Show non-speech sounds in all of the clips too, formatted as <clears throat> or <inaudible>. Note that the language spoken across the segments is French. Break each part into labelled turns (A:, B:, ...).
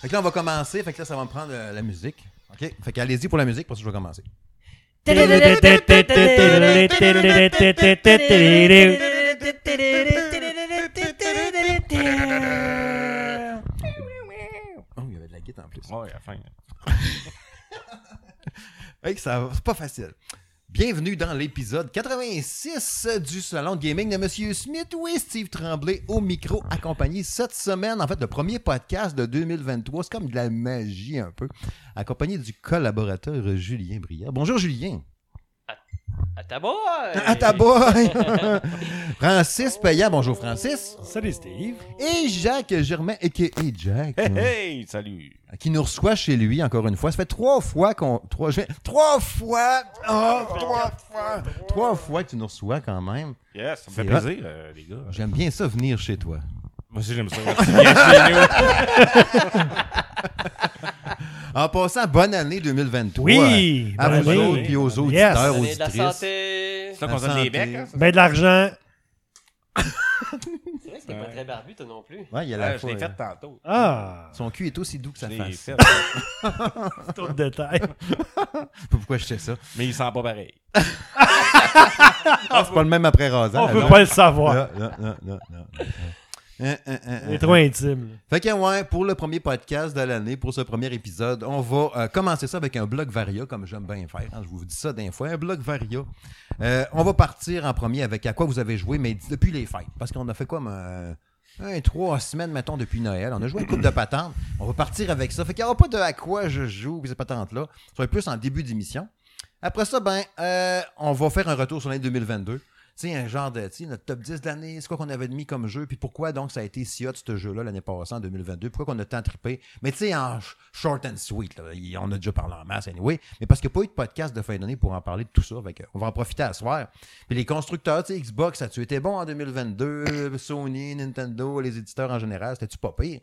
A: Fait que là, on va commencer. Fait que là, ça va me prendre euh, la musique. OK? Fait qu'allez-y pour la musique, parce que je vais commencer.
B: Ah,
A: Oh, il y avait de la guitare en plus.
C: Ouais, à la fin.
A: Hey, ça va- c'est pas facile. Bienvenue dans l'épisode 86 du Salon de Gaming de Monsieur Smith. Oui, Steve Tremblay au micro, accompagné cette semaine, en fait, le premier podcast de 2023. C'est comme de la magie un peu. Accompagné du collaborateur Julien Brière. Bonjour Julien.
B: À ta boy!
A: À ta boy! <laughs> Francis Payat. Bonjour Francis.
D: Salut Steve.
A: Et Jacques Germain, a.k.a. Jack.
C: Hey, hey, salut.
A: qui nous reçoit chez lui encore une fois. Ça fait trois fois qu'on. Trois, je- trois fois! Oh, trois fois! Trois fois que tu nous reçois quand même.
C: Yes, ça me
A: C'est
C: fait plaisir, euh, les gars.
A: J'aime bien ça venir chez toi.
C: Moi
A: <laughs>
C: aussi, j'aime ça. Merci, bienvenue.
A: En passant, bonne année 2023.
D: Oui,
A: À
D: bonne
A: vous
D: année.
A: autres puis aux auditeurs,
D: Yes.
B: Allez, de la
A: auditrices.
B: santé!
C: C'est ça qu'on
A: La
C: donne
A: santé.
C: les becs, hein?
D: Ben de l'argent.
B: C'est vrai que t'es pas très barbu, toi non plus.
A: Ouais, il y a la
C: Ouais, Je
A: fois,
C: l'ai
A: là.
C: fait tantôt.
D: Ah, <laughs>
A: Son cul est aussi doux que
C: Je
A: sa
C: l'ai
A: face.
C: fait.
D: trop de <laughs> détails.
A: Je sais pas pourquoi je sais ça.
C: Mais il sent pas pareil.
A: Ah, c'est pas le même après rasant.
D: On peut
A: non.
D: pas le savoir.
A: Là, là, là, là, là. Hein, hein, hein,
D: C'est
A: hein.
D: trop intime.
A: Fait que ouais, pour le premier podcast de l'année, pour ce premier épisode, on va euh, commencer ça avec un bloc varia, comme j'aime bien faire. hein. je vous dis ça d'un fois, un bloc varia. Euh, on va partir en premier avec à quoi vous avez joué, mais depuis les fêtes. Parce qu'on a fait comme euh, un, trois semaines, mettons, depuis Noël. On a joué une coupe de patentes. On va partir avec ça. Fait qu'il n'y aura pas de à quoi je joue, puis ces patentes-là. Ça va être plus en début d'émission. Après ça, ben, euh, on va faire un retour sur l'année 2022. Tu sais, un genre de, tu sais, notre top 10 de l'année, c'est quoi qu'on avait mis comme jeu, puis pourquoi donc ça a été si hot ce jeu-là l'année passée en 2022, pourquoi qu'on a tant trippé. Mais tu sais, en sh- short and sweet, là, y- on a déjà parlé en masse anyway, mais parce qu'il n'y a pas eu de podcast de fin d'année pour en parler de tout ça, fait que on va en profiter à soir. Puis les constructeurs, tu sais, Xbox, ça tu été bon en 2022, Sony, Nintendo, les éditeurs en général, c'était-tu pas pire?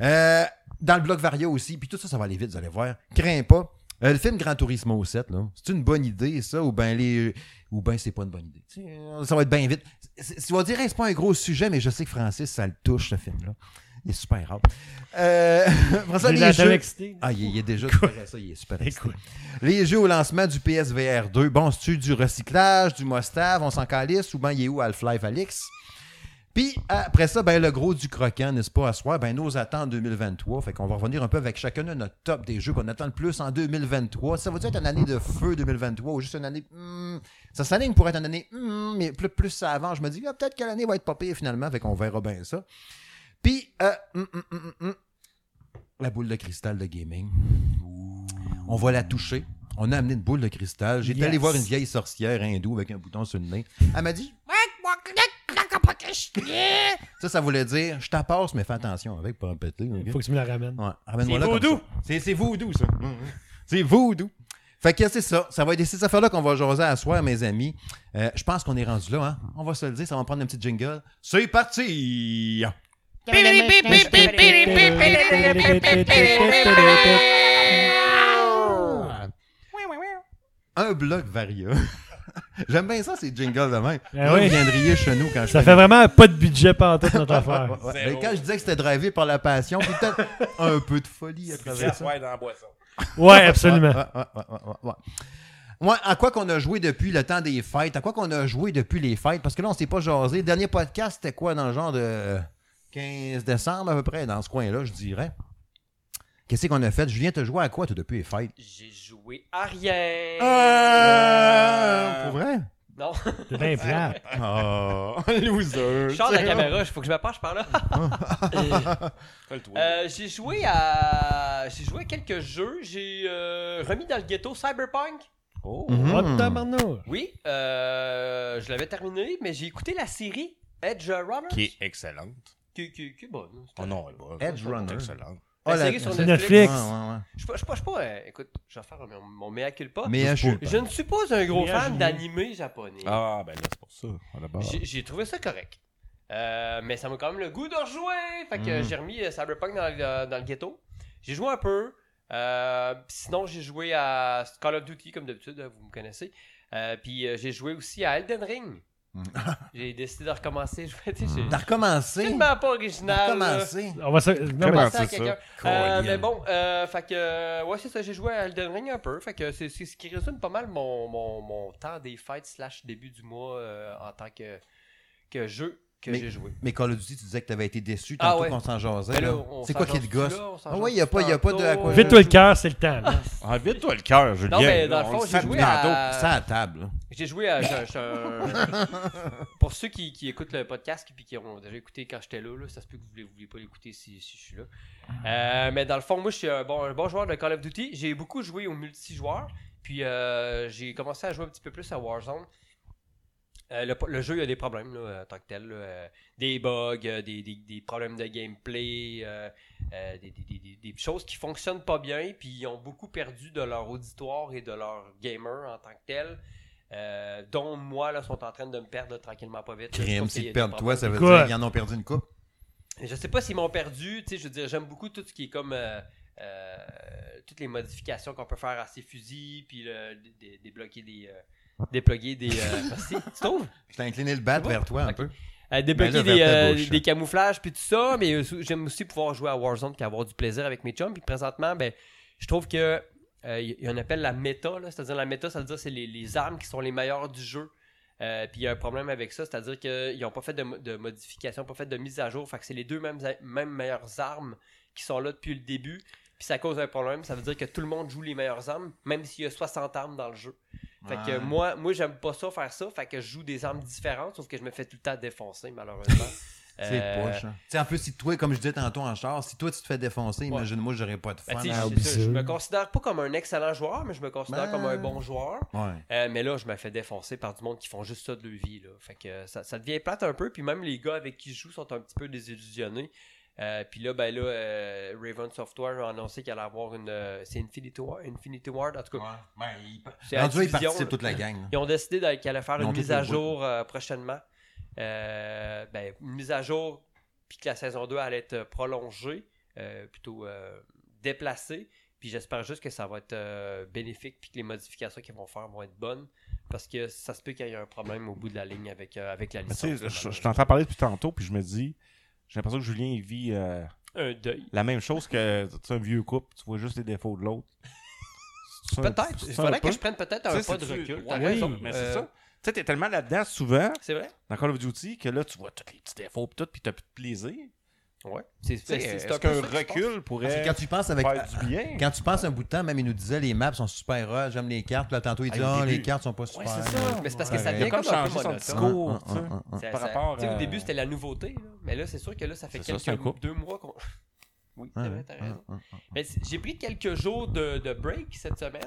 A: Euh, dans le bloc Varia aussi, puis tout ça, ça va aller vite, vous allez voir. Crains pas. Euh, le film Gran Turismo 7, là, c'est une bonne idée, ça, ou ben les. Ou ben c'est pas une bonne idée. Tu sais, euh, Ça va être bien vite. C'est- Tu vas dire, Hey, c'est pas un gros sujet, mais je sais que Francis, ça le touche, ce film-là. Il est super rare. Euh, <laughs> François,
D: J'ai
A: les
D: la tête
A: jeux...
D: excitée.
A: Ah, il, est- il est déjà super à ça, il est super excité.
D: Écoute,
A: Les jeux au lancement du PSVR 2, bon, c'est-tu du recyclage, du mostave, on s'en calisse, ou ben il est où Half-Life Alix? Puis après ça, ben le gros du croquant, n'est-ce pas, à soir, ben nos attentes 2023. Fait qu'on va revenir un peu avec chacun de notre top des jeux qu'on attend le plus en 2023. Ça va être une année de feu 2023 ou juste une année. hmm, ça s'aligne pour être une année, hmm, mais plus, plus ça avance, je me dis, ah, peut-être que l'année va être pas pire finalement, fait qu'on verra bien ça. Puis, euh, hmm, hmm, hmm, hmm, hmm, la boule de cristal de gaming. On va la toucher. On a amené une boule de cristal. J'étais
D: Yes.
A: allé voir une vieille sorcière hindoue avec un bouton sur le nez. Elle m'a dit Ça, ça voulait dire Je t'en passe, mais fais attention avec pour en péter. ok?
D: faut que tu me la ramènes.
A: Ouais,
C: C'est
A: ramène-moi là comme ça.
C: vaudou.
A: Mm,
C: C'est c'est vaudou, ça.
A: C'est vaudou. Fait que c'est ça. Ça va être ces affaires-là qu'on va jaser à soir, mes amis. Euh, je pense qu'on est rendu là, hein. On va se le dire, ça va prendre un petit jingle. C'est parti! Un bloc varia. <laughs> J'aime bien ça, ces jingles de même.
D: Ben
A: Là,
D: oui.
A: Vous viendriez chez nous quand je
D: Ça
A: fais
D: fait vraiment pas de budget pantoute <laughs> notre affaire.
A: Ouais,
C: Zéro.
A: mais quand je disais que c'était drivé par la passion, puis
D: <laughs>
A: peut-être un peu de folie à
C: C'est à
A: travers ça.
C: soir dans la boisson.
D: Ouais, absolument.
A: Ouais, ouais, ouais, ouais, ouais, ouais. Ouais, à quoi qu'on a joué depuis le temps des fêtes, à quoi qu'on a joué depuis les fêtes, parce que là, on s'est pas jasé. Le dernier podcast, c'était quoi dans le genre de 15 décembre à peu près, dans ce coin-là, je dirais. Qu'est-ce qu'on a fait? Julien, t'as joué à quoi, toi, depuis les fêtes?
B: J'ai joué à
D: Euh,
B: rien!
A: Ah,
C: Euh,
A: Pour vrai?
B: Non,
D: C'est bien plate.
A: Oh, <laughs> loser!
B: je sors de la caméra, faut que je m'approche par là.
C: Colle-toi.
B: Euh, j'ai joué à. J'ai joué à quelques jeux. J'ai euh, remis dans le ghetto Cyberpunk.
C: Oh.
A: Mhm.
D: What the marno?
B: Oui, euh, je l'avais terminé, mais j'ai écouté la série Edge Runner.
C: Qui est excellente.
B: Qui, qui, qui est bonne.
C: Oh non, elle va.
A: Edge Runner.
C: Excellente.
A: Oh,
B: La
A: la-
B: série sur
D: C'est
B: Netflix.
D: Netflix.
B: Je suis pas, je suis pas, je suis pas, euh, écoute, je vais faire mon, mon mea culpa.
A: Mais euh, je suis-
B: Je ne suis pas un gros
D: Bien
B: fan
D: joué.
B: d'animé japonais.
C: Ah, ben là, c'est pour ça. On a pas-
B: J'ai j'ai trouvé ça correct. Euh, mais ça m'a quand même le goût de rejouer. Fait que
A: Mm.
B: j'ai remis euh, Cyberpunk dans, le- dans le ghetto. J'ai joué un peu. Euh, pis sinon, j'ai joué à Call of Duty, comme d'habitude, hein, vous me connaissez. Euh, puis euh, j'ai joué aussi à Elden Ring. J'ai décidé de recommencer. Je <laughs> tu sais, j'ai-
A: T'as recommencé.
B: tellement pas
A: T'as
B: original. là.
A: recommencé.
D: On va se... Non, mais...
C: Comment?
B: Pensez à
C: C'est
B: quelqu'un.
A: ça.
B: Euh,
A: Colin.
B: mais bon, euh, fait que, euh, ouais, c'est ça, j'ai joué à Elden Ring un peu. Fait que c'est c'est ce qui résume pas mal mon, mon, mon temps des fêtes slash début du mois euh, en tant que, que jeu que
A: Mais-
B: j'ai joué.
A: Mais Call of Duty, tu disais que t'avais été déçu
B: Ah
A: tantôt
B: ouais.
A: qu'on s'en jasait.
B: Mais là,
A: là.
B: on
A: C'est
B: s'en
A: quoi qui te
B: jase-tu
A: gosse?
B: là? On s'en
A: Ah ouais,
B: jase-tu
A: y a pas- y a pas de à quoi
B: tantôt?
D: Vite-toi le cœur, c'est le temps. là.
C: Ah, vite-toi le cœur, Julien.
B: Non, mais dans le
C: là,
B: fond,
C: on
B: j'ai
C: sait
B: joué
C: bien.
B: à.
A: Oh, Ça à table. là.
B: J'ai joué à. j'ai-
A: <laughs>
B: j'ai un- Pour ceux qui, qui écoutent le podcast et qui ont déjà écouté quand j'étais là, là, ça se peut que vous ne voulez pas l'écouter si, si je suis là. Euh, mais dans le fond, moi, je suis un bon, un bon joueur de Call of Duty. J'ai beaucoup joué au multijoueur. Puis euh, j'ai commencé à jouer un petit peu plus à Warzone. Euh, le, le jeu, il y a des problèmes, là, en tant que tel. là. Euh, des bugs, euh, des, des- des problèmes de gameplay, euh, euh, des, des- des- des- des choses qui fonctionnent pas bien. Puis ils ont beaucoup perdu de leur auditoire et de leur gamer en tant que tel. euh, dont moi, là, sont en train de me perdre là, tranquillement pas vite. là. Je
A: Crime,
B: trouve qu'il y
A: s'ils te
B: a des
A: perdent toi,
B: problèmes.
A: ça veut
D: Quoi?
A: dire qu'ils en ont perdu une coupe.
B: Je sais pas s'ils m'ont perdu, tu sais, je veux dire, j'aime beaucoup tout ce qui est comme euh, euh, toutes les modifications qu'on peut faire à ces fusils, puis le- dé- dé- débloquer des. euh, déploguer des. euh, merci, tu trouves?
A: Je t'ai incliné le bat
B: C'est bon?
A: vers toi un
B: Ok.
A: peu.
B: Euh, débloquer
A: Ben là, vers
B: des,
A: ta
B: euh,
A: bouche.
B: des camouflages, puis tout ça, mais euh, sou- j'aime aussi pouvoir jouer à Warzone, puis avoir du plaisir avec mes chums, puis présentement, ben, je trouve que. euh, Il y en appelle la méta, là, c'est-à-dire la méta, ça veut dire c'est les, les armes qui sont les meilleures du jeu. Euh, puis il y a un problème avec ça, c'est-à-dire qu'ils n'ont pas fait de, mo- de modification, pas fait de mise à jour. Fait que c'est les deux mêmes, a- mêmes meilleures armes qui sont là depuis le début. Puis ça cause un problème. Ça veut dire que tout le monde joue les meilleures armes, même s'il y a 60 armes dans le jeu. Fait que
A: Ouais.
B: moi, moi j'aime pas ça faire ça. Fait que je joue des armes différentes, sauf que je me fais tout le temps défoncer, malheureusement.
A: <laughs> C'est
B: Euh,
A: poche. hein. Tu sais, en plus, si toi, comme je disais tantôt en char, si toi tu te fais défoncer, imagine-moi, j'aurais pas de fun.
B: ben, tu sais,
A: hein.
D: Ah,
B: je-
D: oublie
B: c'est ça, je
D: ça.
B: me considère pas comme un excellent joueur, mais je me considère
A: Ben.
B: comme un bon joueur.
A: Ouais.
B: Euh, mais là, je me fais défoncer par du monde qui font juste ça de leur vie. Là. Fait que euh, ça, ça devient plate un peu. Puis même les gars avec qui je joue sont un petit peu désillusionnés. Euh, puis là, ben là, euh, Raven Software a annoncé qu'elle allait avoir une. euh, c'est Infinity War, Infinity Ward, en tout cas.
A: Ouais. Ben, il...
B: c'est
A: Rendu là, ils
B: Activision,
A: participent
B: là.
A: toute la gang. là.
B: Ils ont décidé d'aller- qu'elle allait faire
A: Ils ont
B: une
A: tout
B: mise à
A: dévoué.
B: jour euh, prochainement. Euh, ben, une mise à jour, puis que la saison 2 allait être prolongée, euh, plutôt euh, déplacée. Puis j'espère juste que ça va être euh, bénéfique, puis que les modifications qu'ils vont faire vont être bonnes. Parce que ça se peut qu'il y ait un problème au bout de la ligne avec, euh, avec la
C: Mais
B: licence.
C: tu sais, je, je t'entends parler depuis tantôt, puis je me dis, j'ai l'impression que Julien, il vit euh,
B: Un deuil.
C: la même chose que tu sais, un vieux couple. Tu vois juste les défauts de l'autre. C'est-tu un-
B: Peut-être.
C: c'est-tu
B: Il
C: un
B: faudrait
C: peu?
B: que je prenne peut-être
C: Tu
B: un
C: sais,
B: pas de
C: c'est-tu-
B: recul.
C: Ouais,
B: T'as
C: oui,
B: raison.
C: mais
B: Euh,
C: c'est ça. Tu sais, t'es tellement là-dedans souvent,
B: C'est vrai?
C: dans Call of Duty, que là, tu vois tous les petits défauts, pis tout, pis t'as plus de plaisir.
B: Ouais. C'est
C: Tu sais,
B: c'est- c'est
C: Est-ce
B: un peu
C: qu'un
B: ça qui se passe.
C: recul
A: Parce que
C: pourrait
A: quand tu penses avec.
C: faire du bien?
A: Quand tu passes un bout de temps, même il nous disait les maps sont super rares, j'aime les cartes. Là, tantôt il dit
C: Ah, au
A: Ah, les
C: début.
A: cartes sont pas super.
C: Ouais, c'est ça.
B: Mais c'est parce que
A: Ouais.
B: ça
A: Il a
B: devient
C: comme
B: comme un peu
C: changé son
B: monotone.
A: Ah,
C: discours,
A: ah,
C: tu sais.
A: ah, ah, ah.
B: Ça-
C: Par
B: ça-
C: rapport
B: tu sais,
C: à-
B: Au début, c'était la nouveauté, là. mais là, c'est sûr que là, ça fait
C: C'est ça, c'est un
B: quelques
C: couple.
B: deux mois qu'on. <laughs> Oui, c'est
A: Ouais,
B: vrai, t'as
A: ouais,
B: raison.
A: ouais.
B: Mais c'est- j'ai pris quelques jours de, de break cette semaine.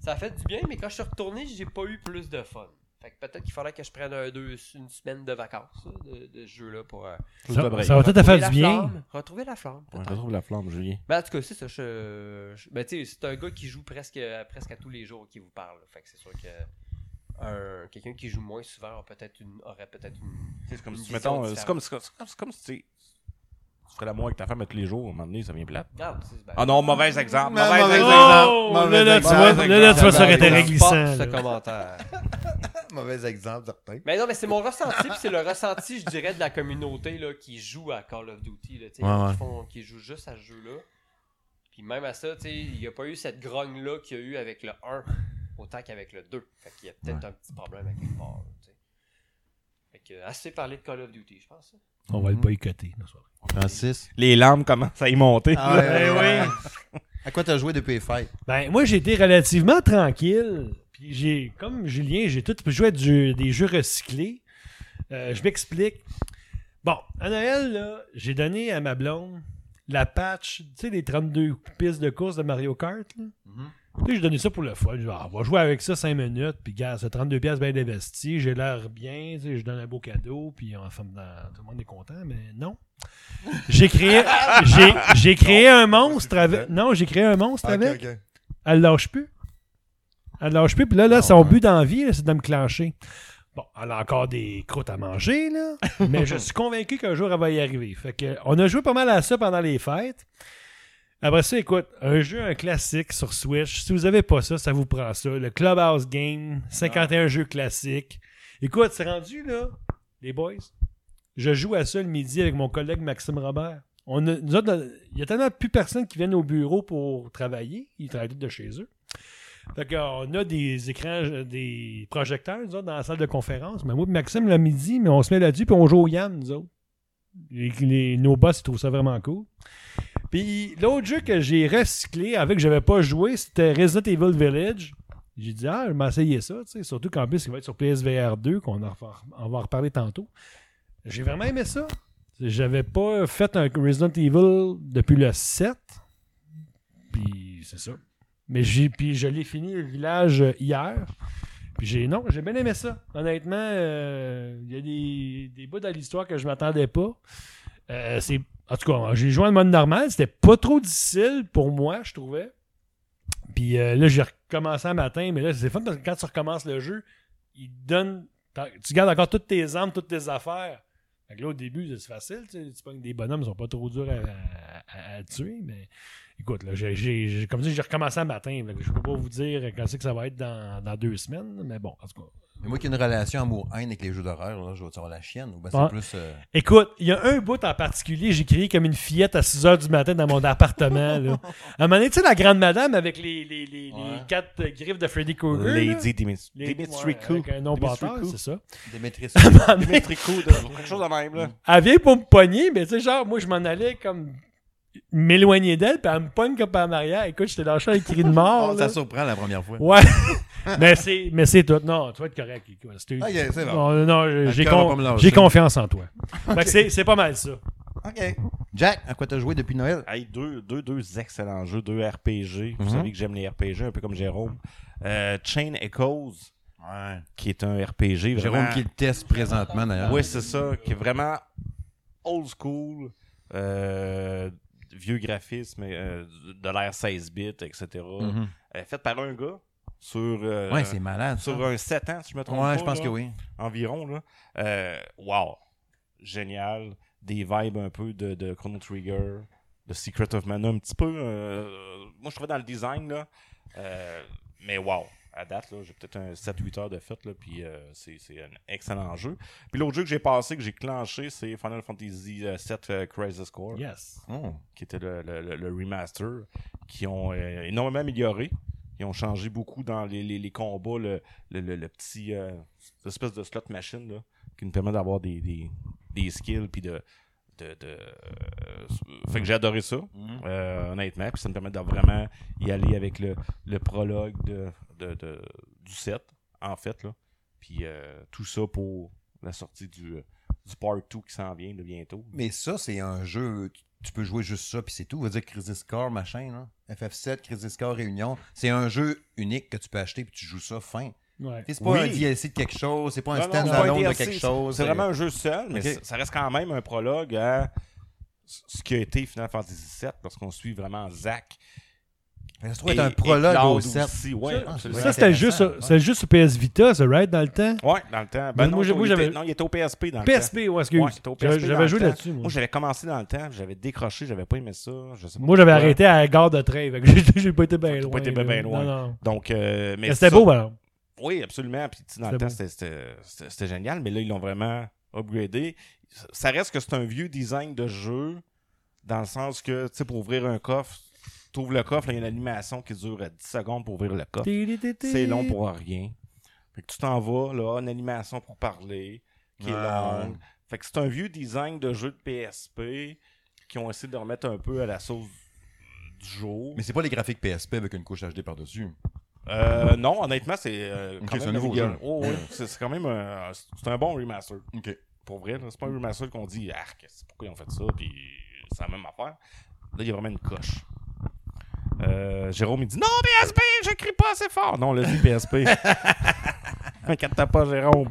B: Ça a fait du bien, mais quand je suis retourné, j'ai pas eu plus de fun. Fait que peut-être qu'il faudrait que je prenne un, deux, une semaine de vacances là, de, de ce jeu-là pour. euh,
C: Plus de
D: Ça,
C: break.
D: ça va peut-être te
B: retrouver
D: faire
B: la
D: du bien.
B: flamme, retrouver la flamme.
C: On
B: peut-être.
C: retrouve la flamme, Julien.
B: Mais Ben, en tout cas, c'est ça. Je, je- ben, tu sais, c'est un gars qui joue presque, euh, presque à tous les jours qui vous parle. Fait que c'est sûr que. un- quelqu'un qui joue moins souvent a peut-être une- aurait peut-être une
C: C'est comme
B: Une
C: si tu,
B: vision
C: mettons, euh, c'est
B: différente.
C: comme, c'est comme, c'est comme- c'est comme si tu sais, tu ferais l'amour avec ta femme à tous les jours, à un moment donné, ça vient plate.
B: Ah, c'est- ben,
C: Ah non, mauvais exemple,
A: Mais
C: mauvais
A: mauvais
C: exemple.
D: Oh,
A: Mauvais
D: là, là, tu
A: exemple.
D: vois,
A: Mauvais
D: là, là, tu vas
A: exemple.
D: sur
A: Mauvais
D: Internet
A: exemple.
D: glissant.
B: ce
D: là.
B: commentaire.
A: Mauvais exemple, certain.
B: Mais non, mais c'est mon ressenti, puis c'est le ressenti, je dirais, de la communauté là, qui joue à Call of Duty, là, tu sais,
A: Ouais, ouais.
B: Qui, font, qui jouent juste à ce jeu-là. Puis même à ça, tu sais, il n'y a pas eu cette grogne-là qu'il y a eu avec le 1 autant qu'avec le 2. Fait qu'il y a peut-être un petit problème avec le port, là, tu sais. Fait que, assez parlé de Call of Duty, je pense. hein.
D: On va le boycotter. non, c'est
A: <laughs>
D: vrai.
A: Francis.
C: Les larmes commencent à y monter.
A: Ah, ouais, ouais,
D: Eh oui.
A: ouais. À quoi t'as joué depuis les fêtes?
D: Ben, moi, j'ai été relativement tranquille. Puis j'ai, comme Julien, j'ai tout joué à du- des jeux recyclés. Euh, je m'explique. Bon, à Noël, là, j'ai donné à ma blonde la patch, tu sais, des 32 pistes de course de Mario Kart. Là.
A: Mhm.
D: Puis j'ai donné ça pour le fun. J'ai dit, Ah, on va jouer avec ça 5 minutes. Puis, gars, c'est 32 pièces bien investi. J'ai l'air bien. tu sais, Je donne un beau cadeau. Puis, enfin, dans- tout le monde est content. Mais non. J'ai créé, j'ai, j'ai créé un monstre avec. Non, j'ai créé un monstre
A: Ah,
D: avec. Elle lâche plus. Elle lâche plus. Puis là, là
A: Ah,
D: son
A: ouais.
D: but d'envie, c'est de me clencher. Bon, elle a encore des croûtes à manger, là.
A: <laughs>
D: mais je suis convaincu qu'un jour, elle va y arriver. Fait que, on a joué pas mal à ça pendant les fêtes. Après ça, écoute, un jeu, un classique sur
A: Ah.
D: Switch. Si vous avez pas ça, ça vous prend ça. Le Clubhouse Game, 51 jeux classiques. Écoute, c'est rendu, là, les boys. Je joue à ça le midi avec mon collègue Maxime Robert. On a- nous autres, il y a tellement plus personne qui viennent au bureau pour travailler. Ils travaillent de chez eux. Fait qu'on a des écrans, euh, des projecteurs, nous autres, dans la salle de conférence. Mais moi, et Maxime, le midi, mais on se met là-dessus, puis on joue au Yann, nous autres. Les- les- nos boss, ils trouvent ça vraiment cool. Puis l'autre jeu que j'ai recyclé avec que j'avais pas joué, c'était Resident Evil Village. J'ai dit, ah, je vais m'essayer ça, tu sais. Surtout qu'en plus, il va être sur PSVR 2, qu'on en refa- on va en reparler tantôt. J'ai vraiment aimé ça. J'avais pas fait un Resident Evil depuis le 7. Puis c'est ça. Mais j'ai, puis je l'ai fini le village euh, hier. Puis j'ai, non, j'ai bien aimé ça. Honnêtement, euh, il y a des, des bouts dans l'histoire que je m'attendais pas. Euh, c'est, en tout cas, j'ai joué en mode normal. C'était pas trop difficile pour moi, je trouvais. Puis euh, là, j'ai recommencé un matin. Mais là, c'est fun parce que quand tu recommences le jeu, il te donne. t'en- Tu gardes encore toutes tes armes, toutes tes affaires. Fait que là, au début, c'est facile. Tu, sais, tu pognes des bonhommes, ils sont pas trop durs à- à- à- à tuer. Mais Écoute, là, j'ai, j'ai- j'ai- comme je dis, j'ai recommencé un matin. là, je peux pas vous dire quand c'est que ça va être dans, dans deux semaines, mais bon, en tout cas.
A: Mais moi qui ai une relation amour-haine avec les jeux d'horreur, là, je vais dire la chienne. ou ben, c'est
D: Ouais.
A: plus. euh,
D: Écoute, il y a un bout en particulier, j'ai crié comme une fillette à 6 h du matin dans mon appartement. <laughs> là. À un moment donné, tu sais, la grande madame avec les, les, les- les
A: Ouais.
D: quatre euh, griffes de Freddy Krueger. là.
C: Lady Dimitri
D: Les-
C: Dimitri
D: ouais,
C: Coup.
D: avec un nom
C: Dimitri
D: bâtard,
C: Coup.
D: c'est ça.
A: Démétrice.
D: À un moment donné,
C: Dimitri Coup, de- <laughs> Mm. quelque chose de même, là.
D: Elle vient pour me pogner, mais tu sais, genre, moi, je m'en allais comme m'éloigner d'elle, puis elle me pogne comme par en arrière. Écoute, je t'ai lâché un cri de mort.
A: Oh,
D: là.
A: ça surprend la première fois.
D: Ouais. <laughs> mais c'est mais c'est tout. Non, tu vas être correct. Kiko. C'était-
C: Ah,
A: Ok, c'est bon.
D: Non, non, j'ai-
A: Le
D: j'ai
A: cœur va
D: con-
A: pas me lâcher.
D: j'ai confiance en toi.
C: <laughs>
D: Fait que c'est- c'est pas mal ça.
A: OK. Jack, à quoi t'as joué depuis Noël?
C: Hey, deux, deux, deux excellents jeux, deux RPG.
A: Mhm.
C: Vous savez que j'aime les RPG, un peu comme Jérôme. Euh, Chain Echoes,
A: Ouais.
C: qui est un RPG. Vraiment...
A: Jérôme qui le teste présentement, d'ailleurs.
C: Oui, c'est ça, qui est vraiment old school, euh, vieux graphisme euh, de l'ère 16 bits, etc.
A: Mhm.
C: Euh, fait par un gars sur, euh,
A: Ouais, c'est malade. ça.
C: sur un 7 ans, si je me trompe
A: Ah. Ouais,
C: pas,
A: je pense
C: là,
A: que oui.
C: Environ, là. Euh, wow! Génial. Des vibes un peu de, de Chrono Trigger, de Secret of Mana, un petit peu. euh, moi, je trouvais dans le design, là. euh, mais wow! À date, là, j'ai peut-être un 7-8 heures de fête, là, puis euh, c'est, c'est un excellent jeu. Puis l'autre jeu que j'ai passé, que j'ai clenché, c'est Final Fantasy euh, VII euh, Crisis Core
D: Yes.
A: Oh.
C: qui était le, le- le- le remaster, qui ont euh, énormément amélioré. Ils ont changé beaucoup dans les, les- les combats, le, le- le- le petit euh, cette espèce de slot machine là, qui nous permet d'avoir des, des- des skills puis de. de- de- euh, fait que j'ai adoré ça, euh, honnêtement. Puis ça me permet de vraiment y aller avec le, le prologue de, de- de- du set, en fait. Là. Puis euh, tout ça pour la sortie du, euh, du part 2 qui s'en vient de bientôt.
A: Mais ça, c'est un jeu. tu- Tu peux jouer juste ça, puis c'est tout. On va dire Crisis Core, machin, là. FF7, Crisis Core Réunion. C'est un jeu unique que tu peux acheter, puis tu joues ça fin. Tu
D: Ouais.
A: sais, C'est pas
C: Oui.
A: un DLC de quelque chose, c'est pas un
C: Non, non, c'est pas
A: stand-alone de
C: DLC,
A: quelque chose.
C: C'est vraiment un jeu seul, mais
A: Ok.
C: ça- ça reste quand même un prologue à c- ce qui a été Final Fantasy VII, parce qu'on suit vraiment Zack.
A: Ça se trouve être
C: et-
A: un
C: et
A: prologue
C: Cloud
A: au set.
C: aussi, ouais,
A: Ça,
C: absolument.
D: Ça, c'était juste,
A: intéressant,
D: sur- c'était juste sur PS Vita, ça, right, dans le temps?
C: Ouais, dans le temps.
D: Mais
C: Ben non,
D: moi, j'ai-
C: il
D: moi,
C: était-
D: j'avais-
C: non, il était au PSP dans le temps.
D: PSP, ouais, excuse.
C: Ouais, c'était au
D: J'avais-
C: PSP dans
D: j'avais
C: le
D: joué
C: temps.
D: là-dessus, moi.
C: Moi, j'avais commencé dans le temps, j'avais décroché, j'avais pas aimé ça. Je sais pas
D: Moi, j'avais
C: pourquoi.
D: arrêté à la gare de train. fait que <laughs> j'ai- J'ai pas été bien
C: T'as pas
D: loin.
C: été ben,
D: là.
C: ben loin.
D: Non, non.
C: Donc, euh, mais
D: Mais c'était
C: ça-
D: beau, alors.
C: Oui, absolument. Puis tu sais, dans
D: C'était
C: le temps,
D: beau.
C: c'était- c'était c'était- c'était génial, mais là, ils l'ont vraiment upgradé. Ça- Ça reste que c'est un vieux design de jeu, dans le sens que, tu sais, pour ouvrir un coffre, tu ouvres le coffre, là, il y a une animation qui dure euh, 10 secondes pour ouvrir le coffre. C'est long pour rien. Fait que tu t'en vas, là, une animation pour parler, qui
A: Ouais.
C: est longue. Fait que c'est un vieux design de jeu de PSP qui ont essayé de remettre un peu à la sauce du jour.
A: Mais c'est pas les graphiques PSP avec une couche HD par-dessus.
C: Euh, non, honnêtement, c'est euh,
A: Ok,
C: quand
A: c'est
C: même
A: un nouveau
C: amélioré.
A: jeu.
C: Oh, oui, c'est c'est quand même un, c'est un bon remaster.
A: OK.
C: Pour vrai, là. c'est pas un remaster qu'on dit ah, qu'est-ce- pourquoi ils ont fait ça puis c'est la même affaire. Là, il y a vraiment une coche. Euh, Jérôme il dit non PSP, je crie pas assez fort. Non, le dit PSP.
A: <laughs>
C: Inquiète pas Jérôme.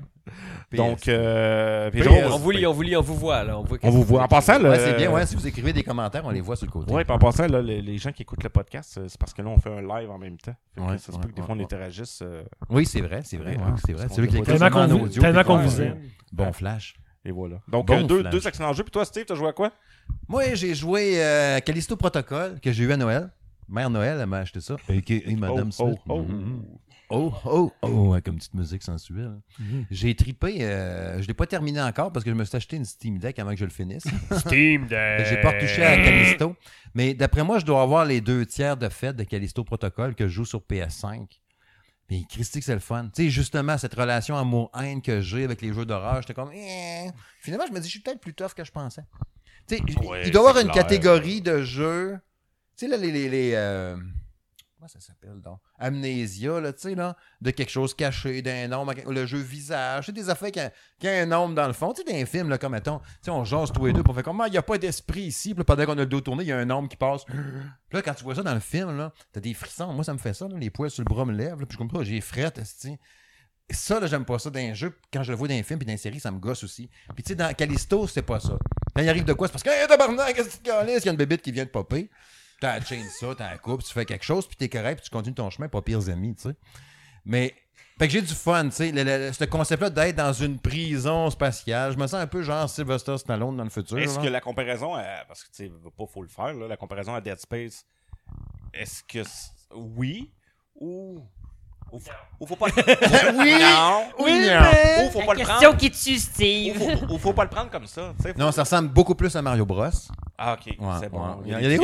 C: Donc euh, puis
A: PS.
C: Jérôme,
B: On vous lit, on vous lit, on vous voit là. On, voit
C: on vous voit en passant le
A: Ouais, c'est bien, ouais. Si vous écrivez des commentaires, on les voit sur le côté.
C: euh, Ouais, puis en passant, là, les, les gens qui écoutent le podcast, euh, c'est parce que là, on fait un live en même temps. Fait que
A: Ouais,
C: ça se peut
A: ouais,
C: que des
A: ouais,
C: fois, on
A: ouais.
C: interagisse. euh,
A: Oui, c'est vrai, c'est vrai.
C: Ouais,
A: ouais, c'est
C: parce
A: vrai.
C: qu'on
A: C'est vrai qu'il
C: sait pas
A: est
D: Tellement qu'on
A: en
D: vous,
A: audio.
D: tellement
A: puis
D: qu'on
A: qu'on-
D: vous
C: ouais.
D: aime.
A: Bon flash.
C: Et voilà. Donc,
A: Bon
C: euh, deux,
A: flash.
C: deux excellents jeux. Puis toi, Steve, t'as joué à quoi?
A: Moi, j'ai joué euh, Callisto Protocol que j'ai eu à Noël. Mère Noël, elle m'a acheté ça. Et Madame
C: oh,
A: Smith.
C: oh, oh.
A: Mhm. oh, oh, oh, ouais, comme petite musique sensuelle. J'ai tripé, euh, je l'ai pas terminé encore parce que je me suis acheté une Steam Deck avant que je le finisse.
D: Steam
A: Fait que J'ai pas retouché à Callisto. Mais d'après moi, je dois avoir les deux tiers de fait de Callisto Protocol que je joue sur PS5. Mais Christy, que c'est le fun. Tu sais, justement, cette relation amour-haine que j'ai avec les jeux d'horreur, j'étais comme. Eh. Finalement, je me dis, je suis peut-être plus tough que je pensais. Tu sais,
C: Ouais,
A: il doit y avoir
C: c'est
A: une
C: clair.
A: catégorie de jeux. Tu sais, là, les. les, les, euh, Comment ça s'appelle donc Amnésia, là, tu sais, là, de quelque chose caché, d'un nombre, le jeu visage, tu sais, des affaires qui, qui a un nombre dans le fond. Tu sais, d'un film, là, comme mettons, tu sais, on jase tous les deux, puis on fait comme, Ah, il n'y a pas d'esprit ici, puis là, pendant qu'on a le dos tourné, il y a un nombre qui passe. Puis là, quand tu vois ça dans le film, là, t'as des frissons. Moi, ça me fait ça, là, les poils sur le bras me lèvent, là, puis je comprends pas, j'ai frette, esti. Ça, là, j'aime pas ça d'un jeu. Quand je le vois dans un film puis dans une série, ça me gosse aussi. Puis tu sais, dans Callisto, c'est pas ça. Quand il arrive de quoi, c'est parce que, hey, tabarnak, qu'est-ce que tu te calisses? Il y a une bébite qui vient de popper. T'as la chaîne ça, t'as la coupe, tu fais quelque chose, puis t'es correct, puis tu continues ton chemin, pas pires amis, tu sais. Mais. Fait que j'ai du fun, tu sais. le- le- le- Ce concept-là d'être dans une prison spatiale, je me sens un peu genre Sylvester Stallone dans le futur.
C: Est-ce
A: là.
C: que la comparaison, à- parce que tu sais, veut pas faut le faire, là, la comparaison à Dead Space, est-ce que c- oui ou ou, f- ou faut pas le...
A: <laughs> Oui!
C: non,
A: Oui,
C: ou faut
E: La
C: pas le
E: question
C: prendre
E: qui te suscite.
C: ou faut, ou faut pas le prendre comme ça, tu sais. faut-
A: Non, ça ressemble beaucoup plus à Mario Bros.
C: Ah ok, c'est bon.
A: ouais.
C: Il y
A: <laughs>
C: a
A: Il y a
C: des,
A: des-
C: il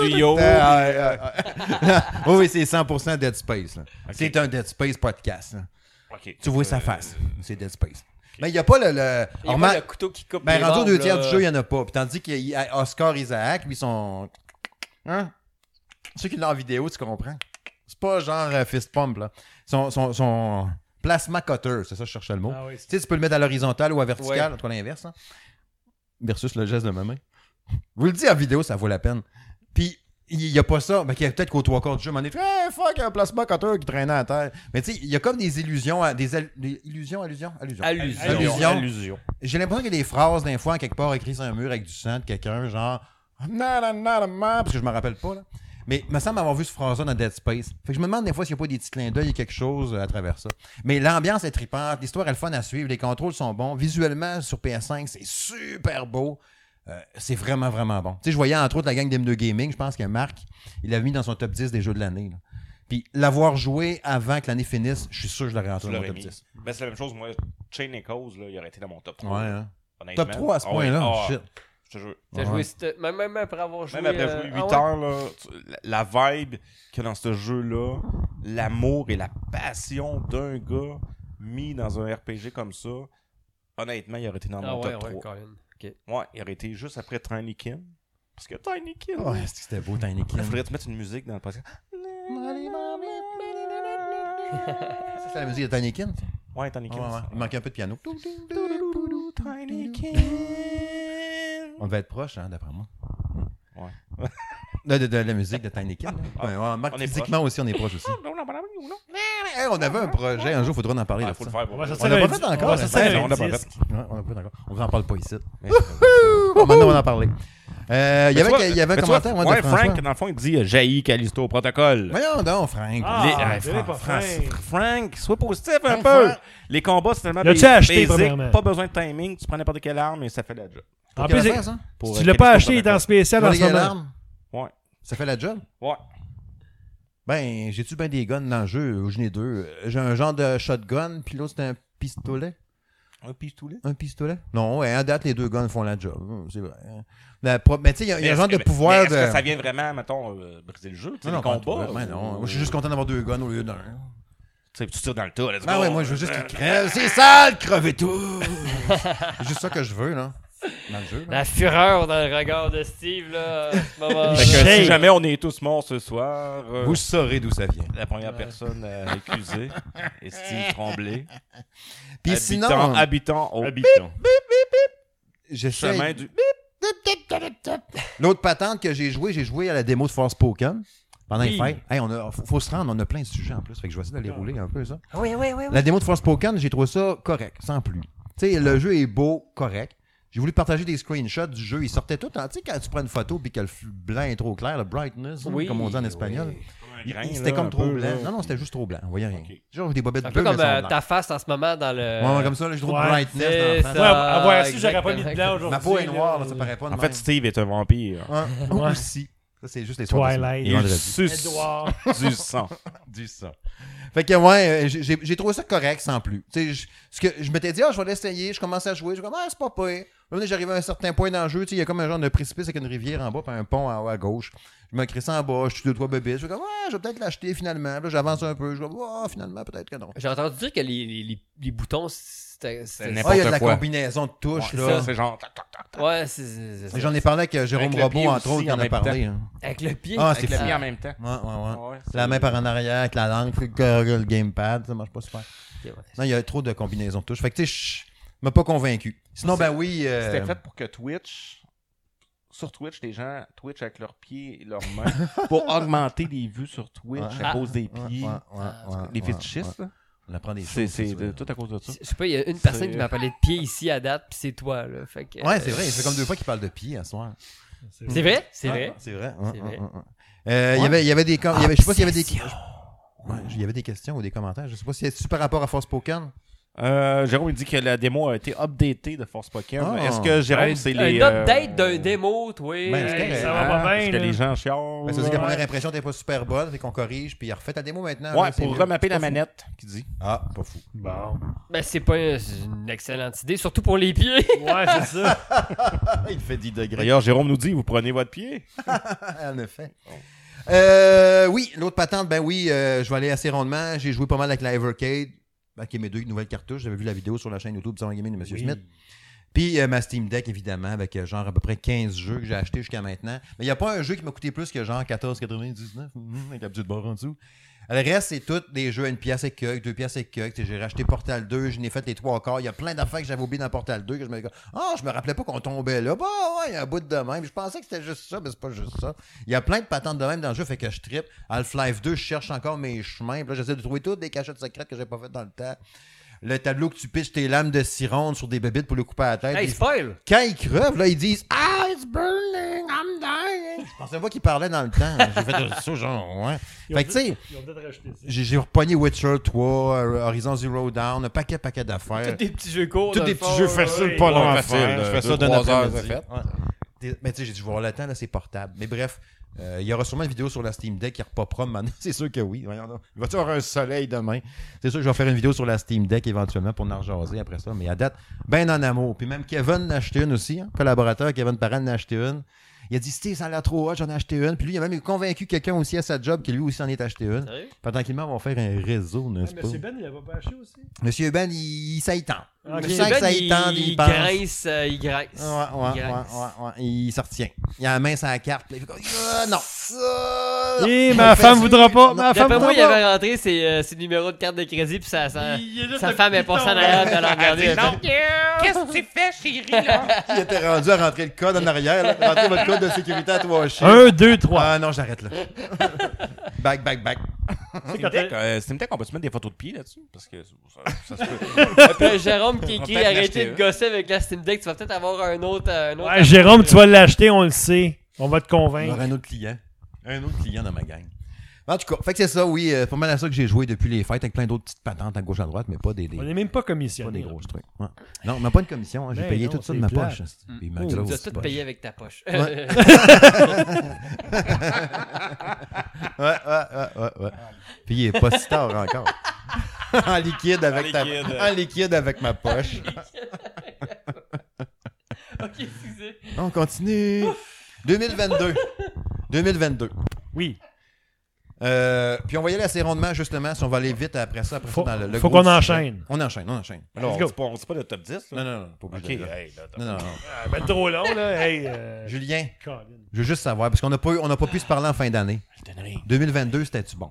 C: y a des tuyaux. Euh,
A: Ah, ah, ah. <laughs> oui, oui, c'est 100% Dead Space. là. C'est un Dead Space podcast. là.
C: Ok.
A: Tu vois
C: Euh,
A: sa face. C'est Dead Space. Mais il n'y a pas le. le...
B: Il y a
A: Orman-
B: pas le couteau qui coupe.
A: ben,
B: les
A: rendu aux
B: membres,
A: deux tiers
B: là.
A: du jeu, il n'y en a pas. Puis tandis qu'il y a Oscar Isaac, lui, son. Hein? Ceux qui l'ont en vidéo, tu comprends? C'est pas genre euh, fist pump, là. Son, son, son plasma cutter, c'est ça, je cherchais le mot.
D: Ah oui,
A: Tu sais, tu peux le mettre à l'horizontale ou à verticale,
B: Ouais.
A: en tout cas l'inverse. hein. Versus le geste de ma main. Vous le dites en vidéo, ça vaut la peine. Puis, il n'y a pas ça. Ben, qu'il y a peut-être qu'au trois quarts du jeu, on est hey, fuck, un plasma cutter qui traînait à terre. Mais tu sais, il y a comme des illusions, à- des, al- des illusions, allusions, allusions.
B: Allusion.
A: Allusion.
C: Allusion.
A: J'ai l'impression qu'il y a des phrases d'un fois, quelque part, écrites sur un mur avec du sang de quelqu'un, genre, na, na, na, na, na, parce que je me rappelle pas, là. Mais il me semble avoir vu ce phrase-là dans Dead Space. Fait que je me demande des fois s'il n'y a pas des petits clins d'œil et quelque chose euh, à travers ça. Mais l'ambiance est tripante, l'histoire est le fun à suivre, les contrôles sont bons. Visuellement, sur PS5, c'est super beau. Euh, c'est vraiment, vraiment bon. Tu sais, je voyais entre autres la gang d'M2 Gaming, je pense que Marc, il l'avait mis dans son top 10 des jeux de l'année. là. Puis l'avoir joué avant que l'année finisse, je suis sûr que je l'aurais
C: Tu
A: rentré dans mon
C: l'aurais
A: top
C: mis.
A: 10.
C: Ben c'est la même chose, moi, Chain et Cause, là, il aurait été dans mon top
A: Ouais,
C: 3.
A: hein.
C: honnêtement.
A: Top 3 à ce
C: Ah ouais,
A: point-là.
C: ah,
A: Shit.
C: Je te jure.
B: T'as
A: Ouais.
B: joué, c'était- même, même après avoir joué.
C: Même après
B: euh,
C: jouer 8
B: ah ouais?
C: heures, là, tu- la, la vibe que dans ce jeu-là, l'amour et la passion d'un gars mis dans un RPG comme ça, honnêtement, il aurait été dans
B: Ah
C: mon
B: ouais,
C: top
B: ouais,
C: 3.
B: Colin. Ok.
C: Ouais, il aurait été juste après Tiny Kim. Parce que Tiny Kim,
A: Ouais, c'est que c'était beau, Tiny
C: il
A: Kim.
C: faudrait te mettre une musique dans le podcast.
A: Ça, c'est la musique de Tiny Kim. ça?
C: Ouais, Tiny Kim.
A: Ouais, ouais. Il manquait un peu de piano.
C: Tiny Kim.
A: On devait être proche, hein, d'après moi.
C: Ouais. Ah.
A: De, de- de la musique de Tiny Kim. là. Ouais, ouais, Marc,
C: On est
A: physiquement aussi, on est proche aussi. Hey, on avait un projet, un jour, il faudra en parler.
C: Ah,
A: de
C: faut
A: ça.
C: le faire.
D: On
C: pour
D: va
C: vrai.
A: On
D: sortir
A: l'a
D: un
A: pas fait
D: di-
A: encore,
D: on va
A: ça,
D: sortir
C: c'est-
D: un
C: on l'a pas
D: disque.
A: Ouais, on l'a pas d'accord. On vous en parle pas ici.
C: Mais-
A: Bon, maintenant, on en parlait. Euh, Il y
C: Mais tu vois-
A: avait il y avait un
C: mais tu vois,
A: commentaire. ouais, de
C: Ouais,
A: François.
C: Frank, dans le fond, il dit euh, jaillit Callisto au protocole.
A: Voyons donc, Frank.
D: Ah,
C: Les- euh,
D: t'es
C: Fran-
D: pas
C: Fran-
D: fin.
C: Frank, sois positif un
A: Frank,
C: peu.
A: Frank.
C: Les combats, c'est tellement
D: L'as-tu
C: bas-
D: acheté,
C: basique,
D: premièrement?
C: pas besoin de timing, tu prends n'importe quelle arme et ça fait la job.
D: En
A: Quelle
D: plus,
A: affaire,
D: il-
A: ça?
C: Pour,
D: si
C: euh,
D: tu l'as pas
C: Callisto
D: acheté, il est en
C: Protocol.
D: spécial en
A: Pour
D: ce
A: les
D: moment.
A: larmes?
C: Ouais,
A: Ça fait la job?
C: ouais.
A: Ben, j'ai-tu ben des guns dans le jeu? ou J'en ai deux. J'ai un genre de shotgun, puis l'autre, c'est un pistolet.
C: Un pistolet.
A: Un pistolet? Non, ouais, à date, les deux guns font la job. Hum, C'est vrai. La pro- Mais tu sais, il y a- il y, a un genre de pouvoir
C: Est-ce que ça
A: de.
C: vient vraiment, mettons, euh, briser le jeu? Tu sais,
A: Non, non,
C: les
A: pas
C: combats.
A: tout, ouais,
C: ou-
A: non. Moi, je suis juste content d'avoir deux guns au lieu d'un.
C: Tu sais, tu tires dans le tas, let's
A: Ben
C: go. Euh,
A: ouais, moi, je veux juste qu'ils crèvent. C'est sale, crevez tout! <laughs> C'est juste ça que je veux, là. Dans le jeu. là.
B: La fureur dans le regard de Steve, là, à
A: <laughs>
B: ce moment-là.
C: Fait que
D: Shake.
C: si jamais on est tous morts ce soir, euh,
A: Vous saurez d'où ça vient.
C: la première personne à accuser est Steve Tremblay.
A: <laughs> Puis
C: habitant,
A: sinon,
C: habitant au habitant.
A: j'essaie.
C: chemin du.
A: L'autre patente que j'ai joué, j'ai joué à la démo de Force Pokémon pendant les
C: Oui.
A: fêtes. Hey, on a, faut, faut se rendre, on a plein de sujets en plus. Fait que je vais essayer d'aller rouler un peu ça.
E: Ah Oui, oui, oui. oui.
A: La démo de Force Pokémon, j'ai trouvé ça correct, sans plus. Tu sais, le jeu est beau, correct. J'ai voulu partager des screenshots du jeu. Il sortait tout. en- Tu sais, quand tu prends une photo puis que le f- blanc est trop clair, le brightness, hein,
B: Oui,
A: comme on dit en espagnol. Il- il- C'était comme trop blanc. Non, non, c'était juste trop blanc. On voyait rien.
C: Ok.
A: Genre, j'ai des bobettes
B: C'est un peu
A: bleues, mais
B: comme euh,
A: ça
B: ta face en ce moment dans le.
A: Ouais, ouais, comme ça, là, j'ai trop de
D: Ouais,
A: brightness dans la
D: Ouais,
A: face.
B: Ça,
D: à voir si j'aurais pas mis
B: exactement.
D: de blanc aujourd'hui.
A: Ma peau est noire,
D: là.
A: là, ça paraît pas. de
C: En
A: même.
C: fait, Steve est un vampire.
A: Ouais,
D: Ouais.
A: aussi. Ça, c'est juste les soirs de
D: Twilight,
A: semaine. Et vendredi.
C: suce
D: Edward.
C: du sang.
A: du sang. Fait que ouais, euh, j'ai- j'ai j'ai trouvé ça correct sans plus. Tu sais, je- ce que je m'étais dit, ah, je vais l'essayer, je commence à jouer, je suis comme, ah, c'est pas pire. Là, j'arrivais à un certain point dans le jeu, tu sais, il y a comme un genre de précipice avec une rivière en bas, puis un pont en haut à gauche. Je me crisse en bas, je suis deux, trois bébés. Je suis comme, ouais, je vais peut-être l'acheter finalement. Puis Là, j'avance un peu, je suis comme, ah, finalement, peut-être que non.
B: J'ai entendu dire que les, les, les, les boutons, c'était. c'était-
C: n'importe
A: Ah, il y a de la
C: quoi.
A: combinaison de touches,
C: Ouais,
A: là.
C: C'est genre. tac, tac, tac, tac.
B: Ouais, c'est- c'est. c'est ça.
A: Et J'en ai parlé avec euh, Jérôme
C: Avec le pied
A: Robot, entre
C: aussi,
A: autres, qui
C: en
A: en a
C: même
A: parlé. hein.
B: Avec le pied.
A: Ah,
C: Avec
A: c'est
C: le
A: fou.
C: pied en même temps.
A: Ouais, ouais, ouais.
C: Ouais, c'est-
A: La main par en arrière, avec la langue, le gamepad, ça marche pas super.
B: Ok, ouais.
A: Non, il y a trop de combinaisons de touches. Fait que tu sais, je m'a pas convaincu. Sinon, ben oui. euh,
C: C'était fait pour que Twitch. Sur Twitch, les gens Twitch avec leurs pieds et leurs mains <laughs> pour augmenter les vues sur Twitch à
B: Ah.
C: cause des
A: ouais,
C: pieds.
A: ouais,
B: Ah,
A: ouais, ouais,
C: Les
A: ouais,
C: fétichistes,
A: ouais.
C: là.
A: On apprend des
C: c'est
A: choses.
C: c'est
A: ça,
C: de-
A: ouais.
C: tout à cause de ça.
B: Je sais pas, il y a une
C: C'est-
B: personne qui m'a parlé de pied ici à date, puis c'est toi, là. Fait que,
A: Ouais,
B: euh,
A: c'est vrai. Il fait comme deux fois qu'il parle de pieds à ce soir.
B: C'est vrai, c'est vrai.
A: C'est vrai. hein,
B: C'est
A: hein,
B: vrai.
A: hein, hein. Euh, Il y avait- il y avait des. com- il y avait- Je sais pas s'il y avait des. Ouais, Il y avait des questions ou des commentaires. Je sais pas si c'est par rapport à Force Pokémon.
C: Euh, Jérôme, il dit que la démo a été updatée de Force Pokémon.
A: Ah.
C: Est-ce que Jérôme,
D: Un-
C: c'est
B: Un
C: les.
B: update
C: euh,
B: d'un démo, toi.
A: Ben, c'est correct.
D: Ça va pas
C: parce
D: bien,
C: que
D: là.
C: les gens chialent.
A: Ben, ça veut dire que la
D: Ouais.
A: première impression t'es pas super bonne, fait qu'on corrige, puis il refait ta démo maintenant.
C: Ouais,
A: là, c'est
C: pour
A: mieux.
C: remapper la manette, qui dit.
A: Ah, pas fou.
D: Bon.
B: Ben, c'est pas un- c'est une excellente idée, surtout pour les
E: <laughs>
B: pieds.
D: Ouais, c'est
A: <laughs>
D: ça.
A: il fait 10 degrés.
C: D'ailleurs, Jérôme nous dit vous prenez votre pied.
A: <laughs> En effet. Euh, oui, l'autre patente, ben oui, euh, je vais aller assez rondement. J'ai joué pas mal avec la Evercade, ben, qui est mes deux nouvelles cartouches. J'avais vu la vidéo sur la chaîne YouTube Sans Gaming de M. Smith. Puis euh, ma Steam Deck, évidemment, avec euh, genre à peu près 15 jeux que j'ai achetés jusqu'à maintenant. Mais il n'y a pas un jeu qui m'a coûté plus que genre 14,99 hum, avec la petite barre en dessous. Le reste, c'est tout des jeux à une pièce et quelques, deux pièces et quelques. Tu sais, J'ai racheté Portal 2, je n'ai fait les trois quarts. Il y a plein d'affaires que j'avais oubliées dans Portal 2 que je me dis, ah, je me rappelais pas qu'on tombait là. Bah ouais, il y a un bout de même. Je pensais que c'était juste ça, mais c'est pas juste ça. Il y a plein de patentes de même dans le jeu, fait que je trippe. Half-Life 2, je cherche encore mes chemins. Puis là, j'essaie de trouver toutes des cachettes secrètes que j'ai pas faites dans le temps. Le tableau que tu piches tes lames de sironde sur des bébites pour le couper à la tête.
B: hey,
A: Des-
B: spoil!
A: quand ils crevent, là, ils disent Ah, it's burning, I'm
D: <laughs>
A: dying. Je pensais pas qu'ils parlaient dans le temps. J'ai fait ça, genre, ouais. Fait que, tu sais,
D: Ils ont peut-être racheté ça.
A: j'ai j'ai repogné Witcher 3, euh, Horizon Zero Dawn, un paquet, paquet d'affaires.
B: des petits jeux courts.
A: Tous des petits jeux faciles,
D: oui.
A: pas
C: Ouais,
A: longs à
C: facile,
A: faire.
C: euh,
A: Je fais
C: deux,
A: ça d'un
C: trois heures,
A: après-midi.
C: c'est fait.
A: Ouais. T'es- Mais tu sais, j'ai dû voir le temps, là, c'est portable. Mais bref, euh, il y aura sûrement une vidéo sur la Steam Deck qui repopera maintenant. <laughs> C'est sûr que oui. Voyons donc. Il Va-tu avoir un soleil demain? C'est sûr que je vais faire une vidéo sur la Steam Deck éventuellement pour en rejaser après ça. Mais à date, ben en amour. Puis même Kevin en a acheté une aussi. hein. Collaborateur Kevin Parent en a acheté une. Il a dit, Steve, ça a l'air trop hot, j'en ai acheté une. Puis lui, il a même convaincu quelqu'un aussi à sa job qui lui aussi en est acheté une.
B: <laughs>
A: Puis tranquillement, on va faire un réseau, n'est-ce pas?
D: Monsieur Ben, il l'avait pas acheté aussi.
A: Monsieur Ben, il, ça y tente.
D: Ok.
A: Je
B: Monsieur
A: sens que
B: Ben,
A: ça y
B: il,
A: tente, il
B: il
A: pense.
B: grince, euh, il grince.
A: Ouais, ouais,
B: il
A: ouais,
B: grince.
A: ouais, ouais. Il se retient. Il a la main sur la carte. puis il fait comme, Ah, non. Ah, non.
D: Eh,
A: Non,
D: ma femme
A: fais-
D: voudra pas. Ma Ah, femme
B: D'après moi,
D: voudra
B: il
D: pas.
B: avait rentré ses, euh, ses numéros de carte de crédit, puis sa, sa,
D: Il est là,
B: Euh, sa
D: le
B: femme est
D: petit
B: passée en
D: ton.
B: arrière de la regarder.
C: Elle
B: elle
C: dit
B: fait,
C: non. Qu'est-ce que tu fais, chérie, là?
A: Il était rendu à rentrer le code en arrière. là. Rentrez votre code de sécurité à toi, chien.
D: Un, deux, trois.
A: Ah non, j'arrête
D: <laughs>
A: là. back, back, back.
C: Steam Deck, euh, Steam Deck, on peut-tu mettre des photos de pieds là-dessus? Parce que ça, ça se
A: <laughs>
C: peut.
B: Puis Jérôme qui
C: On
B: écrit
C: peut peut-être
B: Arrêtez de
E: hein.
C: l'acheter,
B: gosser avec la Steam Deck, tu vas peut-être avoir un autre. euh, un autre
D: Ouais, Jérôme, tu vas l'acheter, on le sait. On va te
A: Il y
D: convaincre.
A: aura un autre client. Un autre client dans ma gang. En tout cas, fait que c'est ça, oui. euh, pas mal à ça que j'ai joué depuis les fêtes avec plein d'autres petites patentes à gauche à droite, mais pas des, des,
D: On n'est même pas
A: pas des
D: commissionné.
A: grosses trucs. Ah. Ouais. Non, mais pas une commission. hein, J'ai
D: Ben
A: payé
D: non,
A: tout ça de
D: c'est
A: ma
D: plate.
A: poche. hein. Puis ma
D: Oh,
B: Tu
A: grosse
B: dois tout
A: poche.
B: payer avec ta poche.
A: Ouais. Ouais, ouais, ouais, ouais, ouais. Puis il est pas si tard
D: <laughs>
A: encore. en liquide avec ta-
C: liquide.
A: en liquide avec ma poche.
B: ok, excusez.
A: On continue. 2022. 2022.
D: Oui.
A: Euh, puis on va y aller assez rondement, justement, si on va aller vite après ça. Après
D: Faut-
A: ça dans le, le
D: faut
A: gros
D: qu'on
A: sujet.
D: enchaîne.
A: On enchaîne, on enchaîne.
C: Alors,
D: Let's
C: on
D: go.
C: dit pas, on dit pas le top 10.
A: Non,
C: Là.
A: non, non, pas
C: Ok,
A: obligé de-
C: hey, là,
A: Non, non, non.
D: Ah, ben, trop long, là. Hey, euh,
A: Julien,
D: Colin.
A: je veux juste savoir, parce qu'on n'a pas, eu- on n'a pas pu se parler en fin d'année.
C: Elden Ring.
A: 2022, c'était-tu bon?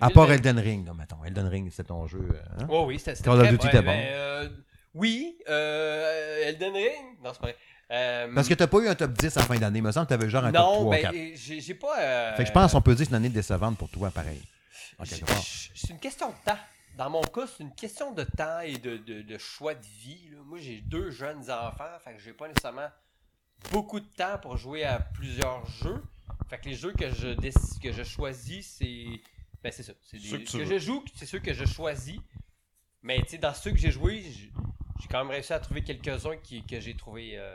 A: À part
B: 2020.
A: Elden Ring, là, mettons. Elden Ring, c'est ton jeu. euh, hein?
B: Oh oui, c'était c'était
A: Call of
B: très
A: Duty
B: bon.
A: était bon.
B: Ben, euh, oui, euh, Elden Ring. Non, c'est pas vrai. Euh,
A: Parce que t'as pas eu un top 10 en fin d'année, me semble. T'avais genre un top 3
B: non,
A: ou
B: ben,
A: 4.
B: euh, j'ai j'ai pas. euh,
A: Fait que je pense qu'on peut dire que c'est une année décevante pour toi, pareil. En quelque part.
B: Ch- C'est une question de temps. Dans mon cas, c'est une question de temps et de, de- de choix de vie. là. Moi, j'ai deux jeunes enfants, fait que j'ai pas nécessairement beaucoup de temps pour jouer à plusieurs jeux. Fait que les jeux que je décide, que je choisis, c'est ben c'est ça, c'est des-
C: Ceux que tu
B: que, je
C: veux.
B: joue, c'est ceux que je choisis. Mais tu sais, dans ceux que j'ai joués, j'ai j'ai quand même réussi à trouver quelques-uns qui, que j'ai trouvé euh,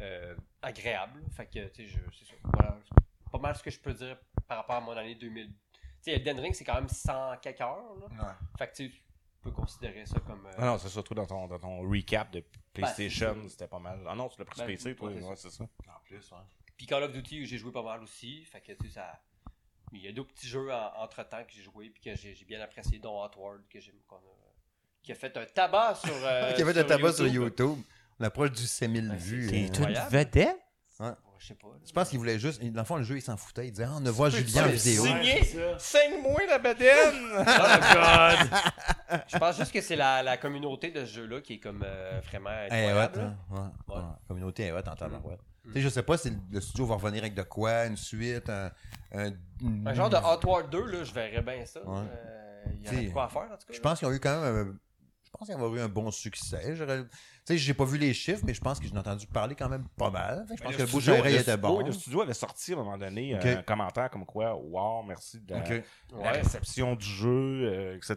B: euh, agréables. Fait que tu sais, je- c'est ça. Voilà. C'est Pas pas mal ce que je peux dire par rapport à mon année 2000. Tu sais, Elden Ring, c'est quand même 100 quelques heures. Là.
A: <laughs> Ouais.
B: Fait que tu sais, tu peux considérer ça comme. euh,
C: Ah non, c'est ça, toi, dans ton, dans ton recap de PlayStation, c'était pas mal. Ah non, tu l'as pris sur
B: Ben,
C: PC, toi,
B: ouais,
C: ouais, c'est ça.
A: En plus, ouais.
B: Puis Call of Duty, j'ai joué pas mal aussi. Fait que, tu sais, ça. mais Il y a deux petits jeux en- entre-temps que j'ai joué puis que j'ai j'ai bien apprécié, dont Hot World, que j'aime qu'on a... Qui a fait un tabac sur. euh,
A: <laughs> Qui avait de tabac sur
B: YouTube.
A: YouTube. On approche du 7000
B: Ouais, c'est-
A: vues.
B: c'est
A: hein.
B: tout. Incroyable.
C: vedette?
B: Ouais, Je sais pas. là.
A: Je
B: <laughs>
A: pense qu'il voulait juste. Dans le fond, le jeu, il s'en foutait. Il disait, ah, on ne voit Julien en
C: Ouais,
A: vidéo.
C: c'est- Signé.
D: ça.
C: Saigne-moi
A: <laughs>
C: la bedaine!
B: Je pense juste que c'est la, la communauté de ce jeu-là qui est comme euh, vraiment
A: Eh,
B: incroyable.
A: ouais,
B: là.
A: hein, ouais,
B: Ouais. Mm.
A: ouais. Communauté, eh, ouais, t'entends, ouais. Tu sais, je sais pas si le studio va revenir avec de quoi, une suite, un. Un,
B: Un genre de Hot War 2, là, je verrais bien ça.
A: Ouais.
B: Euh, Il y
A: T'sais,
B: a de quoi à faire, en tout cas.
A: Je pense qu'ils ont eu quand même. un- Je pense qu'ils ont eu un bon succès. J'aurais- Tu sais, j'ai pas vu les chiffres, mais je pense que j'en ai entendu parler quand même pas mal. Fait que Je pense que le bouche à oreille était bon.
C: Oui, le studio avait sorti à un moment donné
A: Ok.
C: euh, un commentaire comme quoi, wow, merci de la,
A: Ok.
C: la
B: Ouais.
C: réception du jeu, euh, etc.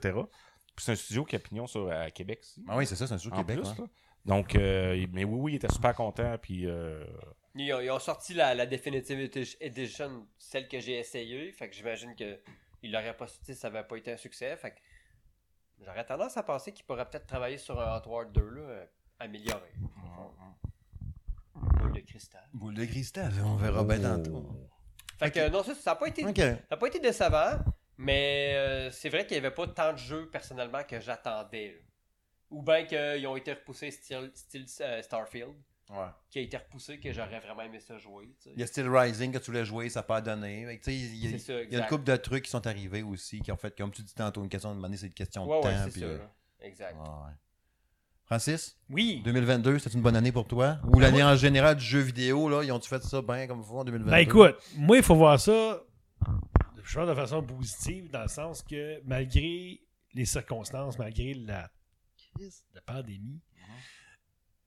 C: Puis c'est un studio qui a pignon sur, à Québec, aussi.
A: Ah oui, c'est ça, c'est un studio
C: en
A: Québec.
C: plus,
A: ouais.
C: là. Donc, euh, il- mais oui, oui, il était super content, puis... euh,
B: Ils ont, ils ont sorti la, la Definitive Edi- Edition, celle que j'ai essayée. Fait que j'imagine que il l'aurait pas sorti, ça avait pas été un succès. Fait que j'aurais tendance à penser qu'il pourrait peut-être travailler sur un Hot War 2, là, euh, amélioré.
A: Mm-hmm.
B: Boule de cristal.
A: Boule de cristal, on verra bien tantôt.
B: Fait que euh, non, ça, ça n'a pas été
A: Oh. Ok.
B: Ça n'a pas été décevant, mais euh, c'est vrai qu'il n'y avait pas tant de jeux personnellement que j'attendais. là. Ou bien qu'ils ont été repoussés style, style, euh, Starfield,
A: Ouais.
B: qui a été repoussé, que j'aurais vraiment aimé ça jouer. tu sais.
A: Il y a Still Rising que tu voulais jouer, ça n'a pas donné. Fait que, tu sais, Il y, a-
B: C'est ça,
A: il y a une
B: exact.
A: couple de trucs qui sont arrivés aussi, qui ont fait, comme tu dis tantôt, une question de demander, c'est une question
B: Ouais,
A: de temps.
B: ouais, c'est
A: puis,
B: ça.
A: euh,
B: là. Exact.
A: ouais, ouais. Francis,
B: Oui!
A: 2022, c'est une bonne année pour toi? Ou l'année en général du jeu vidéo, là, ils ont-tu fait ça bien comme vous en 2022?
D: Ben écoute, moi, il faut voir ça, je pense, de façon positive, dans le sens que malgré les circonstances, malgré la crise, la pandémie,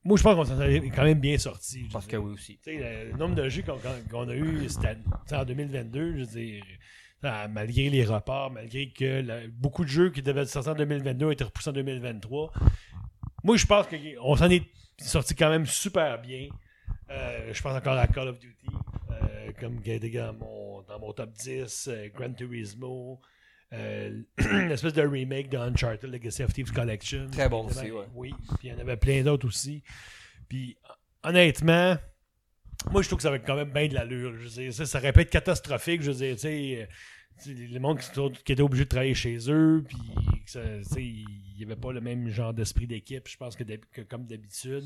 D: moi, je pense qu'on s'en est quand même bien sorti. je
B: Parce que
D: dirais.
B: oui aussi.
D: Tu sais, le nombre de jeux qu'on qu'on a eu cette année- tu sais, en 2022, je veux dire, ah, malgré les reports, malgré que la- beaucoup de jeux qui devaient sortir en 2022 ont été repoussés en 2023, moi, je pense qu'on s'en est sorti quand même super bien. Euh, je pense encore à Call of Duty, euh, comme qui a été dans mon, dans mon top 10, euh, Gran Turismo, euh, <clears throat> l'espèce de remake de Uncharted Legacy of Thieves Collection.
B: Très bon
D: Il y en
B: aussi,
D: avait-
B: ouais.
D: Oui, puis il y en avait plein d'autres aussi. Puis honnêtement, moi je trouve que ça va être quand même bien de l'allure. Je veux dire, ça, ça aurait pu être catastrophique. Je veux dire, tu sais, euh, tu sais, les monde qui, sont- qui étaient obligés de travailler chez eux, puis que ça- tu sais, il n'y avait pas le même genre d'esprit d'équipe, je pense, que, d'hab- que comme d'habitude.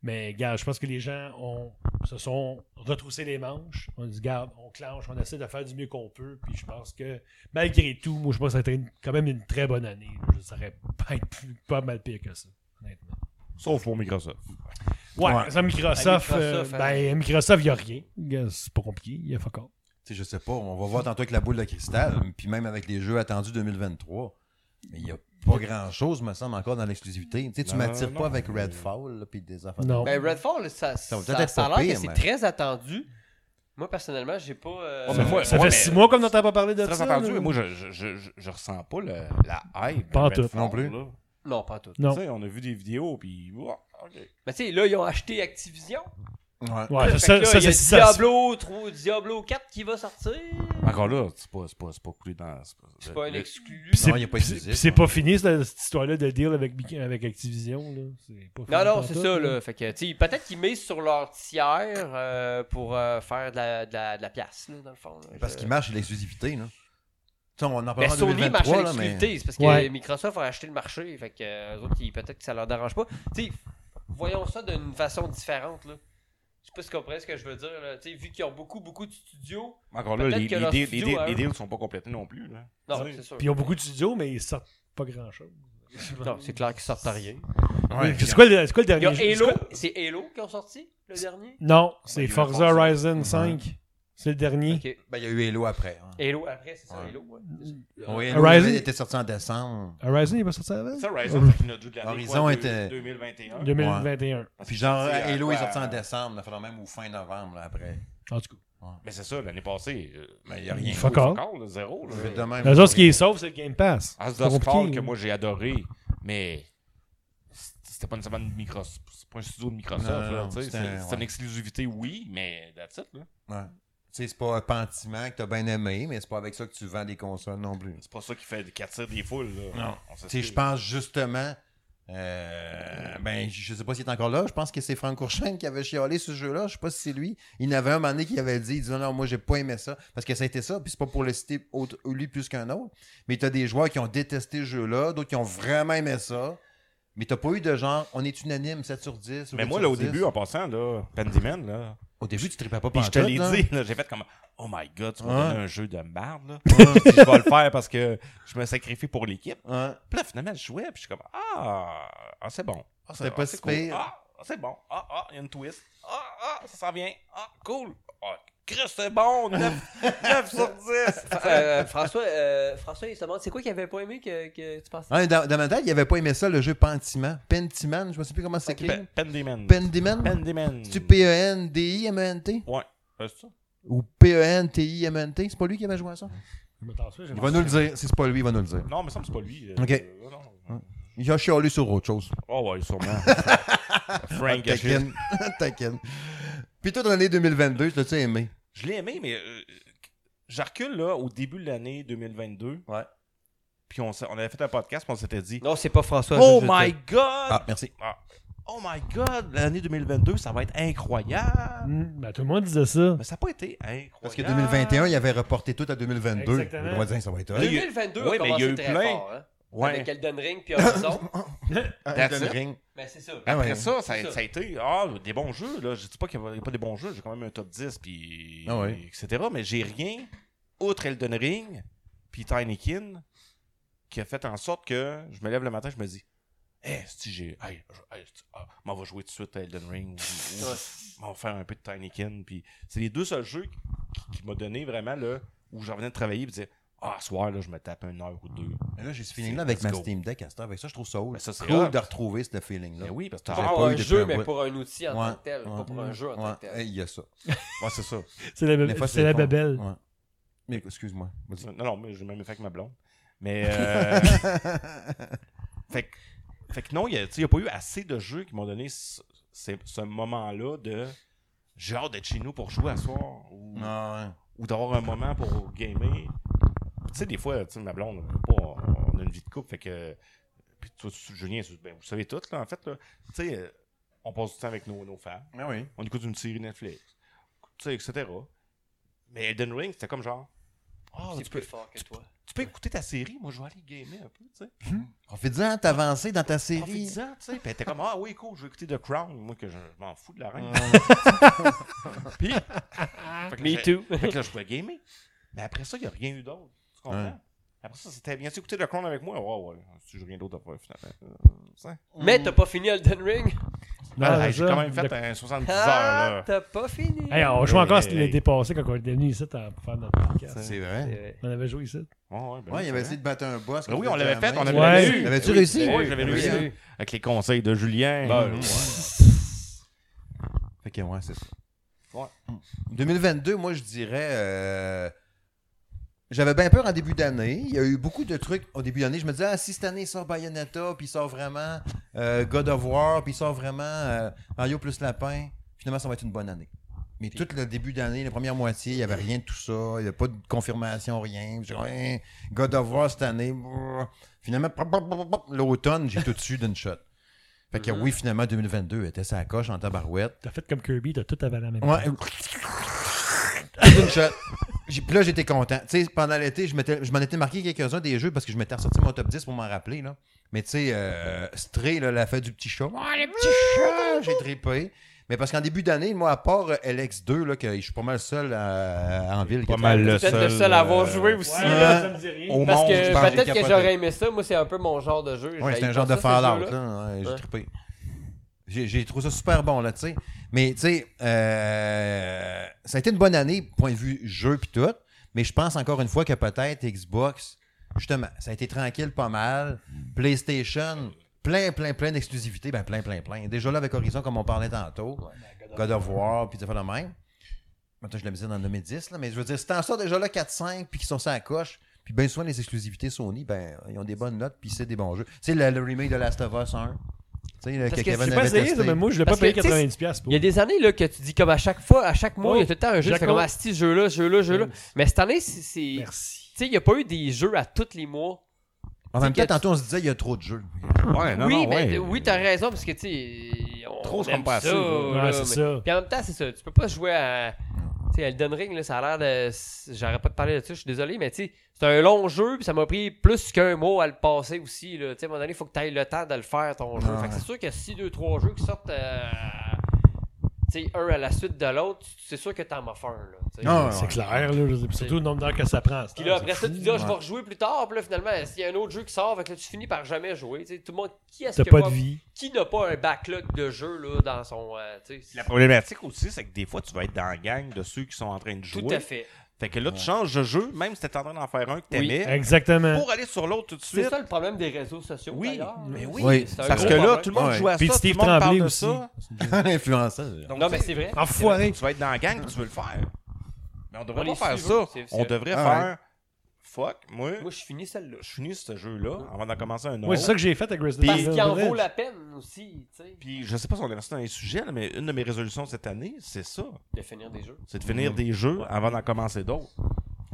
D: Mais gars, je pense que les gens ont, se sont retroussés les manches. On dit, garde, on clenche, on essaie de faire du mieux qu'on peut. Puis je pense que malgré tout, moi, je pense que ça a été une- quand même une très bonne année. Je saurais pas être plus- pas mal pire que ça, honnêtement.
C: Sauf pour Microsoft.
D: Ouais,
A: Ouais.
D: ça, Microsoft,
B: À Microsoft,
D: euh,
B: hein.
D: ben, Microsoft, il n'y a rien. Gars, C'est pas compliqué, il y a fuck all.
A: Tu sais, je sais pas, on va voir tantôt avec la boule de cristal, puis même avec les jeux attendus 2023. Mais il n'y a pas grand-chose, me semble, encore dans l'exclusivité. Tu sais, tu
C: Non,
A: m'attires
C: non,
A: pas avec
C: mais-
A: Redfall, là, puis des affaires.
D: Non.
B: Ben, Redfall,
A: Ça
B: ça, ça,
A: va peut-être être
B: ça
A: pas
B: a l'air
A: pire,
B: que c'est
A: mais-
B: très attendu. Moi, personnellement, j'ai pas. euh,
C: Ouais, mais moi-
D: ça fait
C: ouais, mais-
D: six mois qu'on n'entend pas parler de
C: Très
D: ça.
C: entendu,
D: là.
C: mais moi, je, je, je, je- je ressens pas le- la hype.
D: Pas en
C: de
D: tout.
C: Redfall,
A: Non plus.
C: là.
B: Non, pas tout.
D: Non.
C: Tu sais, on a vu des vidéos, puis... oh, ok.
B: Mais tu sais, là, ils ont acheté Activision.
A: Ouais.
D: Ouais,
B: Fait
D: ça,
B: que là,
D: Ah, ça, ça,
B: il y a
D: ça- ça-
B: Diablo, 3, Diablo 4 qui va sortir.
C: Encore là, c'est pas, c'est pas, c'est pas coulé dans... C'est pas,
B: C'est pas un
C: le-
B: exclu.
D: Puis c'est-
A: Non, il y a pas hein.
D: puis
A: de
D: c'est-
A: musique,
D: puis c'est
A: ouais.
D: pas fini, cette, cette histoire-là de deal avec, Mic- avec Activision. Là. C'est pas
B: Non,
D: fini
B: non,
D: pantoute,
B: c'est ça, là. Fait que, tu sais, peut-être qu'ils misent sur leur tiers euh, pour euh, faire de la, de, la, de la pièce, là, dans le fond. là.
A: Parce
B: Je-
A: qu'il marche, c'est l'exclusivité, là. Tu sais, on en
B: Mais
A: parlera en
B: Ben, Sony marche à
A: 2023, là, mais...
B: l'exclusivité, c'est parce que
D: Ouais.
B: Microsoft a acheté le marché, fait que euh, eux autres, ils- peut-être que ça leur dérange pas. Tu sais, voyons ça d'une façon différente, là. Je sais pas si tu comprends ce que je veux dire, là. Tu sais, vu qu'ils ont beaucoup, beaucoup de studios.
C: Encore là,
B: Peut-être
C: les,
B: que
C: les
B: leur
C: deals,
B: studio,
C: les deals-
B: à
C: les
B: eux.
C: deals sont pas complétés non plus. Là.
B: Non,
C: Oui.
B: c'est sûr.
D: Puis ils ont beaucoup de studios, mais ils sortent pas grand-chose.
B: Non, c'est clair qu'ils sortent rien.
A: Ouais.
D: C'est quoi, le- c'est quoi le
B: Il y a
D: dernier jeu? C'est
B: Halo,
D: quoi-
B: c'est Halo qui ont sorti, le dernier.
D: Non, c'est
C: Il y a
D: Forza
C: Forza.
A: Mhm.
D: Horizon 5. C'est le dernier.
B: Ok.
A: Ben, il y a eu Halo après. hein.
B: Halo, après, c'est ça,
A: Ouais.
B: Halo,
C: <laughs>
B: ouais.
A: Oui,
D: Horizon-
A: Halo il était sorti en décembre.
D: Horizon, il va sortir avant?
C: Ça, Horizon, c'est notre jeu de l'année,
A: Horizon
C: quoi,
A: était-
C: de- 2021.
D: 2021.
A: Puis genre,
C: Ah, C'est à
A: Halo est
C: quoi,
A: sorti en
C: euh,
A: décembre, il a fallu même ou fin novembre, là, après.
D: En tout cas.
C: Mais c'est ça, l'année passée. euh,
A: Mais il n'y a rien.
D: Fuck
C: oui,
D: all.
C: fuck all, là, zéro. là.
A: Je vais de même.
D: Les autres, ce qui est sauf, c'est le Game Pass.
A: Ah.
D: C'est pas
C: Asdos
D: compliqué.
C: Fall, que moi j'ai adoré, mais c'était pas nécessairement une Microsoft. C'est pas un studio de Microsoft.
A: Non,
C: là,
A: non,
C: tu sais,
A: c'était
C: C'est
A: un-
C: c'est
A: ouais.
C: une exclusivité, oui, mais that's it. Là.
A: Ouais.
C: Tu
A: sais, c'est pas un pentiment que t'as bien aimé, mais c'est pas avec ça que tu vends des consoles non plus.
C: C'est pas ça qui fait qui attire des foules. Là.
A: Non.
C: On
A: Tu
C: sait
A: sais,
C: ce
A: je
C: que-
A: pense justement. euh, ben, je sais pas s'il est encore là. Je pense que c'est Franck Courchain qui avait chialé ce jeu-là. Je sais pas si c'est lui. Il n'avait un moment donné qui avait dit, il disait non, moi j'ai pas aimé ça. Parce que ça a été ça. Puis c'est pas pour le citer autre- lui plus qu'un autre. Mais t'as des joueurs qui ont détesté ce jeu-là, d'autres qui ont vraiment aimé ça. Mais t'as pas eu de genre, on est unanime, 7 sur 10. ou
C: Mais
A: 8
C: moi,
A: sur
C: là, au
A: 10.
C: début, en passant, là, Pandyman, là,
A: au début, tu tripais pas
C: puis je te
A: pantoute,
C: l'ai
A: là.
C: dit, là, j'ai fait comme Oh my god, tu m'as
A: Ouais.
C: donné un jeu de merde, là. <laughs> Puis je vais le faire parce que je me sacrifie pour l'équipe.
A: Ouais.
C: Puis là, finalement, je jouais, puis je suis comme Ah, ah, c'est bon. Ah,
A: C'était pas
C: c'est
A: si pire.
C: Ah, ah, c'est bon. Ah, ah, il y a une twist. Ah, ah, ça s'en vient. Ah, cool. Ah, Chris, c'est bon. 9,
A: <laughs>
C: sur 10.
B: Euh, François, euh, François, il se demande, c'est quoi qu'il avait pas aimé que, que tu pensais?
A: Ah. Ouais, dans, dans ma tête, il avait pas aimé ça, le jeu Pentiment. Pentiman, je me sais plus comment c'est écrit.
C: Pe- Pandyman.
A: Pendiman?
C: Pandyman.
A: C'est-tu E P-E-N-D-I-M-E-N-T?
C: Ouais, Euh, c'est ça.
A: Ou E P-E-N-T-I-M-N-T? C'est pas lui qui avait joué à ça? Il va nous le dire. Si c'est pas lui, il va nous le dire.
C: Non, mais ça, c'est pas lui.
A: Ok.
C: Euh, non, non.
A: Il a chialé sur autre chose.
C: Oh,
A: <laughs>
C: ouais, sûrement. Frank Gachet.
A: Taken. <laughs> Taken. Puis toi, dans l'année 2022, tu l'as-tu aimé?
C: Je l'ai aimé, mais euh, je recule là, au début de l'année 2022.
A: Ouais.
C: Puis on, s'est- on avait fait un podcast, puis on s'était dit
B: Non, c'est pas François.
C: Oh
B: je- je-
C: my God!
A: Ah, merci.
C: Oh my God! L'année 2022, ça va être incroyable!
D: Hmm, ben, tout le monde disait ça.
C: Mais ça n'a pas été incroyable.
A: Parce que 2021, il avait reporté tout à 2022.
D: Exactement.
A: On va dire, ça va être
C: il y a-
B: 2022
C: Ouais,
B: a
C: mais il y a
B: commencé
C: eu
B: très
C: plein.
B: fort, hein,
C: Ouais.
B: avec Elden Ring puis Horizon.
C: <laughs>
A: Elden
C: That's it.
A: Ah, Ring.
B: Mais c'est ça.
A: Ah ouais.
C: Après ça, ça,
B: Ben, C'est ça.
C: ça a été ah, des bons jeux. Là. Je dis pas qu'il n'y avait pas des bons jeux. J'ai quand même un top 10, puis
A: Ah ouais.
C: etc. Mais j'ai rien, outre Elden Ring, puis Tinykin, qui a fait en sorte que je me lève le matin, je me dis Eh, si j'ai. Hey, je- hey, sti- ah, m'en va jouer tout de suite à Elden Ring, ou,
B: Ouais.
C: ou m'en va faire un peu de Tinykin. Puis c'est les deux seuls jeux qui, qui m'ont donné vraiment là, où j'en venais de travailler et me disais Ah, ce soir, là, je me tape une heure ou deux.
A: Mais Là, j'ai ce feeling-là avec
C: Let's
A: ma
C: go.
A: Steam Deck à cette heure. Avec ça, je trouve ça cool.
C: Mais ça, c'est
A: cool
C: rare.
A: de retrouver ce feeling-là.
C: Mais oui, parce que
B: Pas
A: J'avais
C: t'as-
A: pas
B: pour
A: eu
B: un
A: depuis
B: jeu,
A: un
B: mais
A: bout.
B: pour un outil en
A: Ouais,
B: tant que tel,
A: ouais.
B: pas pour un jeu en
A: Ouais.
B: tant que
A: Eh,
B: tel.
A: Il y a
C: <laughs>
A: ça.
C: Ouais, c'est ça.
D: C'est la,
A: Des fois,
D: c'est la
A: fort.
D: babelle.
A: Ouais. Mais excuse-moi. Vas-y.
C: Non, non, mais j'ai même fait avec ma blonde. Mais.
B: <laughs>
C: euh,
D: <laughs>
C: fait, que- fait que non, il n'y a, tu sais, il y a pas eu assez de jeux qui m'ont donné ce, ce- ce moment-là de. J'ai hâte d'être chez nous pour jouer à soir. Ou,
A: Non,
C: ou d'avoir un moment pour gamer. Tu sais, des fois, tu sais, ma blonde, on, peut pas- on a une vie de couple. Fait que. Puis toi, tu- Julien, tu- ben, vous savez tout, là, en fait. là. Tu sais, euh, on passe du temps avec nos, nos femmes.
A: Mais oui.
C: On écoute une série Netflix. Tu sais, etc. Mais Elden Ring, c'était comme genre. Ah,
B: C'est
C: tu
B: plus
C: peux,
B: fort que toi.
C: tu peux écouter ta série, moi je vais aller gamer un peu, tu sais.
A: Profite-en, t'as avancé dans ta série.
C: Profite-en, tu sais. Puis elle était comme, ah oui, cool, je vais écouter The Crown, moi que je, je m'en fous de la reine. <laughs> Puis. fait que j'ai-
B: Me too.
C: Fait que là, je pouvais gamer. Mais après ça, il n'y a rien eu d'autre. Tu comprends?
A: Ouais.
C: Après ça, c'était bien. Tu écouter The Crown avec moi? Ouais, ouais. Si j'ai rien d'autre à faire, finalement. Euh, tu sais.
B: Mais t'as pas fini Elden <laughs> Ring?
D: Non,
C: Ah,
A: Ben,
D: c'est
C: hey, j'ai
D: ça.
C: quand même fait
D: Le-
C: un 70
B: Ah,
C: heures, là.
B: t'as pas fini.
D: Hey, on joue encore
C: Hey,
D: ce qui est
C: hey.
D: dépassé quand on est venu ici t'as- pour faire notre podcast.
A: C'est vrai.
B: C'est-
D: On avait joué ici.
C: Ouais, ouais, ben
A: Ouais,
C: oui,
A: il avait
C: c'est
A: essayé
C: vrai.
A: de battre un boss.
C: Ben oui, on l'avait fait, on avait
D: Ouais.
C: réussi.
A: L'avais-tu
C: Ben oui,
A: réussi?
C: ben Oui, j'avais
A: Ben oui,
C: réussi.
A: hein.
C: Avec les conseils de Julien.
A: Ben,
C: Ouais.
A: Fait que ouais, c'est ça.
C: Ouais.
A: Mm. 2022, moi, je dirais. euh, J'avais bien peur en début d'année. Il y a eu beaucoup de trucs au début d'année. Je me disais, ah, si cette année, il sort Bayonetta, puis il sort vraiment euh, God of War, puis il sort vraiment euh, Mario plus Lapin, finalement, ça va être une bonne année. Mais tout le début d'année, la première moitié, il n'y avait rien de tout ça. Il n'y avait pas de confirmation, rien. Je dis, Ouais, God of War cette année. brrr. Finalement, pop, pop, pop, pop, l'automne, j'ai tout dessus d'une shot. Fait que
B: Mhm.
A: oui, finalement, 2022 était sa coche en tabarouette.
D: T'as fait comme Kirby, t'as tout avalé en même
A: Ouais.
D: temps.
A: <laughs> Une shot. J'ai- Puis là, j'étais content. Tu sais, pendant l'été, je, m'étais- je m'en étais marqué quelques-uns des jeux parce que je m'étais ressorti mon top 10 pour m'en rappeler. Là. Mais tu sais, euh, Stray, là, la fête du petit chat. Oh, le petit chat! J'ai trippé. Mais parce qu'en début d'année, moi, à part euh, LX2, là, que je suis pas mal seul à- en ville.
C: Pas
A: que-
C: mal le
B: Peut-être
C: seul.
B: le seul à avoir
C: euh,
B: joué aussi.
A: Ouais.
B: là.
A: là, ça
D: me dit rien.
C: Au
B: Parce
C: monde,
B: que
C: je pense.
A: j'ai
B: peut-être que
A: capoté.
B: j'aurais aimé ça. Moi, c'est un peu mon genre de jeu.
A: Ouais,
B: J'haïs
A: c'est un
B: pas
A: genre de
B: ça, ces
A: Fallout.
B: jeux-là.
A: Là. Ouais, J'ai
B: Ouais.
A: trippé. J'ai j'ai trouvé ça super bon, là, tu sais. Mais, tu sais, euh, ça a été une bonne année, point de vue jeu puis tout. Mais je pense encore une fois que peut-être Xbox, justement, ça a été tranquille pas mal. PlayStation, plein, plein, plein d'exclusivités. Ben, plein, plein, plein. Déjà là, avec Horizon, comme on parlait tantôt. God of War, puis des fois de même. Maintenant, je l'ai mis dans le 2010, là, mais je veux dire, c'est en ça déjà là 4-5, puis qui sont ça à coche. Puis bien souvent, les exclusivités Sony, ben, ils ont des bonnes notes, puis c'est des bons jeux. Tu sais, le, le remake de Last of Us 1, Tu sais, le-
B: Parce
A: que
B: que
A: Kevin
D: J'ai
B: c'est
A: avait
D: pas essayé,
A: testé.
D: ça, mais moi, je l'ai pas
B: Parce
D: payé
B: que, tu sais,
D: 90$
B: Il
D: pour.
B: y a des années là, que tu dis comme à chaque fois, à chaque mois,
D: Oh,
B: il y a tout le temps un jeu, tu fais
D: Jaco.
B: comme ah, ce jeu-là, ce jeu-là, ce jeu-là. Mais cette année, c'est. c'est- Tu
D: Merci.
B: sais, il n'y a pas eu des jeux à tous les mois.
A: En même
B: Tu sais
A: temps,
B: que-
A: tantôt, on se disait, il y a trop de jeux.
C: Ouais, non,
B: oui,
C: non,
B: mais
C: ouais.
B: t- oui, t'as raison, parce que tu sais. on-
C: Trop,
B: on
C: c'est comme
B: aime
C: pas assez,
B: ça,
C: là.
B: là,
D: Ouais, c'est
B: mais-
D: ça.
B: Puis en même temps, c'est ça. Tu peux pas jouer à. Tu sais, Elden Ring, là, ça a l'air de. c'est- J'arrête pas de parler de ça, je suis désolé, mais tu sais, c'est un long jeu, puis ça m'a pris plus qu'un mois à le passer aussi. Là. Tu sais, à un moment donné, il faut que tu ailles le temps de le faire, ton jeu.
A: Ouais.
B: Fait que c'est sûr que si deux, trois jeux qui sortent. euh, Tu sais, un à la suite de l'autre, c'est sûr que t'en m'as fait un. Là, tu sais.
A: Ah, ouais.
D: C'est clair, là. je sais pas, Surtout le nombre d'heures que ça prend.
B: Puis là, après ça, tu dis, ah, je vais
A: Ouais.
B: rejouer plus tard. Puis là, finalement, s'il y a un autre jeu qui sort, fait que là, tu finis par jamais jouer. Tu sais, tout le monde, qui est-ce
D: T'as
B: que
D: pas
B: va-
D: de vie.
B: qui n'a pas un backlog de jeux là, dans son. euh, tu sais,
C: La problématique aussi, c'est que des fois, tu vas être dans la gang de ceux qui sont en train de jouer.
B: tout à fait.
C: Fait que là, tu changes de jeu, même si t'es en train d'en faire un que
B: Oui.
C: t'aimais,
D: Exactement.
C: pour aller sur l'autre tout de
B: C'est
C: suite.
B: ça le problème des réseaux sociaux.
C: Oui,
B: d'ailleurs.
C: mais oui,
A: Oui.
B: c'est un
C: Parce
B: gros
C: que là,
B: problème.
C: tout le monde
A: Ouais.
C: joue à ça,
D: Puis
C: tout
D: Steve
C: le monde parle
D: Tremblay
C: de
D: aussi.
C: ça.
A: L'influenceur.
C: Donc,
B: Non, mais
C: tu sais,
B: c'est vrai.
D: Enfoiré.
C: Tu vas être dans la gang, tu veux le faire. Mais on devrait
B: On
C: pas
B: les
C: faire
B: suivre,
C: ça.
B: c'est- c'est-
C: On devrait
A: Ah ouais.
C: faire fuck, moi,
B: Moi, je finis celle-là.
C: je finis ce jeu-là avant d'en commencer un autre.
D: Moi, c'est ça que j'ai fait avec Resident
B: Parce
D: Evil
B: qu'il en
D: Village.
B: vaut la peine aussi, tu sais,
C: Puis je sais pas si on est resté dans les sujets, là, mais une de mes résolutions cette année, c'est ça.
B: de finir des jeux,
A: Mm-hmm.
C: C'est de finir des jeux avant d'en commencer d'autres.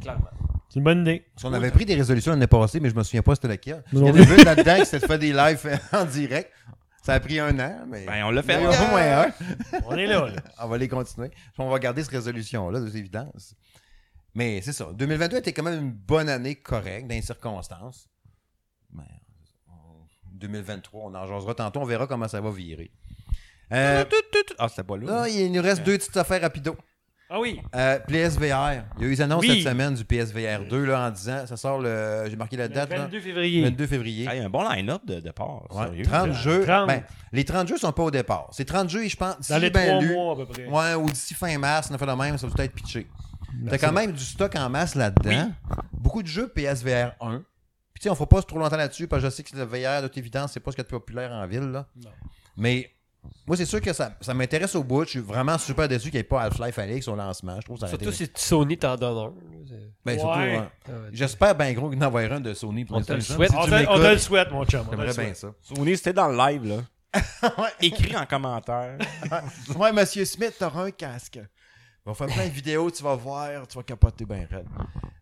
B: clairement.
D: C'est une bonne idée.
A: Parce qu'on avait pris des résolutions l'année passée, mais je me souviens pas c'était laquelle. Il y
D: Non,
A: en avait une là-dedans qui s'était fait des lives en direct. Ça a pris un an, mais.
C: Ben, on l'a
A: Il y
C: fait.
A: en a au moins un.
D: On est là, là.
A: <laughs> On va les continuer. On va garder cette résolution-là, de évidence. Mais c'est ça. 2022 était quand même une bonne année correcte dans les circonstances. Mais on- 2023, on en jasera tantôt. On verra comment ça va virer. Euh,
C: Ah, c'était pas là.
A: là, il nous
D: Euh.
A: reste deux petites affaires rapido.
D: Ah oui.
A: Euh, PSVR. Il y a eu des annonces
D: Oui.
A: cette semaine du PSVR 2 là, en disant, ça sort le. J'ai marqué la date,
D: le
A: là,
D: 22
A: le
D: février.
A: 22 février.
C: Ah, il y a un bon line-up de départ.
A: Ouais,
C: sérieux.
A: 30 jeux.
D: 30.
A: Ben, les 30 jeux sont pas au départ. C'est 30 jeux, et je pense.
D: Dans
A: si
D: les
A: j'ai bien
D: trois
A: lu,
D: mois, à peu près.
A: Ouais, ou d'ici fin mars, on a fait le même, ça va peut-être pitché. T'as
D: Merci.
A: quand même du stock en masse là-dedans. Beaucoup de jeux PSVR 1. Puis tu sais, on fera pas trop longtemps là-dessus, parce que je sais que le VR, de toute évidence, c'est pas ce qu'il y a de plus populaire en ville. Là.
D: Non.
A: Mais moi, c'est sûr que ça, ça m'intéresse au bout. Je suis vraiment super déçu qu'il n'y ait pas Half-Life Alyx au lancement. Je trouve que ça aurait été-
B: si Sony t'en donne un.
A: Ben,
D: Ouais.
A: surtout, hein.
B: Je-
A: J'espère bien gros qu'il en enverra un de Sony pour
B: On te le
A: l'instant.
B: souhaite.
A: Si
D: On
A: tu
D: te, on te le
A: m'écoutes,
D: souhaite, mon chum. On te le
A: J'aimerais bien
D: souhaite.
A: ça.
C: Souvenez, c'était dans le live, là.
A: <laughs> Ouais.
C: Écris en commentaire.
A: <laughs> Ouais, Monsieur Smith, t'auras un casque. On va faire plein de vidéos, tu vas voir, tu vas capoter bien raide.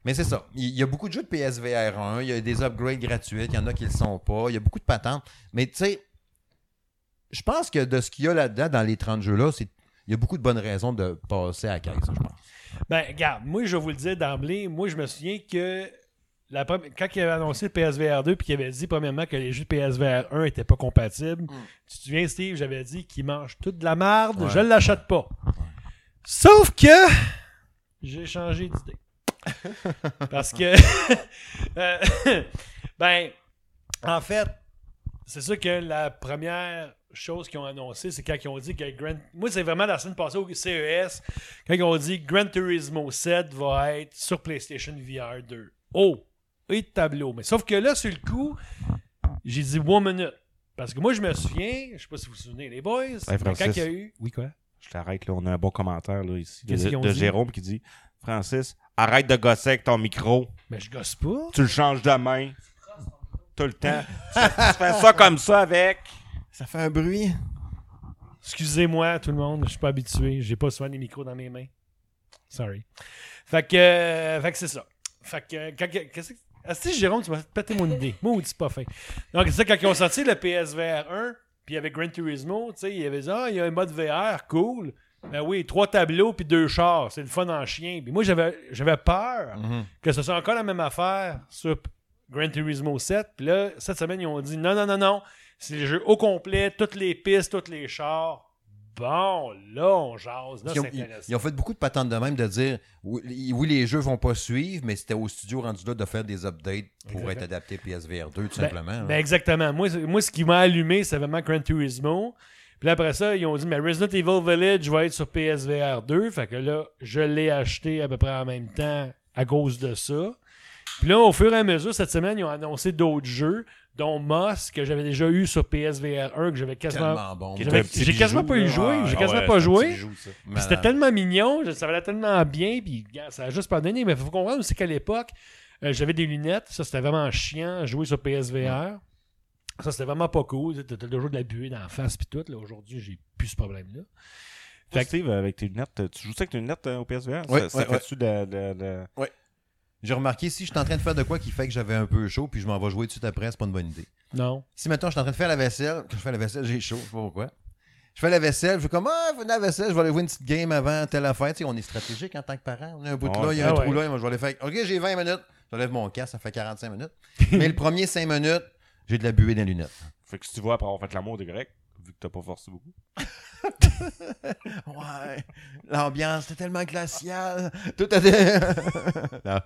A: Mais c'est ça. Il il y a beaucoup de jeux de PSVR 1, il y a des upgrades gratuites, il y en a qui le sont pas, il y a beaucoup de patentes. Mais tu sais, je pense que de ce qu'il y a là-dedans, dans les 30 jeux-là, c'est il y a beaucoup de bonnes raisons de passer à la caisse, je pense.
D: Ben, regarde, moi, je vais vous le dire d'emblée. Moi, je me souviens que la première- quand il avait annoncé le PSVR 2 puis qu'il avait dit, premièrement, que les jeux de PSVR 1 n'étaient pas compatibles, tu te souviens, Steve, j'avais dit qu'il mange toute de la marde,
A: Ouais.
D: je ne l'achète pas. Sauf que j'ai changé d'idée. Parce que, <laughs> euh, <laughs> ben, en fait, c'est sûr que la première chose qu'ils ont annoncé, c'est quand ils ont dit que Grand. Moi, c'est vraiment la semaine passée au CES, quand ils ont dit Gran Turismo 7 va être sur PlayStation VR 2. Oh! Et de tableau. Mais sauf que là, sur le coup, j'ai dit one minute. Parce que moi, je me souviens, je sais pas si vous vous souvenez, les boys, mais
C: Francis.
D: quand il y a eu. Oui, quoi?
C: Je t'arrête, là. On a un bon commentaire, là, ici,
D: Qu'est-ce qu'ils
C: de,
D: ont
C: de
D: dit?
C: Jérôme qui dit Francis, arrête de gosser avec ton micro.
D: Mais je gosse pas.
C: Tu le changes de main. Tout le temps. tu, fais, tu fais ça comme ça avec.
A: Ça fait un bruit.
D: Excusez-moi, tout le monde, je suis pas habitué. J'ai pas souvent des micros dans mes mains. Sorry. Fait que, euh, fait que c'est ça. Fait que, euh, quand- qu'est-ce que. Asti, Jérôme, tu m'as fait péter mon idée. Moi, dis pas fin. Donc, c'est ça, quand ils ont sorti le PSVR 1, puis avec Gran Turismo, tu sais, ils avaient dit Ah, il y a un mode VR, cool. Ben oui, trois tableaux puis deux chars, c'est le fun en chien. Puis moi, j'avais j'avais peur que ce soit encore la même affaire sur P- Gran Turismo 7. Puis là, cette semaine, ils ont dit non, non, non, non, c'est le jeu au complet, toutes les pistes, tous les chars. Bon, là, on jase.
A: Ils
D: Là, c'est
A: ont, ils- ils
D: intéressant.
A: ont fait beaucoup de patentes de même de dire oui, oui, les jeux vont pas suivre, mais c'était au studio rendu là de faire des updates pour
D: Exactement.
A: être adapté PSVR 2, tout
D: Ben-
A: simplement. hein. là.
D: ben exactement. Moi, c'est- moi, ce qui m'a allumé, c'est vraiment Gran Turismo. Puis là, après ça, ils ont dit, mais Resident Evil Village va être sur PSVR 2. Fait que là, je l'ai acheté à peu près en même temps à cause de ça. Puis là, au fur et à mesure, cette semaine, ils ont annoncé d'autres jeux, dont Moss, que j'avais déjà eu sur PSVR 1, que j'avais quasiment
A: Tellement bon.
D: J'avais- J'ai quasiment pas eu joué.
A: Ah
D: J'ai quasiment pas joué. Puis c'était tellement mignon, je- ça valait tellement bien, puis gars, ça a juste pas donné. Mais faut comprendre aussi qu'à l'époque, euh, j'avais des lunettes, ça c'était vraiment chiant à jouer sur PSVR. Ça, c'était vraiment pas cool. T'as t'as toujours de la buée dans la face pis tout. Là, aujourd'hui, j'ai plus ce problème-là.
C: Toi,
D: Fait que-
C: Steve, avec tes lunettes, euh, tu joues ça avec tes lunettes euh, au PSVR?
A: Ouais,
C: ça ça
A: ouais, ouais.
C: fait-tu de, de- de-
A: J'ai remarqué, si je suis en train de faire de quoi qui fait que j'avais un peu chaud, puis je m'en vais jouer tout de suite après, c'est pas une bonne idée.
D: Non.
A: Si maintenant je suis en train de faire la vaisselle, quand je fais la vaisselle, j'ai chaud, je sais pas pourquoi. Je fais la vaisselle, je suis comme Ah, venez à la vaisselle, je vais aller jouer une petite game avant telle affaire. Tu sais, on est stratégique en tant que parent. On a un bout de
C: Ouais.
A: là, il y a un
D: Ah
A: trou
D: ouais.
A: là, moi je vais aller faire OK, j'ai 20 minutes. J'enlève mon casque, ça fait 45
D: <laughs>
A: minutes. Mais le premier 5 minutes, j'ai de la buée dans les lunettes.
C: Fait que si tu vois après avoir fait l'amour, t'es correct, vu que t'as pas forcé beaucoup.
A: Ouais, l'ambiance était tellement glaciale. Tout à fait. <laughs> Non.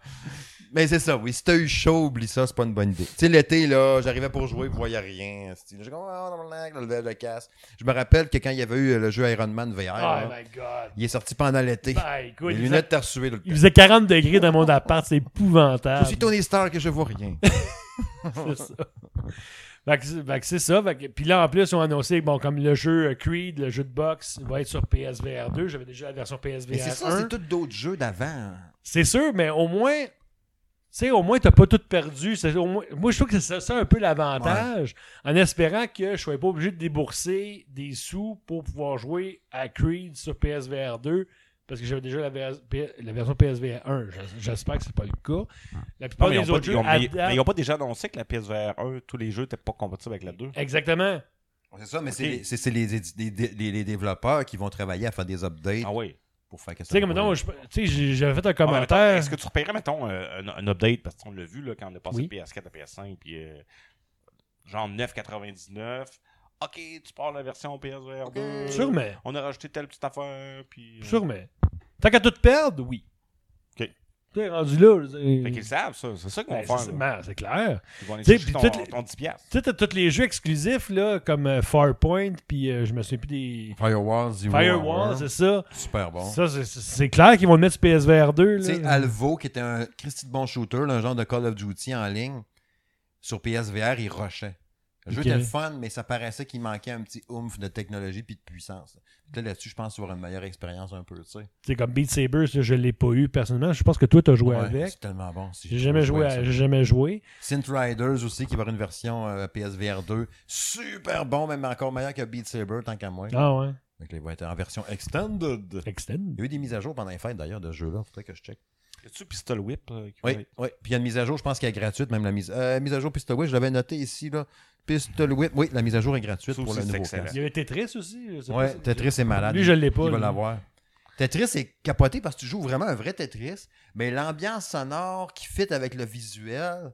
A: Mais c'est ça, oui. Si t'as eu chaud, oublie ça, c'est pas une bonne idée. Tu sais, l'été, là, j'arrivais pour jouer, je voyais rien. J'ai comme, oh, non, blague, le level de casse. Je me rappelle que quand il y avait eu euh, le jeu Iron Man VR, là,
D: Oh my God.
A: il est sorti pendant l'été.
D: Bah, écoute,
A: Ah, Les
D: il
A: lunettes t'as reçues.
D: faisait- Il faisait 40 degrés dans mon appart, c'est épouvantable.
A: Je suis Tony Stark et je vois rien.
D: <laughs> C'est ça. Fait que c'est- fait que c'est ça. Fait que- puis là, en plus, ils ont annoncé, bon, comme le jeu euh, Creed, le jeu de boxe, va être sur PSVR 2. J'avais déjà la version
A: Mais
D: PSVR
A: c'est ça,
D: 1.
A: c'est tout d'autres jeux d'avant.
D: C'est sûr, mais au moins, tu sais, au moins, t'as pas tout perdu. C'est- au moins- moi, je trouve que c'est ça un peu l'avantage, en espérant que je sois pas obligé de débourser des sous pour pouvoir jouer à Creed sur PSVR 2. Parce que j'avais déjà la, vers- P- la version PSVR 1. J- J'espère que c'est pas le cas. La
C: Non,
D: plupart
C: mais ils
D: des
C: ont pas,
D: autres jeux.
C: ils ont-
D: à
C: mais-
D: date-
C: mais ils ont pas déjà annoncé que la PSVR 1, tous les jeux étaient pas compatibles avec la 2.
D: Exactement.
A: C'est ça, mais
C: Ok.
A: c'est les- c'est c'est les, les- les- les- les développeurs qui vont travailler à faire des updates
C: Ah oui.
A: pour faire que
D: Tu
A: ça.
D: sais, comme
A: roule.
D: mettons, je- tu sais, j'ai- j'avais fait un
C: Ah, mais mettons,
D: commentaire.
C: Est-ce que tu repérais, mettons, euh, un, un update, parce qu'on l'a vu là, quand on a passé
D: Oui.
C: de PS4 à PS5, puis euh, genre 9,99. Ok, tu pars la version PSVR 2.
D: Sûrement.
C: On a rajouté telle petite affaire, puis. euh,
D: Sûrement. Tant qu'à tout perdre, oui.
C: Ok.
D: Tu sais, rendu là. je-
C: Fait qu'ils le savent, ça. C'est ça qu'ils vont
D: Ben,
C: faire.
D: c'est-
C: là.
D: ben, c'est clair.
C: Ils vont aller
D: T'sais,
C: chercher
D: puis
C: ton,
D: toutes les-
C: ton 10$. piastres.
D: Tu sais, t'as tous les jeux exclusifs, là, comme euh, Farpoint, puis euh, je me souviens plus des.
A: Firewall, Zero
D: Firewall,
A: Hour,
D: c'est ça.
A: super bon.
D: Ça, c'est- c'est c'est clair qu'ils vont le mettre sur PSVR 2.
A: Tu sais, Alvo, qui était un Christy de bon shooter, là, un genre de Call of Duty en ligne, sur PSVR, il rushait. Le jeu
D: Ok.
A: était le fun, mais ça paraissait qu'il manquait un petit oomph de technologie puis de puissance. Peut-être là-dessus, je pense avoir une meilleure expérience un peu, tu sais.
D: C'est comme Beat Saber, ça, je l'ai pas eu personnellement. Je pense que toi, t'as joué
A: Ouais,
D: avec.
A: C'est tellement bon. si
D: J'ai jamais joué.
A: à
D: à-
A: ça.
D: J'ai jamais joué.
A: Synth Riders aussi, qui va avoir une version euh, PSVR 2. Super bon, même encore meilleur que Beat Saber, tant qu'à moi.
D: Ah ouais.
A: Donc, il va être en version extended.
D: Extend.
A: Il y a eu des mises à jour pendant les fêtes, d'ailleurs, de ce jeu-là. Faudrait que je check.
C: As-tu Pistol Whip euh, qui
A: Oui,
C: va être-
A: oui. Puis il y a une mise à jour, je pense qu'elle est gratuite, même la mise. Euh, mise à jour Pistol Whip, je l'avais noté ici, là. Pistol Whip, oui, la mise à jour est gratuite
C: Ça
A: pour
C: aussi,
A: le
C: c'est
A: nouveau
C: excellent.
A: casque.
D: Il y avait Tetris aussi. je sais pas
A: Ouais,
D: si-
A: Tetris est malade.
D: Lui, je l'ai pas.
A: Il va
D: lui.
A: l'avoir. Tetris est capoté parce que tu joues vraiment un vrai Tetris, mais l'ambiance sonore qui fit avec le visuel,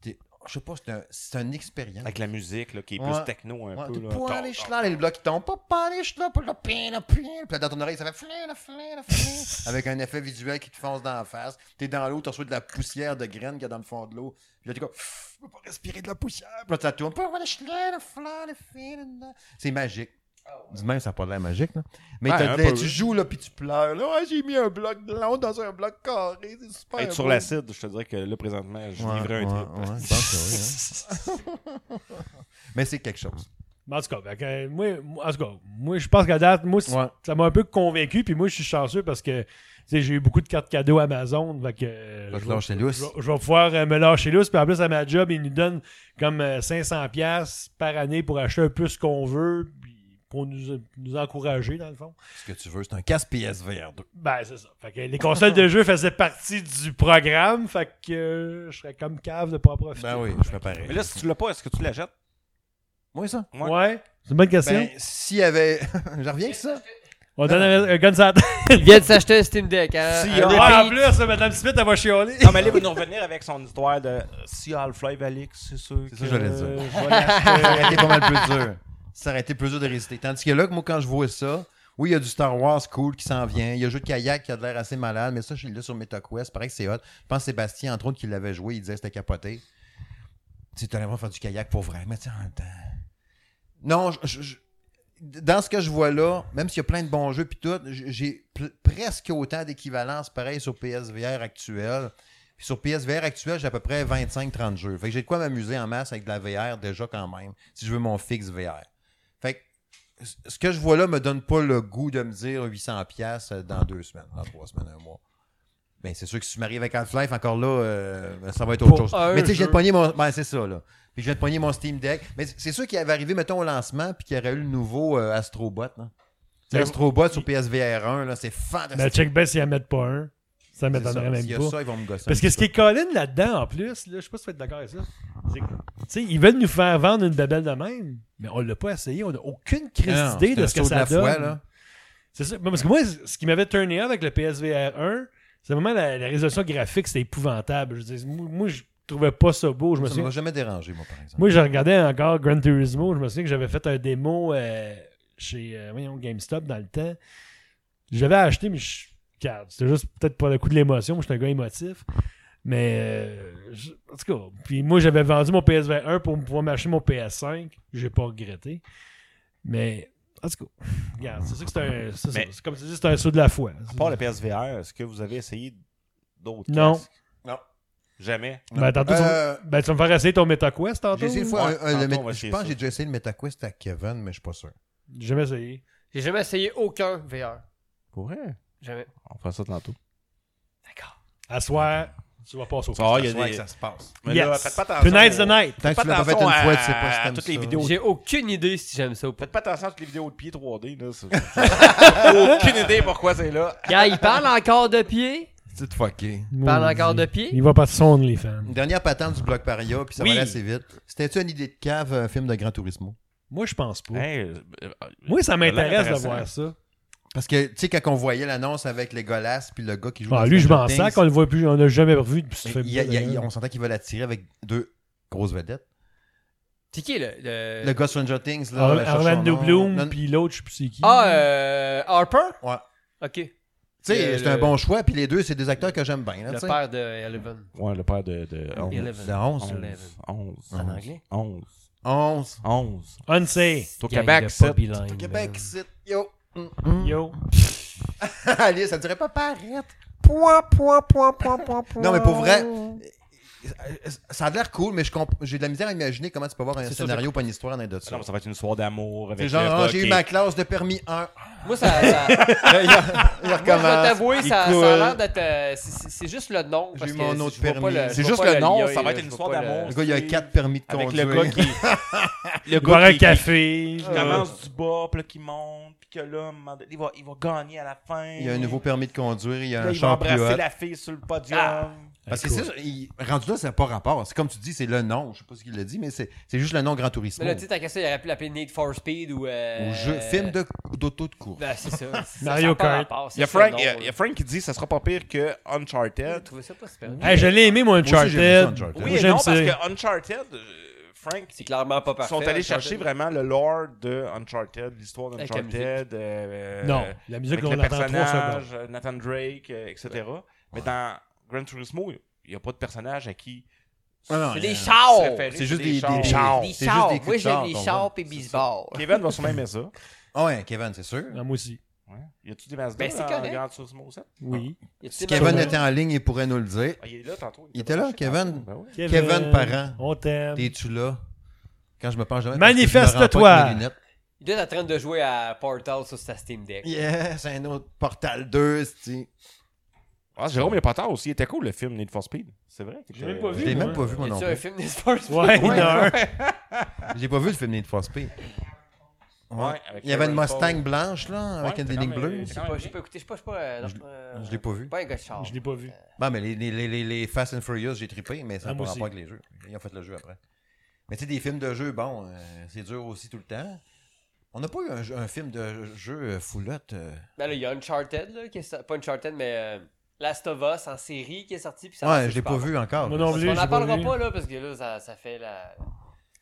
A: t'es- je sais pas, c'est un- c'est une expérience.
C: Avec la musique là, qui est
A: Ouais.
C: plus techno un
A: Ouais,
C: peu.
A: t'es
C: là.
A: pour
C: Tor-
A: aller
C: tor-
A: là, et le bloc qui tombe. Pas pour aller là, pour le pin, le pin. Puis dans ton oreille, ça fait flin, le flin, le
C: <laughs>
A: flin. Avec un effet visuel qui te fonce dans la face. T'es dans l'eau, t'as reçu de la poussière de graines qu'il y a dans le fond de l'eau. Puis là, t'es comme, Pff, je peux pas respirer de la poussière. Puis là, ça tourne. Pas pour aller là, le flin, le flin. C'est magique.
C: Ah
A: Du même, ça n'a pas l'air magique. Là. Mais
C: Ouais,
A: t'as-
C: un
A: t'as-
C: peu.
A: tu joues là, puis tu pleures. Là, Ouais, j'ai mis un bloc long dans un bloc carré. C'est super.
C: Être sur
A: beau.
C: l'acide, je te dirais que là, présentement, je
A: Ouais,
C: livrais un
A: ouais,
C: trip.
A: ouais, je pense que oui,
C: <laughs>
A: hein. Mais c'est quelque chose.
D: Mais En tout cas, fait que, euh, moi, moi- en tout cas, moi, je pense qu'à date, moi, c-
A: Ouais.
D: ça m'a un peu convaincu. Puis moi, je suis chanceux parce que tu sais, j'ai eu beaucoup de cartes cadeaux Amazon. Fait que, euh,
A: Va te
D: je, vais,
A: lâcher lousse.
D: je vais- je vais pouvoir euh, me lâcher lousse. Puis en plus, à ma job, ils nous donnent comme euh, 500$ piastres par année pour acheter un peu ce qu'on veut. puis Pour nous, nous encourager, dans le fond.
A: Ce que tu veux, c'est un casque PSVR 2.
D: Ben, c'est ça. Fait que les consoles de jeu faisaient partie du programme. Fait que euh, je serais comme cave de pas en profiter.
A: Ben oui, je fais pareil.
C: Mais là, si tu l'as pas, est-ce que tu la jettes?
A: Moi, ça.
D: ouais. C'est une bonne question.
A: Ben, s'il y avait. <laughs> Je reviens avec ça.
D: On donne un, un gun sur la tête.
B: Il vient de s'acheter un Steam Deck. Hein?
C: Si, ah,
B: Un
C: <laughs> il y a
D: Ouais,
B: repeat.
D: en plus, euh, Madame Smith, elle va chialer.
C: Non, mais allez va nous revenir avec son histoire de euh, si Half-Life Alix, c'est sûr.
A: C'est ça que j'allais dire.
C: euh, je vais la-
A: Ça aurait été pas mal plus dur. Ça aurait été plus dur de résister. Tandis que là, que moi, quand je vois ça, oui, il y a du Star Wars cool qui s'en vient. Il y a le jeu de kayak qui a de l'air assez malade, mais ça, je l'ai là sur MetaQuest. Pareil que c'est hot. Je pense que Sébastien, entre autres, qui l'avait joué, il disait que c'était capoté. Tu sais, t'allais voir faire du kayak pour vrai. Mais tu sais, en même temps. Non, je- je- je- Dans ce que je vois là, même s'il y a plein de bons jeux puis tout, j- j'ai pl- presque autant d'équivalences pareil sur PSVR actuel. Puis sur PSVR actuel, j'ai à peu près 25-30 jeux. Fait que j'ai de quoi m'amuser en masse avec de la VR déjà quand même, si je veux mon fixe VR. Fait que c- ce que je vois là me donne pas le goût de me dire 800$ piastres dans deux semaines, dans trois semaines, un mois. Ben, c'est sûr que si tu m'arrives avec Half-Life, encore là, euh, ça va être
D: Pour
A: autre chose.
B: un
A: Mais tu sais, je viens
B: jeu.
A: de pogner mon. Ben, c'est ça, là. Puis je viens de pogner mon Steam Deck. Mais c'est- c'est sûr qu'il avait arrivé, mettons, au lancement, puis qu'il y aurait eu le nouveau euh, Astrobot. Hein. Tu sais,
D: Mais-
A: Astrobot sur PSVR 1, là, c'est
D: Mais
A: fantastique.
D: check bien s'ils en mettent pas un. Ça
A: C'est
D: m'étonnerait
A: ça.
D: même
A: S'il y a
D: pas.
A: ça, ils vont me gosser.
D: Parce que ce qui est Colin là-dedans, en plus, là, je sais pas si vous êtes d'accord avec ça. c'est que, Tu sais, ils veulent nous faire vendre une babelle de même, mais on l'a pas essayé. On n'a aucune crise
A: Non,
D: d'idée
A: c'est
D: de
A: un
D: ce que
A: saut de
D: ça
A: la foi,
D: donne.
A: là.
D: C'est ça. Parce que moi, ce qui m'avait turné off avec le PSVR 1, c'est vraiment la, la résolution graphique, c'était épouvantable. Je veux dire, moi, moi, je trouvais pas ça beau. Je me
A: Ça ne
D: souviens-
A: m'a jamais dérangé, moi, par exemple.
D: Moi, je regardais encore Gran Turismo. Je me souviens que j'avais fait un démo euh, chez euh, voyons, GameStop dans le temps. Je l'avais acheté, mais je. regarde, C'était juste peut-être pour le coup de l'émotion. Moi, j'étais un gars émotif. Mais. euh, je- en tout cas. Puis moi, j'avais vendu mon PS21 pour pouvoir m'acheter mon PS5. J'ai pas regretté. Mais. En tout cas. Regarde, c'est sûr que c'est un. c'est ça,
C: Mais-
D: c'est comme tu dis, c'est un saut de la foi.
C: À part le PSVR, est-ce que vous avez essayé d'autres
D: Non.
C: casques?
A: Non.
C: Jamais.
D: Ben, tantôt, tu vas-
A: Euh,
D: ben, tu vas me faire essayer ton MetaQuest tantôt.
A: J'ai essayé une fois.
C: Ouais,
A: un- un- le
C: tantôt,
A: Met-
C: on va
A: je
C: essayer
A: pense
C: ça.
A: que j'ai déjà essayé le MetaQuest à Kevin, mais je suis pas sûr.
D: J'ai jamais essayé.
B: J'ai jamais essayé aucun VR.
C: Pour vrai?
B: Jamais.
C: On fera ça tantôt.
B: D'accord.
D: À soir, tu vas passer au
C: Ah, il y a
A: C'est vrai
C: des-
A: que ça se passe.
C: Mais
D: Yes.
C: là, faites pas attention.
D: Tonight's the night.
A: Tant que
C: pas
A: tu l'as pas fait une
C: attention
A: fois, tu
C: à-
A: sais pas si
C: à
A: t'aimes
C: toutes les
A: ça.
C: vidéos.
B: J'ai aucune idée si j'aime ça ou pas.
C: Faites pas attention à toutes les vidéos de pieds 3D. Là. c'est- Aucune idée pourquoi c'est là.
B: Gars, il parle encore de pied.
A: Tu te fucké.
B: Il parle encore de
D: Maudit.
B: pied.
D: Il va partir son OnlyFans.
A: Une dernière patente du bloc Paria, puis ça
B: Oui.
A: va aller assez vite. C'était-tu une idée de cave, un film de Grand Turismo?
D: Moi, je pense pas.
C: Hey, euh, euh,
D: Moi, ça m'intéresse de
C: intéressant.
D: voir ça.
A: Parce que, tu sais, quand on voyait l'annonce avec les golasses, puis le gars qui joue.
D: Ah,
A: dans
D: lui, je
A: Stranger
D: m'en
A: Things,
D: sac, on le voit plus, on l'a jamais revu depuis ce
A: il-
D: film.
A: il- il- il- on s'entend qu'ils veulent l'attirer avec deux grosses vedettes.
B: C'est qui le. le-
A: Le gars Stranger Things, là. là, je cherche son
D: Orlando
A: nom. Non,
D: Bloom,
A: non,
D: puis l'autre, je sais plus c'est qui.
B: Ah, euh, Harper
A: Ouais.
B: Ok.
A: Tu sais,
B: le-
A: c'est un bon choix, puis les deux, c'est des acteurs que j'aime bien. là,
B: Le
A: tu sais.
B: père de Eleven.
C: Ouais, le père de. de
B: Il y a le-
A: De 11.
C: 11. 11.
A: En anglais?
C: 11.
A: 11.
C: 11.
D: Unsay.
C: Au
B: Gang
C: Québec,
B: de
C: c'est-
B: pas bilingue,
A: Québec,
B: man.
A: c'est. Yo. Mm. <laughs>
D: Yo.
A: Allez, ça dirait pas paraître.
E: Point, point, point, point, point, point.
A: Non, mais pour vrai, Euh, Ça a l'air cool, mais je comp- j'ai de la misère à imaginer comment tu peux avoir un
C: C'est ça,
A: scénario pas une histoire en de
C: Ah
A: ça.
C: Non, mais ça va être une soirée d'amour avec.
A: C'est genre,
C: le
A: ah,
C: gars
A: j'ai
C: qui
A: eu
C: est-
A: ma classe de permis Ah, 1.
B: Moi,
C: <laughs>
B: ça. ça-
A: Il
B: Moi, je vais t'avouer,
A: il
B: ça, ça
A: coule.
B: a l'air d'être. euh, c'est- c'est c'est juste le nom.
A: J'ai
B: parce
A: eu
B: que
A: mon
B: si
A: autre
B: je vois pas
A: permis.
B: le- je
C: C'est
B: vois
C: juste
B: pas
C: le nom,
B: lien,
C: ça va
B: là,
C: être
B: je
C: une
B: vois
C: histoire
B: pas le-
C: d'amour.
A: Le gars, il a quatre permis de
C: Avec
A: conduire.
C: le gars qui. le
D: Boire
C: gars
D: un
C: qui-
D: café.
C: qui commence du bas, puis là, qui monte, puis que là, à un moment donné, il va, il va gagner à la fin.
A: Il a un nouveau permis de conduire, il a
C: Là,
A: un
C: il va
A: champ plus
C: embrasser
A: haut.
C: la fille sur le podium.
B: Ah!
A: Parce que
D: Écoute.
A: c'est ça, il- rendu là, ça n'a pas rapport. C'est comme tu dis, c'est le nom. Je sais pas ce qu'il l'a dit, mais c'est c'est juste le nom Grand Turismo.
B: Mais là, tu sais, tant qu'à ça, il aurait pu l'appeler Need for Speed ou. euh,
A: Au jeu, film de- d'auto de, course.
B: Ben, c'est
C: <laughs>
B: ça. Ça,
D: Mario
B: ça a pas
D: Kart.
B: rapport,
C: Il y, a
B: c'est ça,
C: Frank,
B: le
C: il y a-
B: nom,
C: il y a Frank qui dit que ça sera pas pire que
B: là.
C: Uncharted.
B: Trouvez ça pas super.
D: Hey, je l'ai aimé, moi,
A: aussi, j'aimais
D: Uncharted.
A: ça, Uncharted.
C: Oui
D: Moi,
C: et non,
D: j'aime
C: parce
D: ça.
C: que Uncharted, euh, Frank,
B: C'est clairement pas parfait. hein,
C: sont allés
B: Uncharted.
C: chercher vraiment le lore de Uncharted, l'histoire
B: Avec la
C: d'Uncharted. euh,
D: Non,
C: euh,
D: la musique,
C: avec
D: on
C: le
D: l'entend trois secondes.
C: personnage, euh, Nathan Drake, euh, etc. Mais dans Gran Turismo, il n'y a pas de personnage à qui.
A: Ah non,
B: C'est
A: il-
B: des
A: c'est
B: chars.
A: c'est juste des-
C: chars.
A: des-
C: chars.
B: Des
A: C'est
B: chars.
A: juste des
B: Moi,
A: coups de chars,
B: j'ai des
A: ton
B: chars
A: voix.
B: pis bisbarres.
C: Kevin va sûrement aimer ça.
A: Ah ouais, Kevin, c'est sûr.
D: Ah, Moi aussi.
C: Ouais. Y a-tu des Mazda
B: Ben, c'est
C: dans
B: correct.
C: Gran Turismo ça?
D: Oui.
A: Si Kevin
D: vrai.
A: était en ligne, il pourrait nous le dire.
C: Ah, il est là tantôt.
A: Il était là, Kevin?
C: Ben oui.
A: Kevin Parent.
D: On t'aime.
A: T'es-tu là? Quand je me penche jamais.
D: Manifeste-toi.
B: Il est en train de jouer à Portal sur sa Steam Deck.
A: Yeah, c'est un autre Portal 2, c'est.
C: Ah, Jérôme est pas tard aussi. Il était cool le film Need for Speed. C'est vrai. qu'il
D: Je
C: était- euh,
D: l'ai
A: Je
D: pas vu.
A: l'ai
D: moi.
A: même pas vu,
B: Y
A: moi non
B: a-tu un
A: plus.
B: film des Spurs?
D: Ouais, il y en a un.
A: J'ai pas vu le film Need for Speed. Ouais.
C: Ouais, avec
A: Il y avait une
C: Aaron Paul.
A: Mustang blanche, là, avec
C: Ouais,
A: une
C: c'est
A: ligne
C: quand même-
A: bleue.
B: Je sais pas, j'ai pas écouté, je sais pas, je sais pas. euh, non, euh,
A: Je l'ai pas vu.
B: Pas un gars de char.
D: Je l'ai pas vu.
A: Bon, mais les, les, les- les- les Fast and Furious, j'ai trippé, mais ça
D: Ah,
A: n'a
D: moi
A: pas
D: aussi.
A: rapport avec les jeux. Ils ont fait le jeu après. Mais tu sais, des films de jeu, bon, euh, c'est dur aussi tout le temps. On n'a pas eu un, jeu- un film de jeu euh, foulotte. euh.
B: Ben là, il y a Uncharted, là, qui est sorti- Pas Uncharted, mais euh, Last of Us en série qui est sorti. Puis Ah, ça
A: Ouais, je l'ai pas vu encore.
D: Moi non
B: On
D: plus. j'ai
B: n'en
D: pas
B: parlera
D: vu.
B: pas, là, parce que là, ça, ça fait la.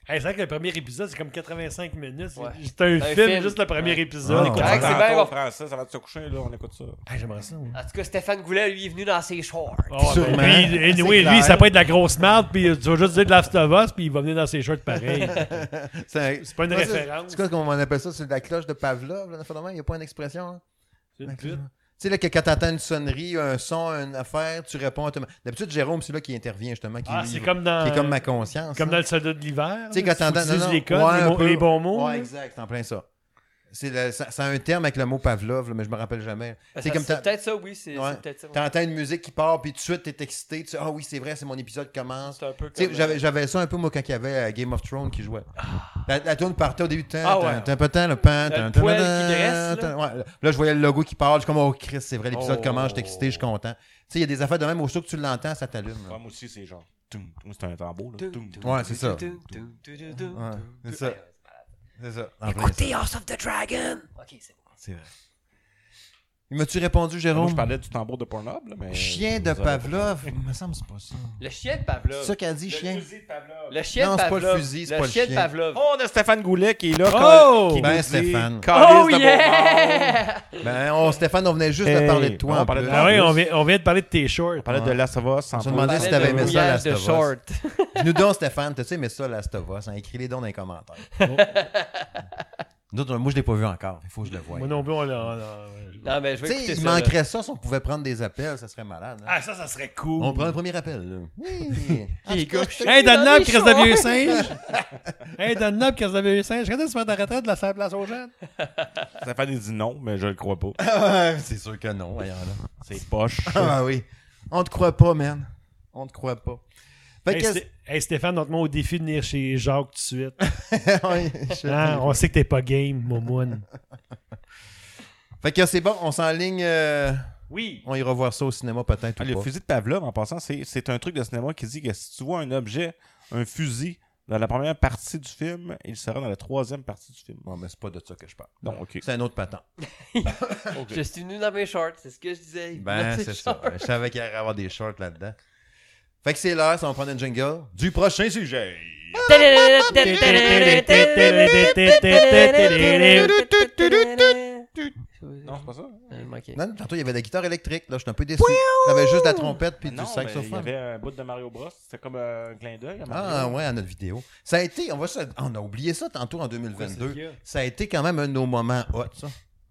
D: Hey, c'est vrai que le premier épisode, c'est comme 85 minutes. C'est-
B: Ouais.
D: C'est un
B: C'est un
D: film,
B: film.
D: juste le premier
B: Ouais.
D: épisode.
A: Ah,
D: Écoute,
C: Ah,
B: Correct,
D: ça-
B: c'est
C: c'est
B: bien,
C: bien
B: bon.
C: français, ça va te coucher là, on écoute ça.
D: Hey, J'aimerais ça. moi.
B: En tout cas, Stéphane Goulet, lui, est venu dans ses shorts.
D: Ah, ben,
A: Sûrement.
D: lui, anyway,
A: C'est clair.
D: lui, ça peut être de la grosse merde, puis tu vas juste dire de Last of Us, puis il va venir dans ses shirts pareil.
A: C'est
D: c'est pas une
A: Ouais, c'est-
D: référence.
A: C'est quoi qu'on appelle ça? C'est de la cloche de Pavlov, là, finalement? Il n'y a pas une expression, hein?
D: C'est une
A: La
D: pute.
A: cloche. Tu sais, là, que quand t'entends une sonnerie, un son, une affaire, tu réponds automatiquement. D'habitude, Jérôme, c'est là qui intervient, justement, qui,
D: Ah,
A: lui-
D: c'est comme dans,
A: qui est comme ma conscience.
D: comme
A: hein.
D: dans le soldat de l'hiver.
A: Tu sais,
D: là,
A: quand t'entends.
D: tu
A: non,
D: utilises
A: non,
D: les codes,
A: ouais,
D: les,
A: un
D: mots-
A: peu.
D: les bons mots.
A: Ouais,
D: là.
A: exact, c'est en plein ça. C'est le- ça, ça a un terme avec le mot Pavlov, là, mais je me rappelle jamais.
B: Ben,
A: C'est
B: ça-
A: comme
B: C'est
A: t'as-
B: peut-être ça, oui. C'est
A: Ouais.
B: c'est peut-être ça. ouais.
A: T'entends une musique qui part, puis tout de suite, t'es excité. Tu sais, ah oui, c'est vrai, c'est mon épisode qui commence.
B: C'est un peu
A: Tu sais,
B: comme, euh,
A: J'avais j'avais ça un peu, moi, quand il y avait euh, Game of Thrones qui jouait. La, la tourne partait au début de temps.
B: Ah ouais.
A: T'as un peu de temps, le pan.
B: Le
A: tan,
B: poil
A: tan, tan,
B: qui dresse,
A: tan. Ouais, là. je voyais le logo qui parle. Je suis comme, oh Chris, c'est vrai, l'épisode
B: Oh.
A: commence, je suis excité, je suis content. Tu sais, il y a des affaires de même, au sûr que tu l'entends, ça t'allume. là.
C: Ouais, moi aussi, c'est genre. toum, toum, C'est un tambour, là.
B: euh,
C: toum, toum.
A: Ouais, c'est ça. Ouais, c'est ça.
B: Ouais,
A: C'est ça.
E: Écoutez House of the Dragon.
B: Ok, c'est bon.
A: C'est vrai. M'as-tu répondu,
C: Ah, Moi, je
A: Jérôme?
C: parlais du tambour de Pornhub, là, mais.
A: Chien de
C: vous avez-
A: Pavlov. Il me semble que c'est pas ça.
B: Le chien de
A: C'est
B: Pavlov.
A: ça qu'elle dit, chien.
C: fusil de Pavlov.
B: Le chien
A: Non,
B: de
A: c'est pas le
B: Pavlov.
A: fusil, c'est pas le
B: de
A: chien.
B: Pavlov.
C: Oh, on a Stéphane Goulet qui est là.
D: Oh!
C: qui
A: Ben,
C: nous dit,
A: Stéphane.
C: Calice
B: Oh,
C: de Beaumont.
B: yeah!
A: Ben, on, Stéphane, on venait juste de
C: Hey,
A: parler de
C: on
A: toi. en
C: parlait
A: plus.
C: de-
D: Ah oui,
C: plus.
D: on vient, on vient de parler de tes
C: On
D: shorts.
C: parlait de Last of Us. en
A: se
C: plus.
A: demandait si t'avais aimé ça,
B: Voyage
A: Last
B: de
A: of Us.
B: short.
A: Dis-nous donc, Stéphane, t'as-tu aimé ça, Last of Us? hein? Écris-les donc dans les commentaires.
D: <laughs> Oh.
A: D'autres, moi, je l'ai pas vu encore. Il faut que je le voie.
D: Moi non plus, on l'a. on l'a-
B: Non, mais je
A: Tu
B: vais
A: sais,
B: écouter
A: il
B: ça. là.
A: manquerait ça si on pouvait prendre des appels, ça serait malade. hein.
D: Ah, ça, ça serait cool.
A: On prend le premier appel.
D: <laughs>
A: là. Oui. En tout cas, je te-
D: Hey, donne
B: Dans les
D: nob Chris
B: shorts.
D: de Vieux Singe! hey, donne nob Chris de Vieux Singe! Quand est-ce que tu vas être en retraite de la salle place
A: <laughs>
D: aux jeunes?
C: Stéphane, il dit non, mais je le crois pas.
A: Ah, C'est sûr que non, voyons, là.
C: C'est <laughs> poche.
A: Ah oui. On te croit pas, man. On te croit pas. Fait
D: Hey,
A: que-
D: Sté- hey, Stéphane, donne-moi au défi de venir chez Jacques tout de suite.
A: <laughs> Ouais, je-
D: Hein, on sait que t'es pas game, Momoun.
A: Fait que c'est bon, on s'enligne. euh,
D: Oui!
A: On ira voir ça au cinéma peut-être.
C: Ah,
A: ou
C: le
A: pas.
C: fusil de Pavlov, en passant, c'est c'est un truc de cinéma qui dit que si tu vois un objet, un fusil, dans la première partie du film, il sera dans la troisième partie du film.
A: Non, mais c'est pas de ça que je parle.
C: Non, ok.
A: C'est un autre patent.
B: Je suis venu dans mes shorts, c'est ce que je disais.
A: Ben,
B: Dans mes
A: c'est ça.
B: shorts.
A: Je savais qu'il allait y avoir des shorts là-dedans. Fait que c'est l'heure, ça va prendre une jingle du prochain sujet.
C: Non, c'est pas ça. hein?
B: Elle manquait.
A: Non, tantôt, il y avait de la guitare électrique. Là, je suis un peu déçu. Il y avait juste de la trompette puis
C: Ah non,
A: du
C: mais il y
A: saxophone.
C: avait un bout de Mario Bros. C'était comme euh, un clin d'œil. à
A: Ah
C: Mario.
A: ouais, à notre vidéo. Ça a été, on va se- on a oublié ça tantôt en
C: Qu'est-ce
A: 2022.
C: qu'il y a? Ah,
A: Ça a été quand même un de nos moments hot, ça.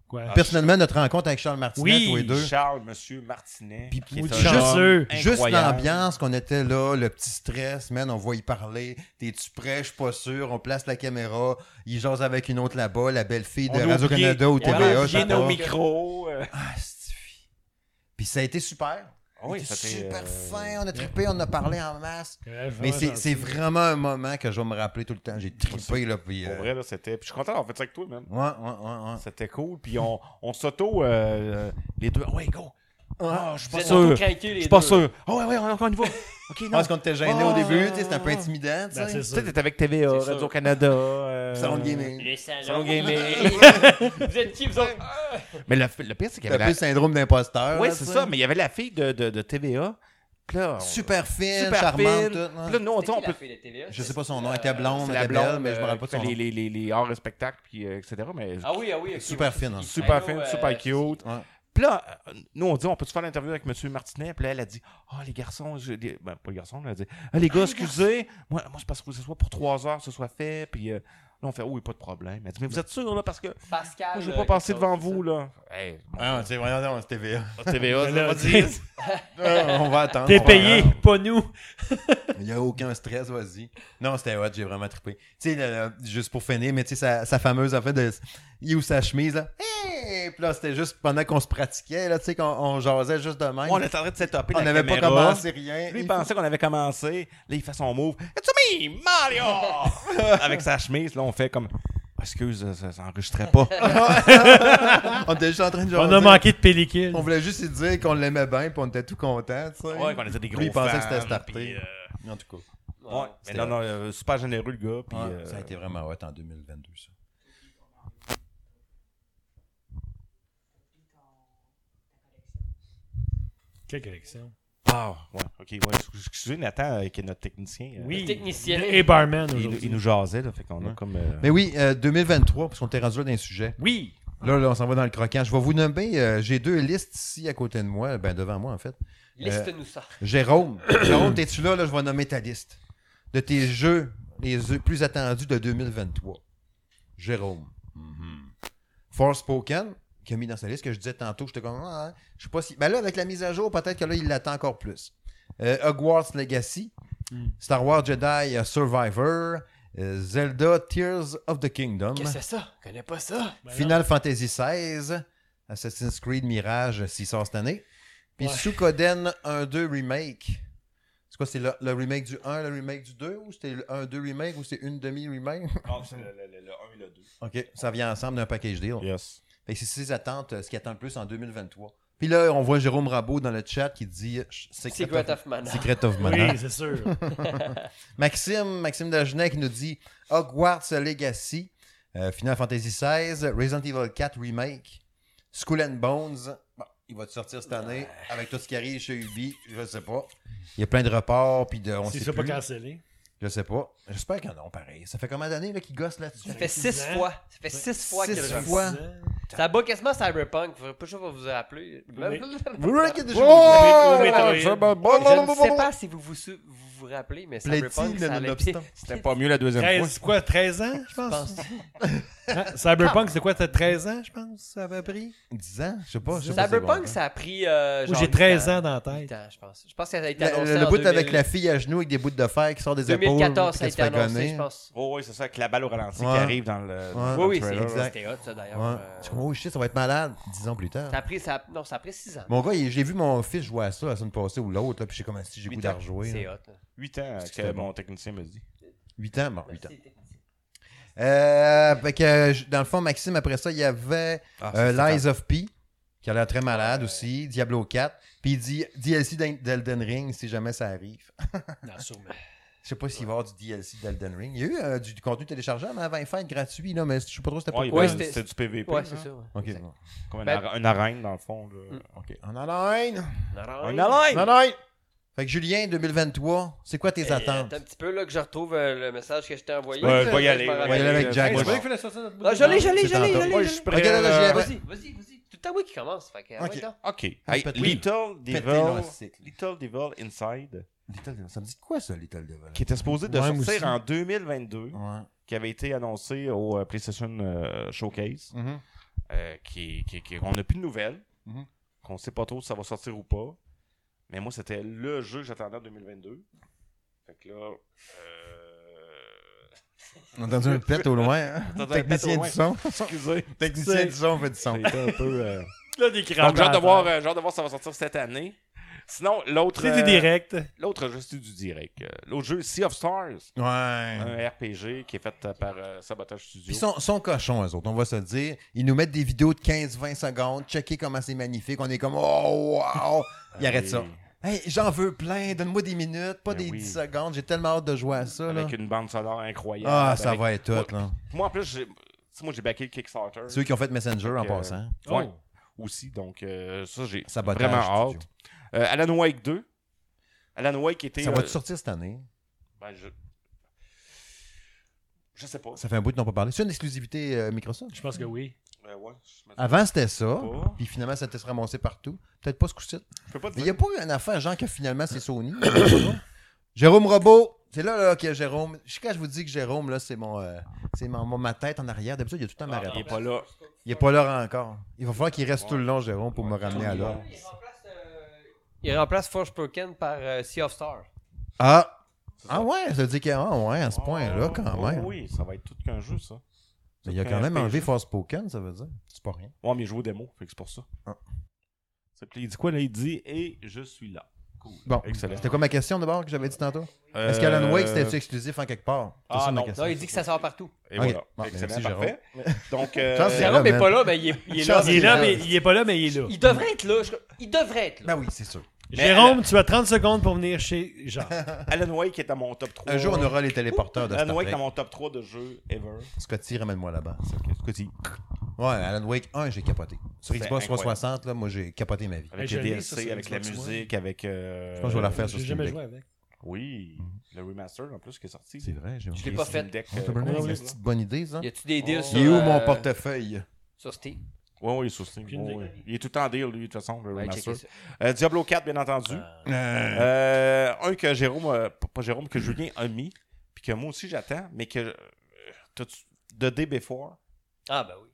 D: Quoi?
A: Personnellement, notre rencontre avec Charles Martinet,
D: Oui,
A: tous les deux.
C: Charles, Monsieur Martinet.
A: Puis
C: qui est
A: Moody
C: un
A: Charles.
C: homme
D: Juste
C: incroyable.
A: Juste l'ambiance qu'on était là, le petit stress, man, on va y parler. T'es-tu prêt? Je suis pas sûr. On place la caméra. Il jase avec une autre là-bas, la belle fille de
C: On a
A: Radio-Canada ou
C: oublié- on a
A: TVA. je
C: oublié
A: sais
C: nos
A: pas.
C: micros. euh.
A: Ah, c'est fi- Puis ça a été super.
C: Ah oui,
A: C'était
C: ça fait,
A: super
C: euh,
A: fin. On a trippé, on en a parlé en masse.
D: Ouais,
A: Mais
D: vraiment
A: c'est-
D: gentil.
A: c'est vraiment un moment que je vais me rappeler tout le temps. J'ai trippé, là. Puis,
C: Pour
A: euh,
C: vrai, là, c'était. Puis je suis content d'avoir fait ça avec toi, même.
A: ouais, ouais,
C: C'était cool. Puis on, on s'auto. euh, euh, les deux. Ouais, go. Ah, je suis
B: Vous
C: pas
B: êtes
C: sûr.
B: tous craqués, les
C: Je suis pas
B: deux.
C: sûr. Ah ouais, ouais, on a encore
A: <laughs>
C: une fois. Ok,
A: ouais, ouais.
C: non.
A: Parce qu'on était gêné au
C: Ah,
A: début, tu sais, c'était un peu intimidant. tu sais.
D: Ben, c'est
C: Tu sais,
D: ça.
C: t'es avec TVA,
B: sûr.
A: <laughs>
C: Radio-Canada. euh,
A: Sound gaming.
B: Le salon.
C: Salon gaming.
B: <laughs> Vous êtes qui, vous autres?
C: Mais le, le pire, c'est qu'il y
A: T'as
C: avait
A: plus le
C: la...
A: syndrome d'imposteur.
C: Ouais,
A: là,
C: c'est
A: tu
C: ça,
A: sais.
C: mais il y avait la fille de, de, de TVA. Puis là, on-
A: Super fine,
C: Ah, super
A: charmante.
C: fine.
A: tout, ouais.
C: Puis là, nous, on, dit, on peut...
A: Je sais pas son nom, elle était blonde,
C: C'est
A: elle
C: la
A: était belle,
C: blonde,
A: mais je me
C: euh,
A: rappelle pas
C: qui fait
A: son nom.
C: les, les, les, les arts spectacles, puis euh, etc. Mais
B: Ah oui, ah oui. ok,
A: Super
B: ouais.
A: fine, hein.
C: super
B: Allô,
C: fine,
B: euh,
C: super cute.
A: Ouais.
C: Puis là, euh, nous, on dit, on peut-tu faire l'interview avec M. Martinet? Puis là, elle a dit, ah, les garçons, je- les- ben, pas les garçons, elle a dit, ah, les gars, excusez, moi, moi, je pense que ce soit pour trois heures, ce soit fait. Puis euh, là, on fait, oui, pas de problème. Elle dit, mais vous êtes sûr, là, parce que moi,
B: Pascal. euh,
C: je veux pas passer
B: quelque chose,
C: devant
B: c'est
C: vous, là. Hey,
A: Ah, tu sais, voyons donc, c'est TVA.
C: TVA, ça
D: Là,
C: va
D: t'es-
C: dire.
A: Ah, on va attendre.
D: T'es
A: on va
D: payé,
A: attendre.
D: pas nous.
A: Il n'y a aucun stress, vas-y. Non, c'était hot, j'ai vraiment trippé. Tu sais, le- le- juste pour finir, mais tu sais, sa, sa fameuse, en fait, de. Il est où sa chemise, là? Hey! Puis là, c'était juste pendant qu'on se pratiquait, là, tu sais, qu'on on jasait juste de même.
C: On est en train de s'étoper
A: On
C: la
A: n'avait pas
C: caméra.
A: commencé rien.
C: Lui, il
A: Il-
C: pensait qu'on avait commencé. Là, il fait son move. It's me, Mario! <laughs> Avec sa chemise, là, on fait comme. Excuse, euh, ça s'enregistrait pas.
A: <laughs> on était juste en train de jaser.
D: On a manqué de pellicule.
A: On voulait juste lui dire qu'on l'aimait bien, puis on était tout contents, tu sais.
C: ouais, qu'on était des gros
A: Lui, il pensait que
C: fans,
A: c'était starté.
C: puis, euh,
A: En tout cas.
B: ça.
C: ouais, mais non, non, euh, super généreux, le gars. Puis,
A: Ouais,
C: euh,
A: Ça a été vraiment hot en 2022, ça.
D: Quelle collection.
C: ah, ouais, ok, ouais. Excusez, Nathan, euh, qui est notre technicien. euh,
D: Oui.
B: Technicien.
D: Et barman
C: Il, il
D: aujourd'hui.
C: nous jasait, là. Fait qu'on a
A: Ouais.
C: comme. euh,
A: Mais oui, euh, 2023, parce qu'on était rendu là d'un sujet.
D: Oui!
A: Là, là, on s'en va dans le croquant. Je vais vous nommer, euh, j'ai deux listes ici à côté de moi, ben devant moi en fait.
B: Liste-nous ça.
A: Jérôme, <coughs> Jérôme, t'es-tu là, là? Je vais nommer ta liste de tes jeux les jeux plus attendus de 2023. Jérôme. Force Spoken, qui a mis dans sa liste, que je disais tantôt, j'étais comme, ah, hein, je sais pas si. Ben là, avec la mise à jour, peut-être que là, il l'attend encore plus. Euh, Hogwarts Legacy,
D: Mm.
A: Star Wars Jedi euh, Survivor, euh, Zelda Tears of the Kingdom,
B: Qu'est-ce que c'est ça? Je connais pas ça.
D: Ben
A: Final Fantasy XVI, Assassin's Creed Mirage s'il sort cette année, puis
D: Ouais.
A: Suikoden 1-2 Remake. C'est quoi, c'est le, le remake du 1, le remake du 2, ou c'était le 1-2 remake, ou c'est une demi-remake? <laughs>
C: Non, Ah, c'est le, 1 et le 2.
A: OK, ça vient ensemble d'un package deal.
C: Yes.
A: Fait que c'est ses attentes, euh, ce qui attend le plus en 2023. Puis là, on voit Jérôme Rabot dans le chat qui dit Ch-
B: Secret of Mana.
A: Secret of
D: non.
A: Mana.
D: Oui, c'est sûr.
A: Maxime, Maxime Dagenet qui nous dit Hogwarts Legacy, euh, Final Fantasy XVI, Resident Evil 4 Remake, Skull and Bones. Bon, il va te sortir cette année avec tout ce qui arrive chez Ubi, je sais pas. Il y a plein de reports, puis de. On
D: S'il
A: sait
D: ne pas
A: plus.
D: cancellé.
A: Je sais pas. J'espère qu'il y en a pareil. Ça fait combien d'années là, qu'ils gossent là-dessus
B: Ça fait
D: six
B: 6
D: ans.
B: fois. Ça fait 6 fois
A: Six
B: qu'il
A: fois.
B: le
A: Quoi?
B: Ça bat quasiment Cyberpunk. Faudrait pas je vais vous appeler.
D: Oui.
A: Vous voulez qu'il y ait des jeux
D: Oh!
A: vidéo?
D: Metroid.
A: Je me-
B: Je ne sais pas si vous vous, sou- vous, vous rappelez, mais
A: Plaît-il,
B: Cyberpunk, ça avait été...
A: nonobstant.
C: C'était pas mieux la deuxième fois.
D: 13, quoi, 13 ans, je pense? Hein, Cyberpunk, c'est quoi, t'as 13 ans, je pense, ça avait pris?
A: 10 ans? Je sais pas. je sais pas c'est bon, hein.
B: Cyberpunk, ça a pris euh,
D: Moi,
B: genre
D: j'ai 13
B: huit
D: ans dans la tête.
B: Huit ans, je pense. Je pense que ça a été
A: Le,
B: annoncé
A: le
B: en
A: bout
B: 2000
A: avec la fille à genoux avec des bouts de fer qui sortent des épaules.
B: 2014,
A: puis
B: ça a
A: qu'elle se
B: été
A: fait
B: annoncé,
A: gonner.
B: je pense.
C: Oh, oui, c'est ça, avec la balle aux ralentis
A: Ouais.
C: qui arrive dans le. dans
A: Ouais.
C: le
B: Oui, oui, c'est-
C: trailer, là.
A: Ah, exact.
B: c'était hot, ça, d'ailleurs.
A: Ouais.
B: Euh,
A: Je suis comme, oh shit, ça va être malade. 10 ans plus tard.
B: ça a pris, ça... Non, ça a pris 6 ans.
A: Mon gars, il- j'ai vu mon fils jouer à ça la semaine passée ou l'autre, là, puis j'ai comme si j'ai
C: Huit
A: goût
C: ans.
A: d'en rejouer.
B: C'est hot. là.
C: 8 ans
A: C'est
C: que
A: bon.
C: mon technicien me dit.
A: 8 ans, bon, 8 ans. Euh, fait que, euh, j- dans le fond, Maxime, après ça, il y avait
B: Ah,
C: Ah,
A: euh, Lies of P, qui a l'air très malade aussi, Diablo 4, puis il dit DLC d'En- d'Elden Ring si jamais ça arrive. <laughs>
D: Non, sûrement.
A: Je sais pas s'il va y avoir du DLC d'Elden Ring. Il y a eu euh, du, du contenu téléchargeable avant les fêtes gratuit, là, mais je sais pas trop c'était pas
C: Ouais,
A: quoi.
C: ouais,
B: c'était-
C: c'était du PVP.
B: Ouais,
C: là.
B: c'est ça. ouais.
A: Ok,
B: Exact.
A: bon.
C: Comme une,
B: Ben-
C: ara- une arène, dans le fond. Là.
B: Mm.
A: ok. En haleine!
C: Une
B: Narang.
C: arène!
A: Non, non. Fait que Julien, 2023, c'est quoi tes
B: Euh,
A: attentes?
B: Attends un petit peu là que je retrouve euh, le message que je t'ai envoyé.
C: Ouais,
B: Je-
C: va y
B: je
C: aller.
B: m'en
C: va y
A: va y
B: rappelle.
A: aller avec Jack.
D: Hey,
A: Ouais.
D: c'est vrai qu'il fallait sortir notre bout de
B: Ah, je l'ai, je
A: C'est
B: l'ai, je l'ai,
A: tantôt.
B: je l'ai,
A: Moi,
B: je
A: je suis
B: l'ai.
A: prêt, Regarde,
C: euh,
A: là, je l'ai-
B: Vas-y, vas-y, vas-y. Tout à moi qui commence. Fait que,
A: Euh,
B: euh,
A: Ok.
B: ouais, donc.
C: Ok. Hey,
A: Pète- oui.
C: Little
A: leur
C: Devil.
A: cycle.
C: Little Devil Inside,
A: Little Devil, Ça me dit quoi, ça, Little Devil?
C: qui était supposé de
D: Ouais, moi aussi.
C: sortir en 2022,
A: Ouais.
C: qui avait été annoncé au euh, PlayStation euh, Showcase.
A: Mhm.
C: euh, qui, qui- qui- on n'a plus de nouvelles,
A: Mhm.
C: qu'on sait pas trop si ça va sortir ou pas. Mais moi, c'était le jeu que j'attendais en 2022. Fait que là, euh,
A: On a entendu un pète au loin. hein?
C: On a entendu un pète au
A: Technicien
C: loin.
A: du son.
C: <laughs> excusez,
A: Technicien du son fait du son.
C: c'était un peu. euh,
D: Là, des crabes.
C: Donc, j'ai hâte de voir, euh, j'ai hâte de voir si ça va sortir cette année. Sinon, l'autre.
D: C'est du
C: euh,
D: direct.
C: L'autre jeu, c'est du direct. Euh, L'autre jeu, Sea of Stars,
A: Ouais.
C: un RPG qui est fait euh, par euh, Sabotage Studio.
A: Puis ils sont, sont cochons, eux autres, on va se le dire. Ils nous mettent des vidéos de 15-20 secondes, checker comment c'est magnifique. On est comme, oh, wow! Ils
C: Euh,
A: arrêtent ça. Hey, j'en veux plein, donne-moi des minutes, pas
C: Ben
A: des
C: oui.
A: 10 secondes. J'ai tellement hâte de jouer à ça. Là.
C: Avec une bande sonore incroyable.
A: Ah, ça
C: Avec-
A: va être tout, là.
C: Moi, en plus, j'ai- tu sais, moi, j'ai backé le Kickstarter.
A: Ceux qui ont fait Messenger en
C: que-
A: passant.
D: Oh.
C: Ouais. aussi. Donc, euh, ça, j'ai
A: Sabotage
C: vraiment
A: studio.
C: hâte. Euh, Alan Wake 2. Alan Wake était.
A: Ça
C: euh,
A: va-tu sortir cette année?
C: ben, je... je sais pas.
A: Ça fait un bout qu'ils n'ont pas parlé. C'est une exclusivité euh, Microsoft?
D: Je pense que oui.
C: Euh, ouais, je me-
A: Avant, c'était ça.
C: Pas.
A: Puis finalement, ça s'est ramassé partout. Peut-être pas ce coup-ci.
C: Je peux pas te
A: Mais il
C: dire.
A: n'y a pas eu une affaire, genre, que finalement, c'est Sony. je sais pas. Jérôme Robot, c'est là, là que Jérôme. je- Quand je vous dis que Jérôme, là, c'est mon, euh, c'est mon- mon- ma tête en arrière. D'habitude, il y a tout le temps ma
C: Ah, Il est
A: réponse.
C: pas là.
A: Il n'est pas là encore. Il va falloir qu'il reste tout le long, Jérôme, pour me
C: Ouais,
A: ramener à
C: tout le
A: l'heure.
C: long.
B: euh, Il remplace Forspoken par euh, Sea of Stars.
A: Ah!
C: C'est ça.
A: Ah ouais, ça veut dire que, ah ouais, à ce
C: Ah,
A: point-là, quand
C: ouais,
A: même.
C: Oui, ça va être tout qu'un jeu, ça.
A: Mais il a quand même enlevé Forspoken, ça veut dire. C'est pas rien.
C: Ouais, mais il joue aux démos, fait que c'est pour ça.
A: Ah.
C: C'est- puis Il dit quoi là Il dit Et je suis là. Cool.
A: Bon,
C: Excellent.
A: c'était quoi ma question d'abord que j'avais dit tantôt? Est-ce qu'Alan Wake, c'était exclusif en quelque part? C'est
C: Euh, Ah,
A: ça, ma
C: non.
A: question.
B: Non, il dit que ça sort partout.
C: Et
A: Ok.
C: voilà.
A: Bon,
C: Euh, Excellent,
A: merci, Jérôme.
C: parfait.
A: <laughs>
C: Donc, euh,
A: Ça, c'est-
B: Jérôme
A: là,
B: n'est
A: man.
B: pas là, mais il est, il est là.
A: Chance,
D: Il est là, mais il est pas là, mais il est là.
B: Il devrait être là. je- Il devrait être là.
A: Ben oui, c'est sûr.
C: Mais-
D: Jérôme, tu as 30 secondes pour venir chez Jean.
C: Alan Wake est à mon top 3.
A: Un jour, on aura les téléporteurs de Star
C: Alan Wake est à
A: Trek.
C: mon top 3 de jeux ever.
A: Scotty, ramène-moi là-bas.
C: Qu'est-ce que tu dis
A: Ouais, Alan Wake 1, j'ai capoté. Sur
C: C'est
A: Xbox
C: incroyable.
A: 360, là, moi, j'ai capoté ma vie.
C: Avec
D: Mais
C: le
D: je l'ai, ça,
C: DLC,
D: sur
C: avec la
D: Xbox One.
C: musique, avec. euh,
A: Je pense que je vais la faire sur
D: J'ai jamais
A: Steam
D: joué avec.
C: Oui, le remaster en plus qui est sorti.
A: C'est vrai, j'ai
B: Je l'ai pas fait.
A: C'est
C: Oui,
A: une petite bonne idée, ça.
B: Y a-tu des deals
C: Oh.
B: sur,
A: Il est où mon
B: euh,
A: portefeuille?
B: Sur Steam.
C: ouais, il est sur Steam.
D: Aucune
C: ouais,
D: idée.
C: ouais. Il est tout en deal, lui, de toute façon, le
B: Ouais,
C: remaster.
B: checker ça.
C: Euh, Diablo 4, bien entendu.
A: Euh,
C: Euh, un que Jérôme, euh, p- pas Jérôme, que Julien a mis, puis que moi aussi j'attends, mais que. euh, t'as-tu- de DB4.
B: Ah, ben oui.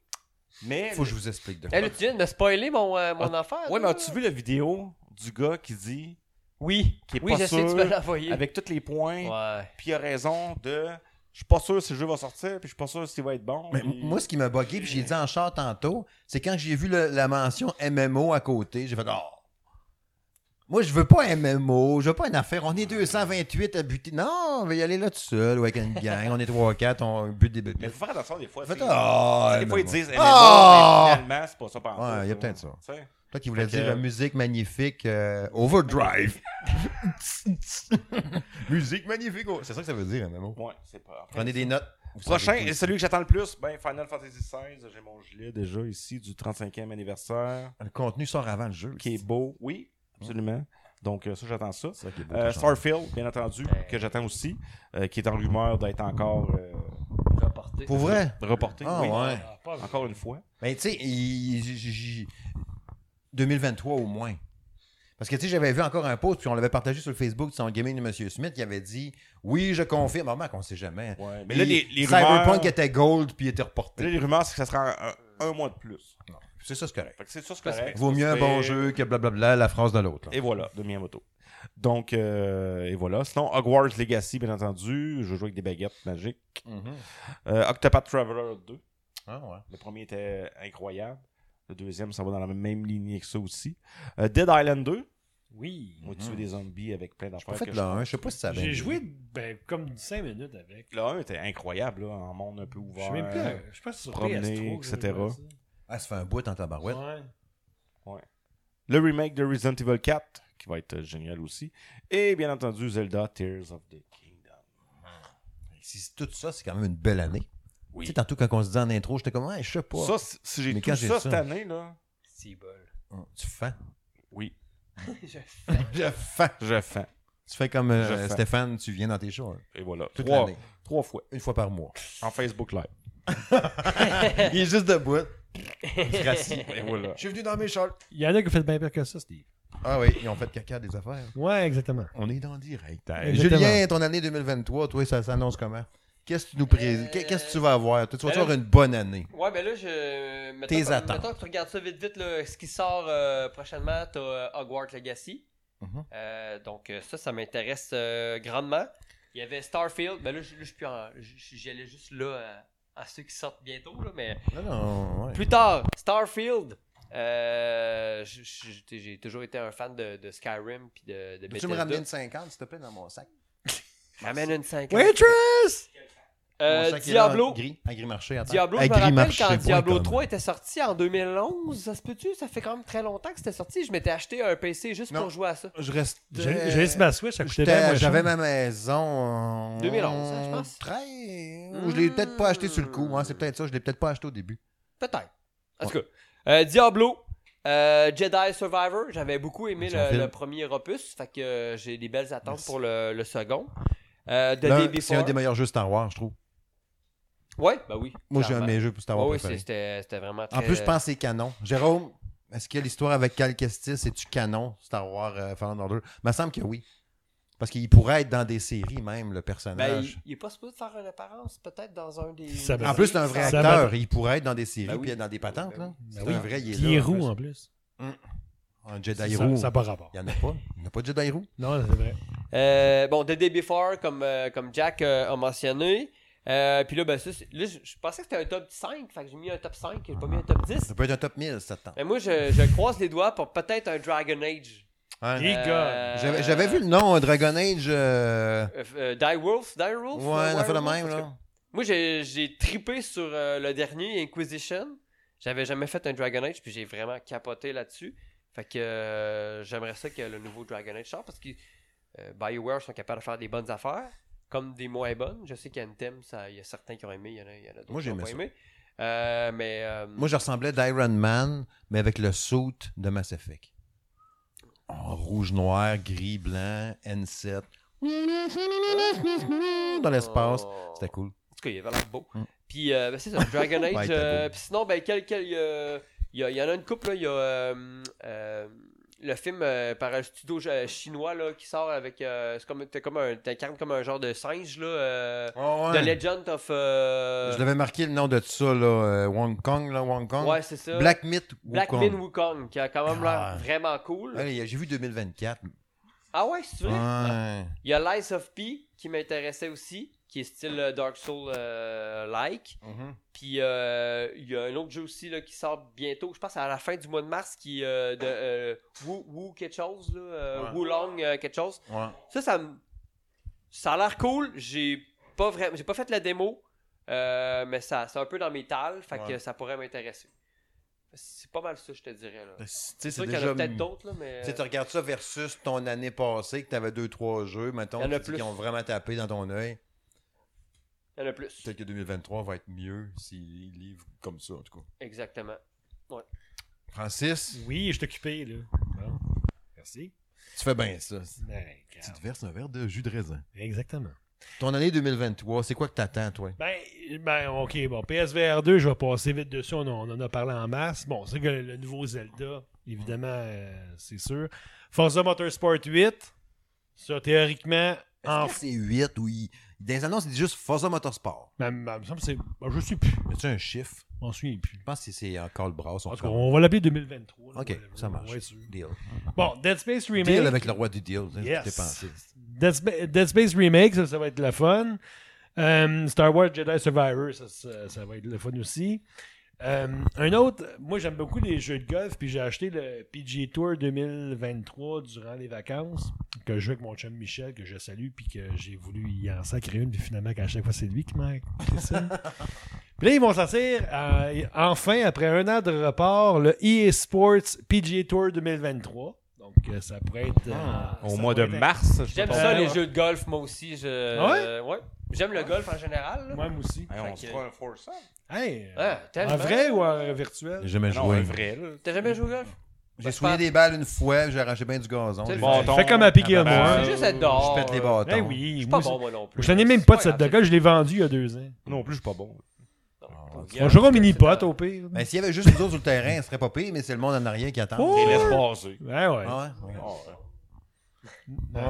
C: Mais.
A: Faut que je vous explique de quoi.
B: Eh, là, tu viens de me spoiler mon, euh, mon affaire.
C: Ouais, mais
B: toi.
C: as-tu vu la vidéo du gars qui dit.
B: Oui.
C: Qui est
B: Oui,
C: pas
B: je sais, tu
C: sûr,
B: m'as l'envoyé.
C: Avec tous les points,
B: Ouais.
C: puis il a raison de. Je suis pas sûr si le jeu va sortir, puis je suis pas sûr s'il va être bon.
A: Mais m-
C: puis-
A: moi, ce qui m'a bugué, puis j'ai dit en char tantôt, c'est quand j'ai vu le- la mention MMO à côté, j'ai fait Oh! Moi, je veux pas MMO, je veux pas une affaire. On est 228 à buter. Non, on va y aller là tout seul, avec une gang. On est 3-4, on bute des
C: Mais
A: bébés.
C: faut faire attention des fois.
A: Fait,
C: tu sais.
A: oh,
C: des fois, ils
A: MMO.
C: disent MMO,
A: Ah!
C: mais finalement, c'est pas ça. par
A: Ouais,
C: tout,
A: il y a
C: tu
A: peut-être
C: sais.
A: ça.
C: Tu sais.
A: Toi qui voulais
C: Fait
A: dire
C: que-
A: euh, musique magnifique, euh, overdrive. <laughs> musique magnifique, oh. c'est ça que ça veut dire, MMO.
C: Ouais, c'est pas. après,
A: Prenez des notes. Vous
C: Prochain,
A: savez
C: et
A: tout.
C: celui que j'attends le plus, ben Final Fantasy XVI. J'ai mon gilet déjà ici du 35e anniversaire,
A: Le contenu sort avant le jeu.
C: qui est beau. Oui, absolument. Donc, euh, ça, j'attends ça.
A: C'est ça qui est beau. par
C: Euh,
A: contre.
C: Starfield, bien entendu, que j'attends aussi, euh, qui est en rumeur d'être encore euh,
B: Reporté.
A: Pour vrai?
C: reporté.
A: Ah
C: oui.
A: ouais.
D: Ah, pas-
C: Encore une fois.
A: Ben, tu sais, il- j- j- j- 2023 au moins. Parce que, tu sais, j'avais vu encore un post, puis on l'avait partagé sur le Facebook de son gaming de M. Smith, qui avait dit Oui, je confirme. Normalement, qu'on sait jamais.
C: Ouais, Mais là, les, les rumeurs.
A: Cyberpunk était gold, puis était
C: Là,
A: reporté.
C: les rumeurs, c'est que ça sera un, un mois de plus.
A: C'est ça, c'est correct.
C: Fait que c'est ça, c'est correct.
A: Vaut mieux un bon jeu que blablabla, la phrase de l'autre. là.
C: Et voilà, de Miyamoto. Donc, euh, et voilà. Sinon, Hogwarts Legacy, bien entendu. Je joue avec des baguettes magiques.
A: Mhm.
D: Mm-hmm.
C: Euh, Octopath Traveler 2.
A: Ah, ouais.
C: Le premier était incroyable. Le deuxième, ça va dans la même lignée que ça aussi. Euh, Dead Island 2.
D: Oui.
C: Moi, tuer des zombies avec plein d'affaires.
A: En fait,
C: que
A: là, hein, je sais pas si ça avait.
D: J'ai joué ben, comme 5 minutes avec.
C: je- Le 1 était incroyable, là, en monde un
D: Je
C: peu ouvert.
D: sais même plus. à- Je sais pas si sur
C: promener,
D: PS3 que j'avais
C: etc..
D: fait
A: Ah, ça fait un bout en
D: ça.
A: tabarouette.
D: Ouais.
C: Le remake de Resident Evil 4, qui va être euh, génial aussi. Et bien entendu, Zelda Tears of the Kingdom.
A: Si tout ça, c'est quand même une belle année. Tu sais, tantôt, quand on se dit en intro, j'étais comme, Ouais, je sais pas.
C: Ça, c- si j'ai
A: Mais
C: tout
A: quand
C: ça,
A: j'ai ça-
C: cette année, là,
B: C'est bol.
A: Hum, Tu fais. <laughs>
C: oui,
B: Je-
A: je fais.
C: je fais.
A: Tu fais comme euh,
C: Je fais.
A: Stéphane, tu viens dans tes shows. hein,
C: Et voilà.
A: toute
C: Trois,
A: l'année.
C: trois fois.
A: Une fois par mois.
C: En Facebook Live.
A: Il est juste debout. Il se
B: <laughs>
A: rassit.
C: Et voilà.
A: Je suis venu dans mes shorts.
D: Il y en a qui ont fait bien pire que ça, Steve.
A: Ah oui, ils ont fait caca des affaires.
D: Ouais, exactement.
A: On est dans le direct.
D: Exactement.
A: Julien, ton année 2023, toi, ça s'annonce comment? Qu'est-ce que tu nous pré- qu'est- Qu'est-ce que tu vas avoir? Toi, tu vas
B: Euh, Ben là-
A: avoir une bonne année.
B: Ouais, ben là, je. mettons-
A: Tes attentes.
B: Mettons que tu regardes ça vite, vite, là, ce qui sort euh, prochainement, t'as euh, Hogwarts Legacy.
A: Mhm.
B: Euh, donc, euh, ça, ça m'intéresse euh, grandement. Il y avait Starfield. Ben là, je- là, je suis plus en. je- je- J'allais juste là euh, à ceux qui sortent bientôt, là, mais.
A: Non, non, ouais.
B: Plus tard, Starfield. Euh, je- je- j'ai j'ai toujours été un fan de, de Skyrim puis de, de
A: Peux-tu me ramener une 50, s'il te plaît, dans mon sac?
B: Ramène une 5
D: Waitress!
A: Mon
B: euh,
A: sac est là,
B: Diablo.
A: Gris, à gris marché. attends.
B: Diablo, je me rappelle
A: Agrimarché
B: quand
A: point
B: Diablo
A: com.
B: 3 était sorti en 2011. Ça se peut-tu? Ça fait quand même très longtemps que c'était sorti. Je m'étais acheté un PC juste
A: Non.
B: pour jouer à ça.
A: Je reste.
D: J'ai j'ai laissé ma Switch, ça coûtait
A: Euh, J'étais-
D: bien moins cher.
A: J'avais ma maison en
B: 2011, hein, je pense.
A: 13, ou je l'ai peut-être pas acheté sur le coup. Ouais, c'est peut-être ça. Je l'ai peut-être pas acheté au début.
B: Peut-être. En tout cas, euh, Diablo, euh, Jedi Survivor, j'avais beaucoup aimé
A: C'est un
B: le,
A: film.
B: le premier opus. Fait que euh, j'ai des belles attentes pour le, le second. Euh, The
A: L'un-
B: Day
A: C'est
B: Before.
A: un des meilleurs jeux Star Wars, je trouve.
B: Ouais, bah oui.
A: Moi, j'ai un de
B: clairement.
A: mes jeux pour Star
B: Ouais,
A: Wars
B: oui, c'est-
A: préférés.
B: c'était c'était vraiment
A: Ah En
B: très-
A: plus, je pense que c'est canon. Jérôme, est-ce que l'histoire avec Cal Kestis, c'est-tu canon, Star Wars euh, Fallen Order? Il me semble que oui. Parce qu'il pourrait être dans des séries, même, le
B: Ben,
A: personnage.
B: il, il est pas supposé faire une apparence, peut-être, dans un des.
D: Ça me-
A: En plus, c'est un vrai
D: Ça
A: acteur. Il pourrait être dans des séries
B: Ben oui.
A: puis être dans des patentes. là.
D: Ben
A: C'est
D: oui.
A: un vrai, il est
D: Puis
A: là,
D: il est
A: en plus.
D: roux en plus.
A: Un
D: Ça
A: Jedi roux.
D: n'a pas rapport.
A: Il n'y en a pas. Il n'y en a pas de Jedi roux.
D: Non, c'est vrai.
B: Euh, bon, The Day Before, comme, euh, comme Jack euh, a mentionné. Euh, puis là, ben, ça, c'est- là, je je pensais que c'était un top 5, fait que j'ai mis un top 5, j'ai pas mis un top 10.
A: Ça peut être un top 1000, ça te tente.
B: Mais moi, je, je croise les doigts pour peut-être un Dragon Age.
A: Hein?
D: Et-
B: Euh,
D: God.
A: J'avais j'avais vu le nom, euh, Dragon Age. euh,
B: euh, euh, Die Wolf, Die Wolf.
A: Ouais,
B: euh,
A: on a fait le même,
B: Werewolf, parce que
A: là.
B: Moi, j'ai j'ai trippé sur euh, le dernier Inquisition. J'avais jamais fait un Dragon Age, puis j'ai vraiment capoté là-dessus. Fait que euh, j'aimerais ça que le nouveau Dragon Age sorte parce que euh, BioWare sont capables de faire des bonnes affaires, comme des moins bonnes. Je sais qu'Anthem, ça- il y a certains qui ont aimé, il y en a, il y en a d'autres
A: Moi,
B: qui
A: j'ai
B: n'ont
A: aimé
B: pas
A: ça.
B: aimé. Euh, mais euh,
A: Moi, je ressemblais d'Iron Man, mais avec le suit de Mass Effect. En rouge, noir, gris, blanc, N7. Dans l'espace.
B: on-
A: C'était cool.
B: En tout cas, il avait l'air beau.
A: Mm.
B: Puis, euh, ben, c'est ça,
A: <laughs>
B: Dragon
A: Ouais,
B: Age.
A: il était
B: euh,
A: beau.
B: puis sinon, ben, quel, quel, il y a- il y, a- il y en a une couple, là. Il y a euh, euh, le film euh, par un studio euh, chinois là, qui sort avec. euh, c'est comme, t'es comme un, t'incarnes comme un genre de singe, là. euh,
A: Ah
B: The Legend of. euh,
A: Je l'avais marqué le nom de ça, là. euh, Wong Kong, là, Wong Kong.
B: ouais, c'est ça.
A: Black Myth
B: Black
A: Wukong.
B: Min Wukong, qui a quand même l'air
A: Ah.
B: vraiment cool.
A: Allez, J'ai vu 2024.
B: Ah ouais, c'est vrai.
A: Ouais.
B: Il y a Lies of P qui m'intéressait aussi, qui est style euh, Dark euh, Souls-like.
A: Mhm.
B: Puis euh, il y a un autre jeu aussi là, qui sort bientôt, je pense à la fin du mois de mars, qui est euh, de euh, Wu, Wu quelque chose, là, euh,
A: Ouais.
B: Wu Long euh, quelque chose.
A: Ouais.
B: Ça, ça, me- ça a l'air cool. J'ai pas vraiment, j'ai pas fait la démo, euh, mais ça, c'est un peu dans mes tales, fait que
A: Ouais.
B: ça pourrait m'intéresser. C'est pas mal ça, je te dirais. Là.
A: Tu sais,
B: C'est sûr
A: c'est
B: qu'il y
A: déjà.
B: en a peut-être d'autres, euh, là, mais.
A: Tu sais, tu regardes ça versus ton année passée, que tu avais deux, trois jeux,
B: Il y
A: mettons,
B: en a
A: tu dis
B: plus.
A: qui ont vraiment tapé dans ton œil.
B: Il y en a plus.
A: Peut-être que 2023 va être mieux s'il livre comme ça, en tout cas.
B: Exactement.
A: Francis,
D: Oui, je suis occupé, là. Bon. Merci.
A: tu fais bien ça.
D: Ben,
A: Tu
D: regarde.
A: te verses un verre de jus de raisin.
D: Exactement.
A: Ton année 2023, c'est quoi que t'attends, toi?
D: Ben, ben, ok, bon, PSVR 2, je vais passer vite dessus, on, en- on en a parlé en masse. Bon, c'est que le, le nouveau Zelda, évidemment, euh, c'est sûr. Forza Motorsport 8, ça, théoriquement, en...
A: Est-ce que c'est 8 ou il... Dans les annonces, c'est juste Forza Motorsport.
D: Ben, ben, il me semble que c'est... ben, je suis plus,
A: As-tu un chiffre?
D: je m'en souviens plus.
A: Je pense que c'est encore le bras.
D: En tout cas, on va l'appeler 2023. là,
A: Ok,
D: whatever,
A: ça marche.
D: ouais, sûr.
A: Deal.
D: Bon, Dead Space Remake.
A: Deal avec le roi du deal. c'est ce que
D: Yes.
A: t'es pensé.
D: Dead, Spa- Dead Space Remake, ça, ça va être le fun. Euh, Star Wars Jedi Survivor, ça, ça, ça va être le fun aussi. Euh, un autre, moi j'aime beaucoup les jeux de golf, puis j'ai acheté le PGA Tour 2023 durant les vacances, que je joue avec mon chum Michel, que je salue, puis que j'ai voulu y en sacrer une, puis finalement, qu'à chaque fois, c'est lui qui m'a fait ça. puis là, ils vont sortir, euh, enfin, après un an de report, le EA Sports PGA Tour 2023. Donc, euh, ça pourrait être. euh,
C: Ah, Au
D: ça
C: mois de
D: pourrait être
C: mars, je
B: J'aime
C: pense.
B: ça,
D: Euh,
B: les
D: ouais.
B: jeux de golf, moi aussi. Je...
D: Ouais?
B: ouais. J'aime le golf en général. là.
D: Moi moi aussi.
C: Hey, on
B: Fait
C: se
B: que-
C: fera un force
D: Hey, euh,
B: Ah, tellement.
D: en vrai ou en virtuel?
A: J'ai jamais
C: Non,
A: joué.
C: un vrai, là.
B: T'as jamais joué au golf?
A: J'ai
B: Ben,
A: souillé
B: pas-
A: des balles une fois, j'ai arraché bien du gazon.
B: C'est
A: j'ai-
B: le
A: j'ai-
C: Bâton.
D: Fais comme à Piquet
C: Ah,
D: et moi.
C: ben,
B: C'est juste être
A: Je
B: dehors.
A: pète les
B: euh,
A: bâtons.
D: Ben oui,
B: Je suis
D: moi,
B: pas
D: c'est-
B: bon, moi non plus.
D: Je n'en ai même pas de
B: C'est
D: cette
B: grave,
D: de je l'ai vendu il y a deux ans.
C: Non plus, je suis pas bon.
B: c'est-
A: Ah,
B: Regarde,
D: On jouera au
B: c'est-
D: mini-pot
B: c'est-
D: au pire.
A: Ben, s'il y avait juste nous autres sur le terrain, ce serait pas pire, mais c'est le monde en arrière qui attend.
D: Oh!
C: Et laisse passer.
D: Ouais, Ben ouais.
A: Ah ouais? Ouais.
D: Ouais.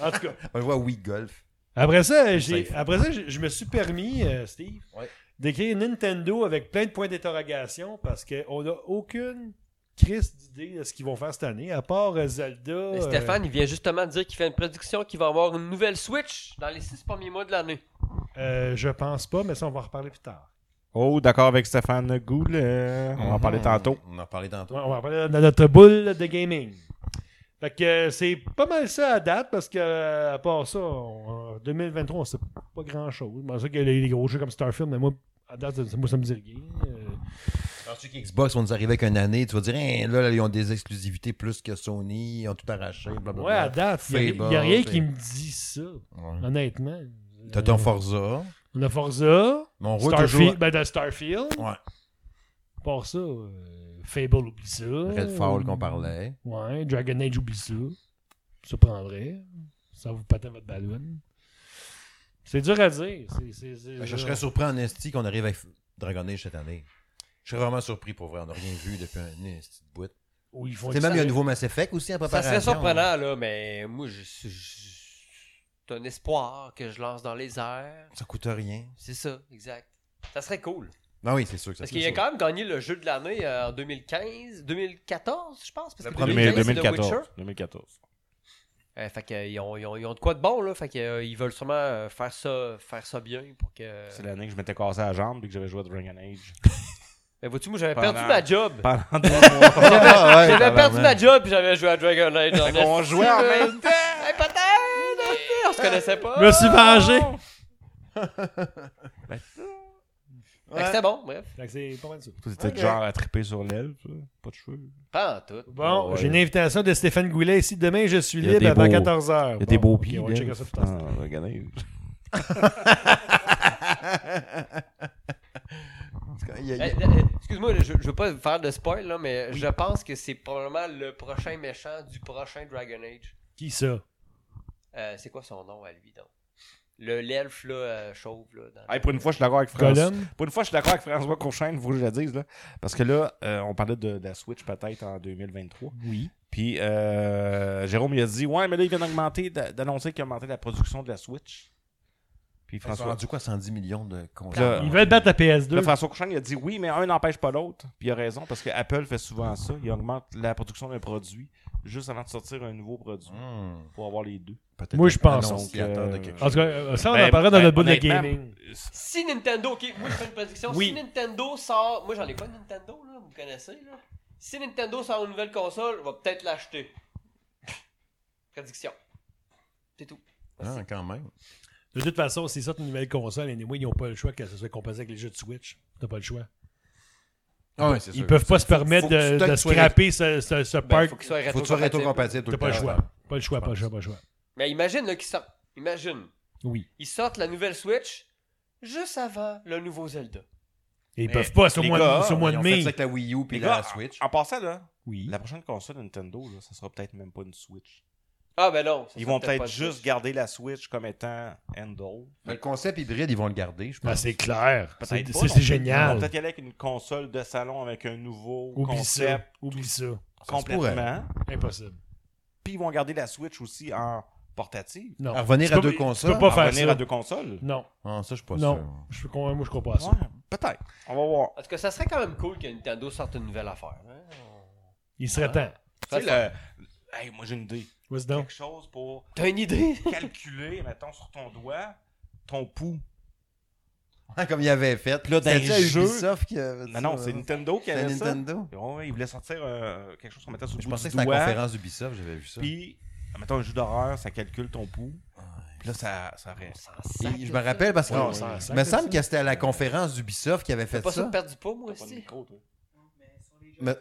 D: En tout cas,
A: On va jouer à Wii Golf.
D: après ça, j'ai,
A: Safe.
D: après ça, j'ai- je me suis permis, euh, Steve,
A: Ouais.
D: d'écrire Nintendo avec plein de points d'interrogation parce qu'on n'a aucune crise d'idée de ce qu'ils vont faire cette année, à part euh, Zelda.
B: Mais
D: euh,
B: Stéphane, il vient justement de dire qu'il fait une prédiction qu'il va avoir une nouvelle Switch dans les six premiers mois de l'année.
D: euh, je pense pas, mais ça, on va en reparler plus tard.
C: Oh, d'accord avec Stéphane Goulet. On va en parler
A: Mhm.
C: tantôt.
A: On en parlait tantôt.
D: Ouais, on va parler de notre boule de gaming. Fait que euh, c'est pas mal ça à date parce que euh, à part ça, on- euh, en 2023, on sait pas grand chose. Moi, c'est que les, les gros jeux comme Starfield, mais moi, à date, ça- moi ça me dit rien. Euh,
A: Penses-tu qu'Xbox, on nous arrivait avec une année, tu vas dire, Hein, là, là, ils ont des exclusivités plus que Sony, ils ont tout arraché, blablabla.
D: ouais, à date, il n'y a,
A: Fable,
D: y a rien
A: t'sais.
D: qui me dit ça,
A: Ouais.
D: honnêtement.
A: T'as ton
D: Euh,
A: Forza.
D: On a Forza,
A: Mais on roule toujours.
D: Starfield, ben, de Starfield.
A: Ouais.
D: À part ça, euh, Fable oublie ça.
A: Redfall qu'on parlait.
D: Ouais, Dragon Age oublie ça. Ça prendrait. Ça vous pâtait votre ballon. C'est dur à dire. C'est- c'est-
B: Euh.
D: c'est-
A: Ben, Je serais surpris en esti qu'on arrive avec Dragon Age cette année. Je serais vraiment surpris pour vrai. On n'a rien vu depuis un esti de bout.
D: Ou ils font
A: C'est même, il y a un nouveau Mass Effect aussi en
B: Ça
A: préparation.
B: serait surprenant, là, mais moi, je suis. je- C'est un espoir que je lance dans les airs.
A: Ça coûte rien.
B: C'est ça, exact. Ça serait cool.
A: Non, oui, c'est sûr que ça
B: Parce
A: coûte
B: qu'il a
A: ça.
B: quand même gagné le jeu de l'année euh, en 2015, 2014, je pense. Parce que
A: premier,
C: 2000-
B: 2015, c'est The
C: 2014.
B: Witcher.
C: 2014.
B: Euh, fait qu'ils ont, ils ont- ils ont de quoi de bon, là. Fait qu'ils veulent sûrement euh, faire ça, faire ça bien pour que.
C: C'est l'année que je m'étais cassé la jambe et que j'avais joué à
A: <laughs>
C: Dragon Age.
B: Mais Ben, vois-tu, moi, j'avais
C: Pendant-
B: perdu ma job.
C: Pendant deux mois.
A: <laughs> Ah, ouais,
B: J'avais perdu
A: tabarnak.
B: ma job puis j'avais joué à Dragon Age. en
C: On
B: esti,
C: jouait en
B: là.
C: même temps.
B: <laughs> Hey, peut-être! On se connaissait pas!
D: Je me suis
B: <laughs>
D: vengé!
C: Ben,
B: Fait que c'était bon, bref.
D: Fait que c'est pas mal ça.
C: Toi, T'étais
A: Ok.
C: du genre à triper sur l'aile, ça. pas de cheveux.
B: Pas en tout.
D: Bon,
C: Ah ouais.
D: j'ai une invitation de Stéphane Goulet ici. Demain, je suis
C: Il y a
D: libre
C: des
D: avant
C: beaux-
D: 14h.
C: Il y a des beaux pieds.
D: pieds. On va
C: là.
D: checker ça plus tard.
C: Ah, Dragon Age.
A: Il y a- il y a-
B: Eh, eh, Excuse-moi, je, je veux pas faire de spoil, là, mais je pense que c'est probablement le prochain méchant du prochain Dragon Age.
D: Qui ça?
B: Euh, c'est quoi son nom à lui, donc? Le l'elfe, là, euh, chauve, là. dans-
C: Hey, pour une fois, je suis d'accord avec François.
D: Gollum?
C: Pour une fois, je suis d'accord avec François Courchaine, faut que je le dise. Là. Parce que là, euh, on parlait de, de la Switch peut-être en 2023.
D: Oui.
C: Puis euh, Jérôme, il a dit Ouais, mais là, ils viennent d'augmenter, d'a- d'annoncer qu'ils ont augmenté la production de la Switch.
A: Ils
C: Puis Puis
A: ont
C: François,
A: rendu quoi 110 millions de
C: Là,
A: consoles?
D: Ils veulent battre la PS2.
C: Là, François Couchon, il a dit oui, mais un n'empêche pas l'autre. Puis il a raison, parce que Apple fait souvent ça. Il augmente la production d'un produit juste avant de sortir un nouveau produit
A: Hmm,
C: pour avoir les deux.
A: peut-être
D: Moi, je
A: un
D: pense,
A: annonciateur
C: donc,
A: de
C: euh,
A: quelque
D: En
A: chose.
D: tout cas, euh, ça, on
C: Ben,
D: en parlera dans
C: ben,
D: notre bout de
C: honnêtement,
D: gaming.
B: Si Nintendo, ok, moi je fais une prédiction.
C: Oui.
B: Si Nintendo sort. Moi j'en ai pas de Nintendo, là, vous connaissez, là. Si Nintendo sort une nouvelle console, on va peut-être l'acheter. <laughs> Prédiction. C'est tout.
A: Ah, quand même.
D: De toute façon, c'est ça, une nouvelle console. Anyway, ils n'ont pas le choix que ce soit composé avec les jeux de Switch. T'as pas le choix.
A: Ah, ouais, c'est
D: Ils
A: sûr.
D: peuvent pas se permettre
A: faut que
D: de,
A: tu-
D: de
A: tu sois-
D: scraper ce, ce, ce
B: Ben,
D: parc.
B: faut qu'il soit
A: Faut que tu sois
B: rétrocompatible.
A: rétrocompatible tout
D: T'as
A: le
D: pas le
A: temps.
D: choix. Pas le choix, pas le choix, pas le choix.
B: Mais imagine là, qu'ils sortent. Imagine.
D: Oui.
B: Ils sortent la nouvelle Switch juste avant le nouveau Zelda.
D: Et ils
C: Mais
D: peuvent pas, c'est au
C: les
D: mois
C: gars,
D: de- c'est au mois
A: Ils
D: de
A: ont fait
D: mai.
A: ça avec la Wii U puis
C: Les
A: la
C: gars,
A: Switch.
C: En passant, là,
D: Oui.
C: la prochaine console Nintendo, là, ça sera peut-être même pas une Switch.
B: Ah ben non. ça
C: Ils
B: sera
C: vont
B: pas
C: peut-être
B: le
C: juste
B: Switch.
C: garder la Switch comme étant handle.
A: Le concept hybride, ils vont le garder, je
D: Ben,
A: pense.
D: c'est clair. C'est
C: Peut-être pas,
D: c'est- c'est
C: non plus. Ils vont
D: génial.
C: peut-être y aller avec une console de salon avec un nouveau
D: Oublie ça.
C: concept
D: Oublie
A: Ça
D: ça.
A: se pourrait.
C: complètement.
D: Impossible.
C: Puis ils vont garder la Switch aussi en portative.
D: Non.
A: À Ah, revenir
D: Tu
A: à
D: peux-
A: deux
D: tu
A: consoles,
D: peux pas
C: en
D: faire
C: revenir
D: ça.
C: à deux consoles.
D: Non.
A: Ah, ça, je suis pas sûr.
D: Non. Je suis con- Moi, je crois pas à ça.
C: Ouais, peut-être. On va voir.
B: En tout cas, ça serait quand même cool que Nintendo sorte une nouvelle affaire. hein.
D: Il serait temps.
C: Tu sais, le... Hey, moi j'ai une idée.
D: What's donc?
C: Quelque chose pour
B: T'as une idée?
C: calculer, <laughs> mettons, sur ton doigt, ton pouls.
A: Ah, Comme il avait fait. Puis
C: là, dans les jeux-
A: Ubisoft qui avait
C: Non,
A: ça,
C: non,
A: là.
C: c'est Nintendo qui
A: C'est
C: avait ça.
A: Nintendo.
C: Ouais, ils voulaient sortir euh, quelque chose qu'on mettait sur le
A: Je
C: bout
A: pensais que
C: du
A: c'était la
C: doigt.
A: conférence Ubisoft, j'avais vu ça.
C: Puis, mettons, un jeu d'horreur, ça calcule ton pouls. Puis là, ça, ça reste.
A: Et je me rappelle parce que
D: Ouais, on
A: il
D: s'en
A: me
D: sacre,
A: semble
D: ça.
A: que c'était à la conférence d'Ubisoft qui avait
B: T'as
A: fait
B: pas ça
A: ça.
B: de perdre du pot, moi
C: T'as pas de
B: aussi?
C: micro, toi.
A: Me-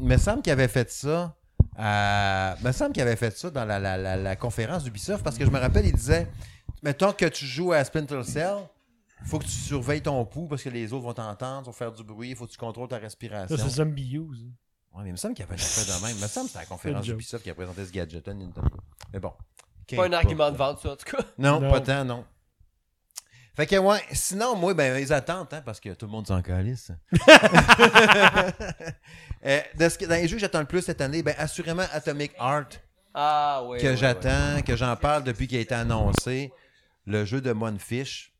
A: me semble qu'il avait fait ça. à- me semble qu'il avait fait ça dans la, la, la, la conférence d'Ubisoft parce que je me rappelle, il disait Mettons que tu joues à Splinter Cell, faut que tu surveilles ton pouls parce que les autres vont t'entendre, vont faire du bruit, faut que tu contrôles ta respiration.
D: Ça, c'est Zombie Use.
A: Ouais, mais il me semble qu'il avait fait de même. Il me semble que c'était à la
D: C'est
A: conférence
D: une joke.
A: d'Ubisoft qui a présenté ce gadget à Nintendo. Mais bon.
B: C'est pas un argument de vente, ça, en tout cas.
A: Non,
D: Non.
A: pas tant, non. Fait que, ouais, sinon, moi, ben, les attentes, hein, parce que tout le monde s'en calisse. Euh, de ce que, dans les jeux que j'attends le plus cette année, ben, assurément Atomic Heart,
B: Ah ouais.
A: que
B: ouais, ouais.
A: j'attends, que j'en parle depuis qu'il a été annoncé. Le jeu de Monfish.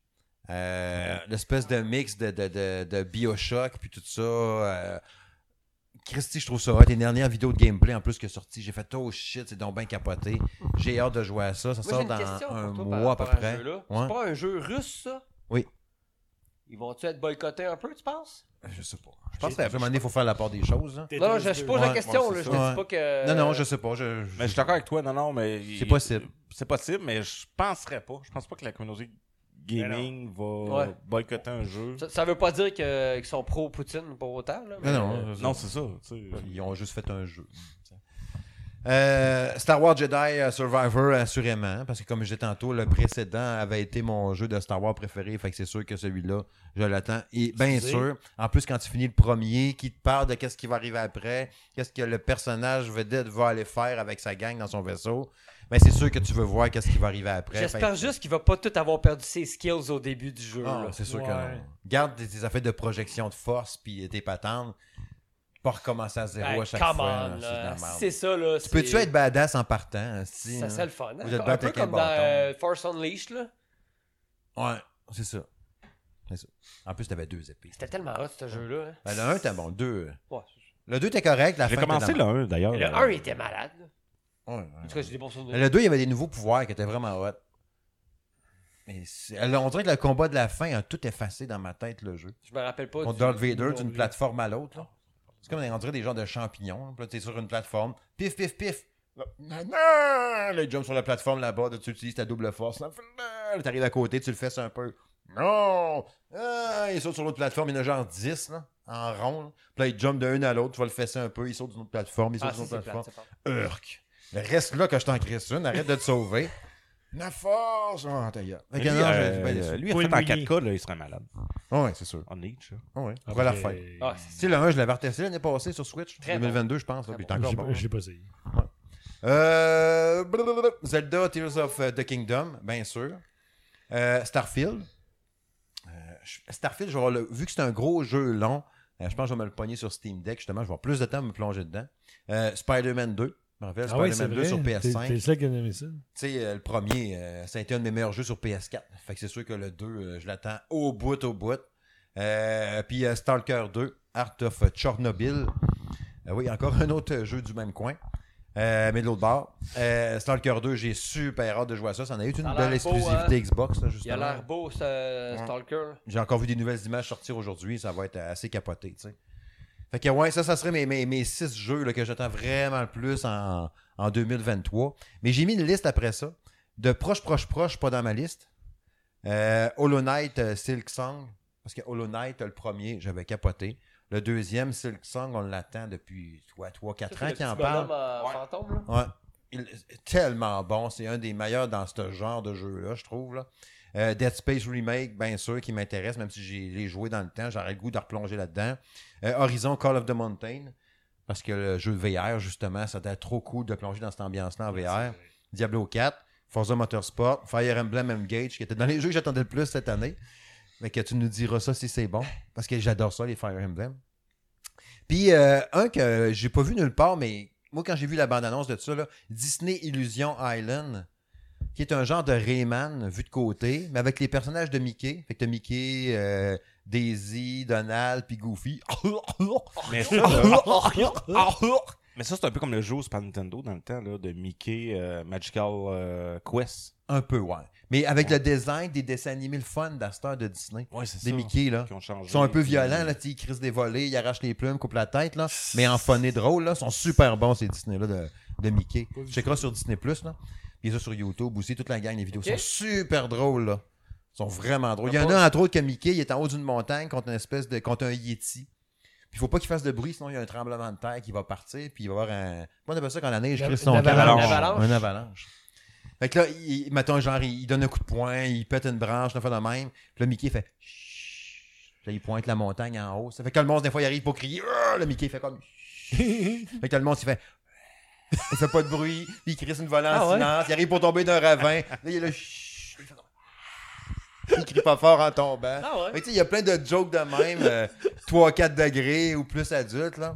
A: Euh, L'espèce de mix de, de, de, de Bioshock, puis tout ça. euh, Christy, je trouve ça hot. Les dernières vidéos de gameplay en plus qui est sorti, j'ai fait oh shit, c'est donc bien capoté. J'ai hâte de jouer à ça. Ça
B: Moi, j'ai
A: sort
B: une
A: dans
B: question
A: un
B: pour toi par
A: mois à peu
B: rapport à ce
A: près.
B: jeu-là.
A: Ouais.
B: C'est pas un jeu russe, ça?
A: Oui.
B: Ils vont-tu être boycottés un peu, tu penses?
A: Je sais pas. Je pense qu'à un moment donné, il faut faire la part des choses. là.
B: Non, non, je, je pose
A: Ouais,
B: la question,
A: ouais,
B: là.
A: c'est ça.
B: Je te
A: Ouais.
B: dis pas que.
A: Non, non, je sais pas. Je, je-
C: Mais je suis d'accord avec toi, non, non, mais.
A: C'est possible.
C: C'est possible, mais je penserais pas. Je pense pas que la communauté gaming va
B: Ouais.
C: boycotter un jeu.
B: Ça, ça veut pas dire que- qu'ils sont pro-Poutine pour autant, là. mais-
A: Non, non.
C: Euh, non, c'est ça. tu sais.
A: Ils ont juste fait un jeu. Euh, Star Wars Jedi euh, Survivor, assurément, hein, parce que comme je disais tantôt, le précédent avait été mon jeu de Star Wars préféré, fait que c'est sûr que celui-là, je l'attends. Et bien
D: Excusez.
A: sûr, en plus, quand tu finis le premier, qui te parle de qu'est-ce qui va arriver après, qu'est-ce que le personnage vedette va aller faire avec sa gang dans son vaisseau, ben c'est sûr que tu veux voir qu'est-ce qui va arriver après.
B: J'espère
A: Fait-
B: juste qu'il va pas tout avoir perdu ses skills au début du jeu,
A: Ah,
B: là.
A: c'est sûr que
D: Ouais.
A: non. Garde tes, tes affaires de projection de force puis tes patentes. Pas recommencer à zéro
B: Ben,
A: à chaque
B: come
A: fois.
B: on,
A: là, c'est de la
B: là.
A: merde.
B: C'est ça, là. c'est-
A: Peux-tu être badass en partant? hein, si,
B: Ça
A: hein?
B: serait le fun. hein?
A: Vous êtes
B: Un
A: battu
B: peu
A: avec un
B: comme dans
A: bâton.
B: euh, Force Unleashed, là.
A: Ouais, c'est ça. C'est ça. En plus, t'avais deux épées.
B: C'était tellement hot, ce jeu-là. hein.
A: Ben, le 1, t'es bon. Le 2.
B: Ouais.
A: Le 2, t'es correct. La
C: J'ai
A: fin,
C: commencé
A: t'es dans-
C: le 1 d'ailleurs.
B: Le 1 était malade. là.
A: Ouais, ouais.
B: En tout cas, j'ai des bons souvenirs.
A: Mais Le 2, il y avait des nouveaux pouvoirs qui étaient vraiment hot. Mais c'est- on dirait que le combat de la fin a tout effacé dans ma tête, le jeu.
B: Je me rappelle pas.
A: contre
B: du-
A: Darth Vader
B: du-
A: d'une plateforme à l'autre. là. C'est comme on dirait des genres de champignons. là. Puis Là, t'es sur une plateforme. Pif, pif, pif. Là, nan, nan, là, il jump sur la plateforme là-bas. là, tu utilises ta double force. Là, nan, là, t'arrives à côté, tu le fesses un peu. Non! Ah, il saute sur l'autre plateforme. Il y en a genre 10 là, en rond. là. Puis là, il jump de une à l'autre. Tu vas le fesser un peu. Il saute d'une autre plateforme. Il saute
B: Ah,
A: d'une
B: ça,
A: autre
B: c'est
A: plateforme.
B: plate, c'est plate.
A: Urk! Reste là que je t'en crisse une. Arrête de te sauver. <laughs> La force! Oh, ta gueule. Fait
C: Lui,
A: que non, je-
C: euh,
A: je suis bien déçu.
C: lui, il
D: Faut
C: a fait en
D: une mouillée.
C: 4K, là, il serait malade.
A: Ah ouais, c'est sûr.
C: On each. là.
A: Ah ouais. On
D: Après,
A: va la faire.
B: Ah, c'est-
A: Tu sais, le 1, je l'avais retesté l'année passée sur Switch,
B: Très
A: 2022, je pense. là,
B: Très
A: puis il est encore
D: J'ai-
A: bon.
D: Je l'ai pas essayé.
A: Euh, blablabla, Zelda, Tears of euh, the Kingdom, bien sûr. Euh, Starfield. Euh, je- Starfield, je vais avoir le- vu que c'est un gros jeu long, euh, je pense que je vais me le pogner sur Steam Deck, justement. Je vais avoir plus de temps à me plonger dedans. Euh, Spider-Man 2. Je me rappelle,
D: Ah ouais, c'est
A: Spider-Man 2 sur
D: vrai.
A: PS5.
D: C'est- C'est ça qui a aimé ça.
A: Tu sais, euh, le premier, euh, ça a été un de mes meilleurs jeux sur PS4. Fait que c'est sûr que le 2, euh, je l'attends au bout, au bout. Euh, puis euh, Stalker 2, Art of Chernobyl. Euh, oui, encore <laughs> un autre jeu du même coin. Euh, mais de l'autre bord. Euh, Stalker 2, j'ai super hâte de jouer à ça. Ça en a eu une
B: Ça a
A: belle
B: l'air beau, hein.
A: exclusivité Xbox, là,
B: Il a
A: justement.
B: l'air beau, ce Stalker.
A: J'ai encore vu des nouvelles images sortir aujourd'hui. Ça va être assez capoté, tu sais. Fait que ouais, ça, ça serait mes, mes, mes six jeux là, que j'attends vraiment le plus en, en 2023. Mais j'ai mis une liste après ça. De proche, proche, proche, pas dans ma liste. Euh, Hollow Knight, euh, Silk Song. Parce que Hollow Knight, le premier, j'avais capoté. Le deuxième, Silk Song, on l'attend depuis 3-4 ans qu'il en parle.
C: Ouais.
B: euh, fantôme, là.
A: Ouais. Il- tellement bon. C'est un des meilleurs dans ce genre de jeu-là, je trouve. Là. Euh, Dead Space Remake, bien sûr, qui m'intéresse, même si j'ai les joué dans le temps, j'aurais le goût de replonger là-dedans. Euh, Horizon Call of the Mountain, parce que le jeu VR, justement, ça doit être trop cool de plonger dans cette ambiance-là en VR. Diablo 4, Forza Motorsport, Fire Emblem Engage, qui était dans les jeux que j'attendais le plus cette année. Mais que tu nous diras ça si c'est bon, parce que j'adore ça, les Fire Emblem. Puis, euh, un que j'ai pas vu nulle part, mais moi, quand j'ai vu la bande-annonce de ça, là, Disney Illusion Island, qui est un genre de Rayman vu de côté, mais avec les personnages de Mickey. Fait que t'as Mickey, euh, Daisy, Donald, puis Goofy. <laughs>
B: Oh.
C: Mais ça, là, mais ça, c'est un peu comme le jeu au Super Nintendo dans le temps là, de Mickey euh, Magical euh, Quest.
A: un peu, ouais. Mais avec le design des dessins animés le fun d'Astor de Disney.
C: Ouais, c'est
A: Des Mickey, là.
C: Qui ont changé.
A: Ils sont un peu violents, là, tu sais, ils crissent des volets, ils arrachent les plumes, coupent la tête, là, mais en funné drôle, là, ils sont super bons ces Disney-là de, de Mickey.
D: Pas vu
A: Checkera sur Disney Plus, là. Puis ça sur YouTube aussi, toute la gang, les vidéos
B: Ok.
A: sont super drôles, là. Ils sont vraiment drôles. Il y
B: Ah
A: en
B: bon?
A: a, entre autres, que Mickey, il est en haut d'une montagne contre une espèce de. contre un Yeti. Puis il faut pas qu'il fasse de bruit, sinon il y a un tremblement de terre qui va partir, puis il va y avoir un. Comment on appelle ça quand la neige
D: Une-
A: crisse
D: une
A: son camp?
D: avalanche.
A: Un
B: Une avalanche.
A: Un avalanche. Fait que là, il, il- mettons, genre, il, il donne un coup de poing, il pète une branche, une fois de même. Puis là, Mickey fait Chut. Puis là, il pointe la montagne en haut. Ça fait que le monstre, des fois, il arrive pour crier. Ah! Le Mickey fait
B: <laughs>
A: comme. Fait que le monstre, il fait. Il fait pas de bruit. Il crie une volée en
B: Ah ouais?
A: silence. Il arrive pour tomber d'un ravin. Là, il est là. Chut. Il fait comme- Il crie pas fort en tombant.
B: Ah
A: Fait
B: ouais?
A: que, tu sais, il y a plein de jokes de même, euh, 3-4 degrés ou plus adultes, là.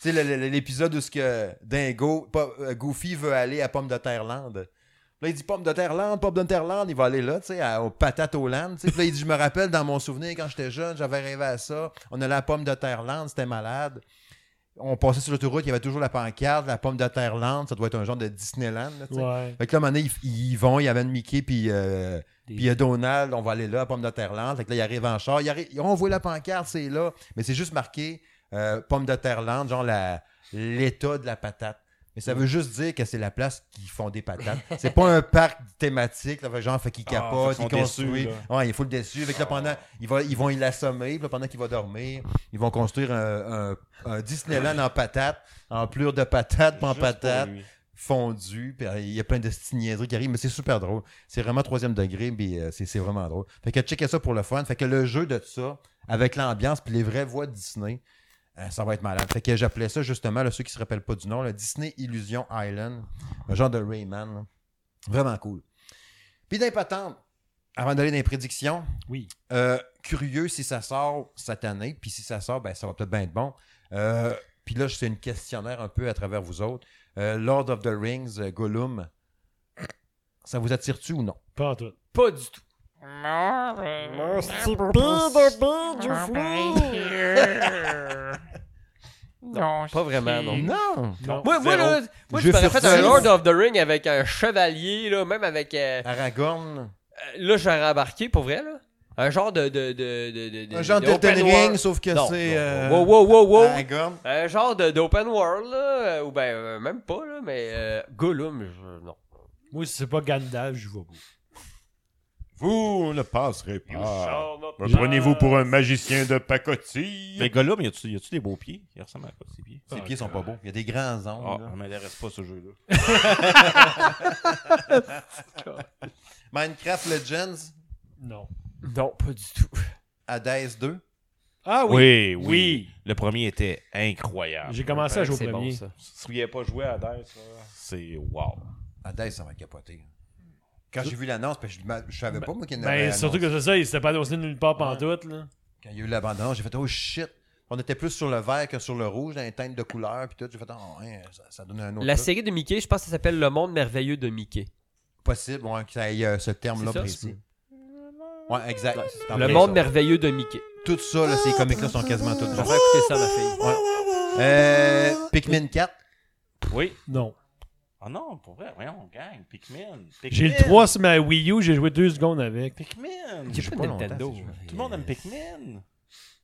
A: Tu sais, le- le- l'épisode où ce que Dingo, pas- euh, Goofy veut aller à Pomme de Terre-Land. Là, il dit Pomme de Terre-Land, Pomme de Terre-Land, il va aller là, tu sais, à- aux patates au land. tu sais. Puis là, il dit Je me rappelle dans mon souvenir, quand j'étais jeune, j'avais rêvé à ça. On allait à Pomme de Terre-Land, c'était malade. On passait sur l'autoroute, il y avait toujours la pancarte, la Pomme de Terre-Land, ça doit être un genre de Disneyland, là, tu sais.
D: Ouais.
A: Fait que là, à un moment donné, ils, ils y vont, il y avait une Mickey, puis euh,
D: Des-
A: puis il y a Donald, on va aller là, Pomme de Terre-Land. Fait que là, il arrive en char, il arrive, on voit la pancarte, c'est là, mais c'est juste marqué euh, Pomme de Terre-Land, genre la- l'état de la patate. Mais ça veut juste dire que c'est la place qui font des
C: <laughs>
A: patates. C'est pas un parc thématique, là, fait que genre, fait qu'ils
C: Ah,
A: capotent,
C: fait qu'ils
A: ils
C: sont déçus, Ah.
A: construisent. Ouais, il faut le déçu. Fait que là, pendant, ils, va- ils vont l'assommer, puis là, pendant qu'il va dormir, ils vont construire un, un- un Disneyland en patate, en plure de patates, pas en
C: Juste pour
A: patate
C: lui.
A: fondu. puis, euh, Il y a plein de petites niaiseries qui arrivent, mais c'est super drôle. C'est vraiment troisième degré, mais euh, c'est c'est vraiment drôle. Fait que checker ça pour le fun. Fait que le jeu de ça, avec l'ambiance puis les vraies voix de Disney, euh, ça va être malade. Fait que j'appelais ça justement, là, ceux qui se rappellent pas du nom, le Disney Illusion Island, un genre de Rayman. là. Vraiment cool. Puis d'impatente, avant d'aller dans les prédictions,
D: Oui.
A: euh, curieux si ça sort cette année, puis si ça sort, ben ça va peut-être bien être bon. Euh, puis là, c'est une questionnaire un peu à travers vous autres. Euh, Lord of the Rings, euh, Gollum, ça vous attire-tu ou non?
D: Pas en tout.
B: Pas du tout. Pas vraiment, non.
A: Non!
D: Non.
B: Moi, moi, là, moi je
A: Jeu
B: m'aurais fait
A: furtif.
B: un Lord of the Ring avec un chevalier, là, même avec. euh,
A: Aragorn,
B: euh, là, j'aurais embarqué pour vrai, là. Un genre de. de, de, de, de- de-
A: un genre
B: de
A: de
B: open
A: Elden
B: world.
A: Ring, sauf que
B: Non,
A: c'est...
B: non,
A: euh, Ah,
B: Wow, wow, wow, wow.
A: Aragorn.
B: Un genre de- d'open world, là. euh, Ou ben, euh, même pas, là, mais. euh, Gollum, je- non.
D: Moi, si c'est pas Gandalf, je vois pas.
F: Vous ne passerez
C: Ah.
F: pas. Me
D: Je-
F: prenez-vous pour un magicien de pacotille?
C: Mais Gollum, y a-tu y a-tu des beaux pieds Il ressemble à quoi ses pieds
B: Ah,
A: Ses pieds sont pas beaux. Il y a des grands
C: Ah,
A: ongles.
C: ça
A: là.
C: m'intéresse pas ce jeu-là.
A: Minecraft Legends,
D: Non.
B: Non, pas du tout.
A: Hades 2.
D: Ah oui!
C: Oui, oui, Le premier était incroyable.
D: J'ai commencé à jouer au
B: Ben, C'est bon,
D: premier.
B: ça.
C: Si vous n'y avez pas joué à Hades, là, c'est wow.
A: Hades, ça m'a capoté. Quand j'ai vu l'annonce, parce que je, m'a- je savais pas, moi, qu'il y en avait
D: Ben, surtout
A: annoncé.
D: que c'est ça, il s'était pas annoncé nulle part pantoute, là.
A: Quand il y a eu l'abandon, j'ai fait « Oh shit! On était plus sur le vert que sur le rouge, dans les teintes de couleurs, puis tout. J'ai fait, oh, hein, ça, ça donne un autre.
B: La
A: look.
B: série de Mickey, je pense que ça s'appelle Le Monde Merveilleux de Mickey.
A: Possible, ouais, que ça ait euh, ce terme-là
B: C'est ça,
A: précis. Ouais, exact. C'est en
B: Le
A: plein
B: Monde
A: Ah, ça.
B: Merveilleux de Mickey.
A: Tout ça, là, ces comics-là sont quasiment
C: Euh,
A: tous
B: Je vais
A: là.
B: faire écouter ça, ma fille.
A: Euh, Pikmin 4.
C: Oui.
D: Non.
C: Ah non, pour vrai, voyons, gang. Pikmin. Pikmin.
D: J'ai le 3 sur ma Wii U, j'ai joué deux secondes avec.
C: Pikmin.
B: J'ai
A: J'ai
B: pas
A: pas
B: de
A: longtemps,
B: Nintendo.
A: si je veux.
C: Tout le monde aime Pikmin.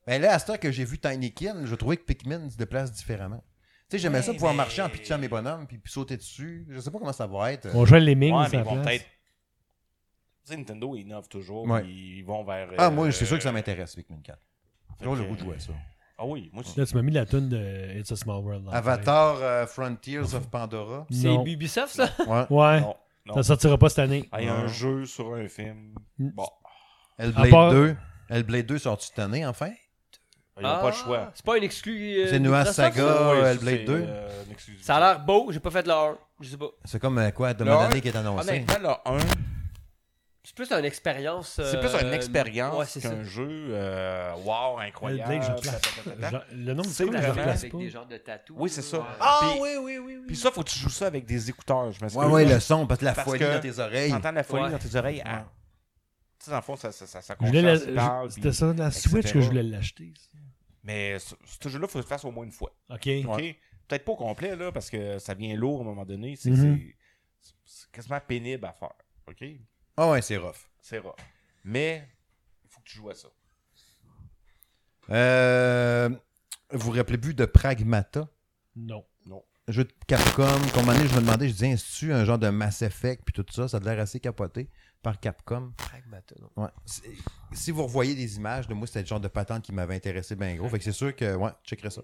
A: Mais Ben là, à ce temps que j'ai vu Tiny Kin, je trouvais que Pikmin se déplace différemment. Tu sais, j'aimais ça
C: Ouais,
A: pouvoir
C: mais-
A: marcher en pitchant mes bonhommes puis, puis sauter dessus. Je sais pas comment ça va être.
D: On jouait les Mings
C: Ouais, mais
D: à la
C: ils vont
D: place.
C: peut-être. Tu sais, Nintendo, ils innovent toujours.
A: Ouais.
C: puis Ils vont vers.
A: Ah,
C: euh,
A: moi, c'est sûr que ça m'intéresse, Pikmin 4. J'ai
C: fait
A: toujours le
C: que-
A: goût de jouer à ça.
C: Ah oui, moi aussi.
D: Là, tu m'as mis la tune de It's a Small World. là.
A: Avatar euh, Frontiers of Pandora.
B: C'est
D: Non.
B: Ubisoft, ça?
A: Ouais.
D: Ouais,
C: Non. non.
D: ça Mm. sortira pas cette année.
C: Ah, il y a
A: Non.
C: un jeu sur un film. Bon,
A: Hellblade
D: À part-
A: 2. Hellblade 2 sorti cette année, enfin.
C: ils n'ont pas le choix.
B: Ah,
A: Ah.
B: C'est pas une exclu. euh,
A: C'est Nuance
B: Microsoft,
A: Saga.
B: ça?
A: Ah,
C: Ouais,
A: Hellblade
C: c'est,
A: 2.
C: euh, une exclusivité.
B: Ça a l'air beau, j'ai pas fait de l'heure. Je sais pas.
A: C'est comme euh, quoi,
C: Le
A: Demande
C: un,
A: année qui est annoncé.
C: Honnêtement, le 1,
B: C'est plus une expérience.
C: c'est plus une
B: euh, Ouais,
C: expérience
B: c'est ça.
C: qu'un jeu. euh, wow, incroyable.
D: Blade, je place. Genre, Le nom du
C: C'est
D: film, je le
C: vraiment-
D: place
B: Avec
D: pas.
B: des genres de euh, tatous.
C: Oui, c'est ça.
B: Ah,
C: Puis-
A: oui, oui, oui.
C: Puis ça, faut que tu joues ça avec des écouteurs. Je m'excuse.
A: Ouais, ouais, le son, parce que la
C: Parce
A: folie
C: que-
A: dans tes oreilles.
C: T'entends la folie
B: Ouais.
C: dans tes oreilles. ah. Tu sais, dans le fond, ça, ça, ça, ça
D: Je voulais la-
C: concentre, il parle,
D: je-
C: puis-
D: C'était ça de la
C: etc.
D: Switch que je voulais l'acheter.
C: Mais ce, ce jeu-là, il faut que tu le fasses au moins une fois.
D: Ok.
C: OK? Peut-être pas au complet, là, parce que ça vient lourd à un moment donné. C'est
D: Mhm.
C: c'est- c'est quasiment pénible à faire. OK?
A: Ah ouais, c'est rough.
C: C'est rare. Mais il faut que tu joues à ça.
A: Euh, vous vous rappelez plus de Pragmata?
D: Non.
A: Jeu de Capcom, qu'à un moment donné, je me demandais, je disais, est-ce un genre de Mass Effect, puis tout ça, ça a l'air assez capoté par Capcom.
B: Pragmata, non.
A: Ouais. C'est- Si vous revoyez des images, de moi, c'était le genre de patente qui m'avait intéressé bien gros. Fait que c'est sûr que, ouais, checkerai ça.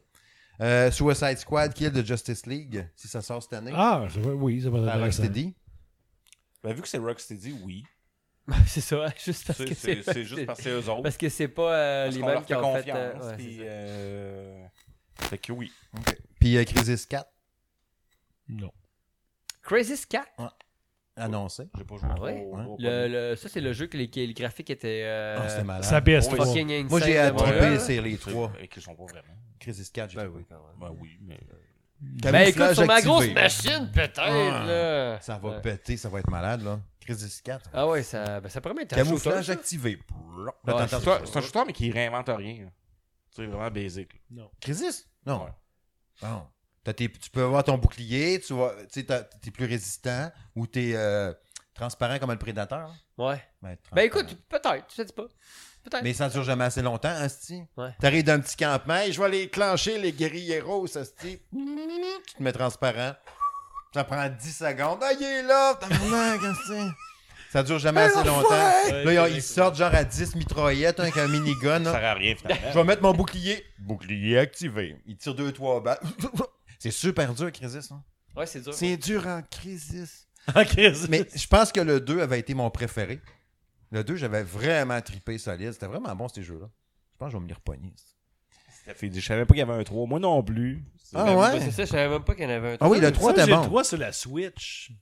A: Euh, Suicide Squad, Kill de Justice League, si ça sort cette année,
D: Ah, je vois- oui, ça va
A: à
D: être intéressant.
A: Rocksteady.
C: Ben, vu que c'est Rocksteady, oui.
B: <laughs> c'est ça, hein, juste parce que
C: C'est- C'est c'est juste parce que c'est eux autres.
B: Parce que c'est pas euh,
C: Parce
B: les
C: qu'on
B: mêmes
C: leur
B: qui
C: fait
B: ont fait.
C: confiance.
B: euh, ouais,
C: puis,
B: c'est ça.
C: euh, Fait que oui.
A: Puis euh, Crisis 4,
D: Non.
B: Crazy Scat.
A: annoncé.
C: J'ai pas joué
B: Ah
C: trop-
B: ouais?
C: trop au
B: Le,
C: premier.
B: le- ça, c'est le jeu que les, que les graphiques étaient. euh,
A: Ah, c'était malade.
D: Ça baisse pas.
B: fucking insane.
A: Moi, j'ai
B: là,
A: attrapé
B: voilà.
A: c'est les trois.
C: Et qu'ils sont pas vraiment.
A: Crisis 4, j'ai ben,
C: Ben oui, mais.
B: Ben écoute, sur ma grosse
A: machine.
B: machine, peut-être.
A: Ah,
B: là.
A: Ça va
B: Ouais.
A: péter, ça va être malade, là. Crisis 4.
B: Ah ouais, ça, ben, ça promet d'être un shooter,
A: Camouflage
B: ça.
A: activé. Là,
B: Ouais,
A: t'entends
C: C'est
A: ça.
C: un- c'est un shooter, mais qui réinvente rien. là. C'est vraiment basic. là.
A: Crisis? Non.
C: Ouais.
A: Non. T'as tes- tu peux avoir ton bouclier, tu vois, tu sais, t'as- t'es plus résistant ou t'es euh, transparent comme le prédateur. hein.
B: Ouais.
A: Ben,
B: Ben
A: transparent.
B: écoute, peut-être, tu sais pas. Peut-être.
A: Mais ça ne dure jamais assez longtemps, Asti.
B: Ouais.
A: T'arrives d'un petit campement, et je vais aller clencher les guerrilleros, Asti. Tu te mets transparent. Ça prend 10 secondes. Ah, il est là! Tabarnak, Asti. Ça dure jamais assez longtemps. Là, ils- ils sortent genre à 10 mitraillettes hein, avec un minigun.
C: Ça
A: là.
C: sert à rien finalement.
A: Je vais mettre mon bouclier. Bouclier activé. Il tire deux, trois balles. <laughs> C'est super dur, Crisis. hein.
B: Ouais, c'est dur.
A: C'est dur en Crisis.
D: <laughs> Ok.
A: Mais je pense que le 2 avait été mon préféré. Le 2, j'avais vraiment tripé solide. C'était vraiment bon, ces jeux-là. Je pense que je vais me les repogner.
C: Ça fait- Je savais pas qu'il y avait un 3. Moi non plus. C'est
A: Ah
C: vraiment-
A: ouais?
B: Ben, c'est ça, je savais même pas qu'il y en avait un.
A: Ah oui, le 3
D: Ça,
A: était
D: j'ai
A: bon.
D: Le 3 sur la Switch.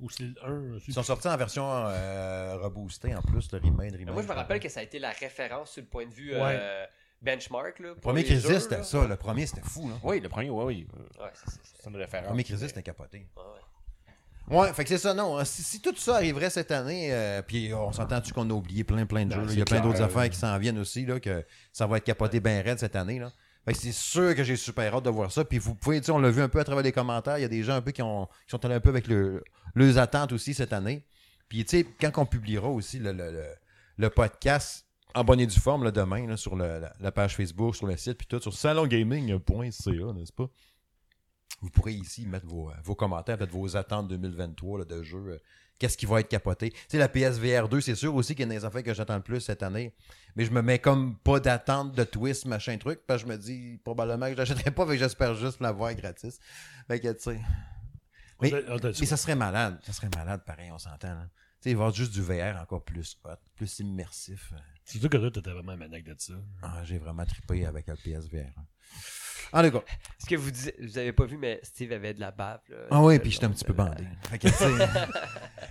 D: Ou c'est le 1.
A: Ils sont sortis en version euh, reboostée en plus, le remake.
B: Mais
A: remake.
B: Moi, je me rappelle que ça a été la référence sur le point de vue
D: Ouais.
B: euh, benchmark. Là,
A: Le premier
B: qui
A: Crisis, c'était ça. Le premier, c'était fou. Là.
C: Oui, le premier, oui, oui. Euh,
B: Ouais, c'est ça.
C: C'est une référence.
A: Le premier Crisis, Ah, c'était capoté.
B: Ouais, ouais.
A: Ouais, fait que c'est ça, non. hein. Si, si tout ça arriverait cette année, euh, puis on s'entend-tu qu'on a oublié plein, plein de
D: Non,
A: jeux. là?
D: Ben, c'est
A: Il y a plein
D: clair.
A: d'autres affaires qui s'en viennent aussi, là, que ça va être capoté bien raide cette année. Là. Fait que c'est sûr que j'ai super hâte de voir ça. Puis vous pouvez, tu sais, on l'a vu un peu à travers les commentaires. Il y a des gens un peu qui, ont, qui sont allés un peu avec le- leurs attentes aussi cette année. Puis, tu sais, quand on publiera aussi le, le- le- le podcast en bonne et due forme, là, demain, là, sur le- la, la page Facebook, sur le site, puis tout, sur salongaming.ca, n'est-ce pas? Vous pourrez ici mettre vos, euh, vos commentaires, peut-être vos attentes 2023 là, de jeu. euh, Qu'est-ce qui va être capoté? Tu sais, la PSVR 2, c'est sûr aussi qu'il y a des affaires que j'attends le plus cette année. Mais je me mets comme pas d'attente de twist, machin truc, parce que je me dis probablement que je l'achèterai pas, mais j'espère juste l'avoir gratis. Fait que, tu sais. Mais- Mais ça serait malade. Ça serait malade, pareil, on s'entend. là. Tu sais, il va y avoir juste du VR encore plus hot, plus immersif.
D: Surtout que toi, t'étais vraiment manac de ça.
A: Ah, J'ai vraiment trippé avec le PSVR. hein. En tout cas.
B: Ce que vous disiez, vous avez pas vu, mais Steve avait de la bave. là.
A: Ah oui, puis j'étais un petit peu bandé. Fait que, tu sais,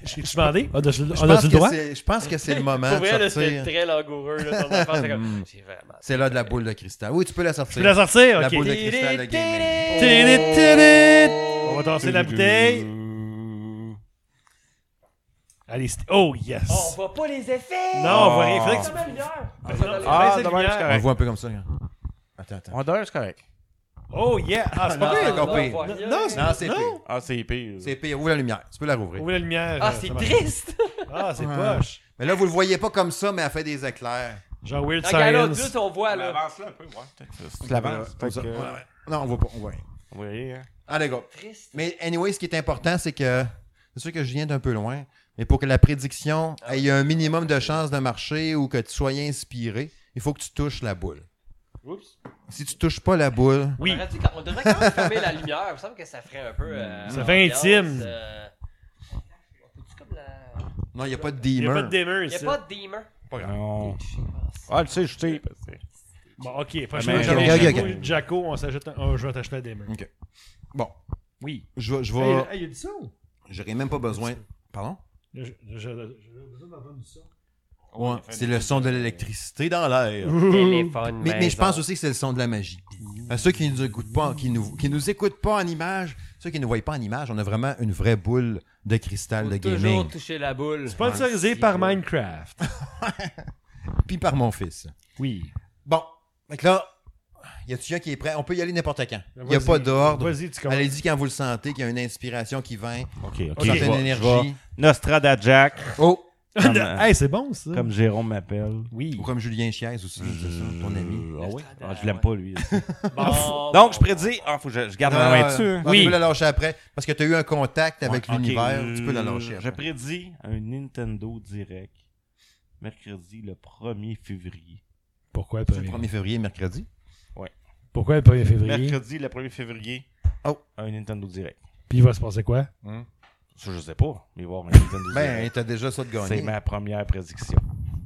D: J'ai demandé. On a-tu
A: Je
D: on
A: pense
D: a-tu le
A: que
D: droit?
A: c'est- je pense que c'est le moment
B: Pour
A: de
B: vrai, là, c'était
A: sortir. Hmm.
B: très langoureux. Là, ton enfant, c'est comme, c'est vraiment.
A: C'est là de la boule de cristal. Oui, tu peux la sortir.
D: Je peux la sortir?
A: La
D: Ok.
A: boule de cristal de gaming.
D: Tiri, tiri. On va tasser la bouteille. Allez, c'est- oh yes!
B: Oh, on voit pas les effets!
D: Non, on va rien. Faudrait que
B: C'est
D: tu-
B: la lumière!
C: Ah,
D: Baisse la
C: dommage,
D: lumière.
C: c'est
A: On le
C: correct.
A: voit un peu comme ça. hein. Attends, attends.
C: On dort, c'est correct.
D: Oh yeah! Ah, c'est pas
A: Non,
D: pire!
A: non, compris.
B: on voit rien.
D: Non, c'est-
A: Non, c'est
D: Non.
A: pire.
C: Ah, c'est épais.
A: C'est pire. Ouvre la lumière. Tu peux la rouvrir.
D: Ouvrez la lumière.
B: Ah,
D: euh,
B: c'est
D: ça marche.
B: triste!
D: Ah, c'est
A: Ouais.
D: poche.
A: Mais là, vous le voyez pas comme ça, mais elle fait des éclairs.
D: Genre Weird
B: Regarde, là,
D: Science.
B: deux, on voit, là.
C: Avance là un peu, ouais. Tu
A: Comme
C: l'avances.
A: ça. Ouais, ouais. Non, on voit pas. On voit rien.
C: Oui, hein.
A: Allez, go.
B: Triste.
A: Mais anyway, ce qui est important, c'est que c'est sûr que je viens d'un peu loin, mais pour que la prédiction ait un minimum de chances de marcher ou que tu sois inspiré, il faut que tu touches la boule.
B: Oups.
A: Si tu touches pas la boule,
D: Oui.
B: On aurait dit- On devrait quand même fermer la lumière. Il me semble que ça ferait un peu. euh,
D: Ça fait
B: ambiance,
D: intime.
B: euh, on peut-tu comme la-
A: non, il n'y a pas de
D: Il n'y a pas de
A: dimmer.
D: dimmer
B: Il
D: ici.
B: n'y a pas de dimmer.
C: Non. Ah, tu sais, je sais. parce que-
D: Bon, ok. Prochain
C: Mais-
D: jour,
A: Ok, ok,
D: Jaco- Jaco, on s'ajoute un. Oh, je vais t'acheter un dimmer.
A: Bon,
D: Oui.
A: je vais- je
D: Hey,
A: vais.
D: hey, il y a du son.
A: J'aurais euh, même pas besoin. Pardon?
D: Je- je- je- J'avais besoin d'entendre du son.
A: Ouais, c'est le son de l'électricité dans l'air.
B: Téléphone.
A: Mais, mais je pense aussi que c'est le son de la magie. À ceux qui nous écoutent pas, qui nous, qui nous écoutent pas en image, ceux qui ne voient pas en image, on a vraiment une vraie boule de cristal de gaming.
B: Toujours toucher la boule. Ah,
D: Sponsorisé par Minecraft.
A: Puis par mon fils.
D: Oui.
A: Bon, donc là, y a-tu un qui est prêt? On peut y aller n'importe quand.
C: Ben,
A: Il n'y a
D: Vas-y.
A: pas d'ordre.
D: Vas-y, tu commences.
A: Allez-y quand vous le sentez, qu'il y a une inspiration qui vient,
C: Ok, ok.
A: une
C: je
A: certaine
C: vais- je vais-
A: énergie.
C: Nostrada Jack,
A: Oh! <laughs>
C: comme, euh,
D: Hey, c'est bon ça.
C: comme Jérôme m'appelle.
D: Oui.
A: Ou comme Julien Chiez aussi, c'est ça, ton ami.
C: Euh, Ah oui? Ah, je l'aime pas, lui.
B: Bon,
C: Donc, je
B: bon,
C: prédis. Ah, faut que je, je garde ma
A: Non,
C: main
A: non,
C: dessus. hein.
A: non, ah, Tu
D: Oui.
A: peux la lâcher après, parce que tu as eu un contact avec
C: Ouais, ok.
A: l'univers,
C: Euh,
A: tu peux la lâcher
C: Je
A: après.
C: prédis un Nintendo Direct mercredi le 1er février.
D: Pourquoi le
A: C'est le
D: 1er
A: 1er février, mercredi.
D: Pourquoi le 1er février?
C: Mercredi le 1er février,
A: Oh.
C: un Nintendo Direct.
D: Puis il va se passer quoi?
C: Ça, je sais pas, mais voir un Nintendo
A: Ben,
C: Direct.
A: t'as déjà ça de
C: C'est
A: gagné.
C: ma première prédiction.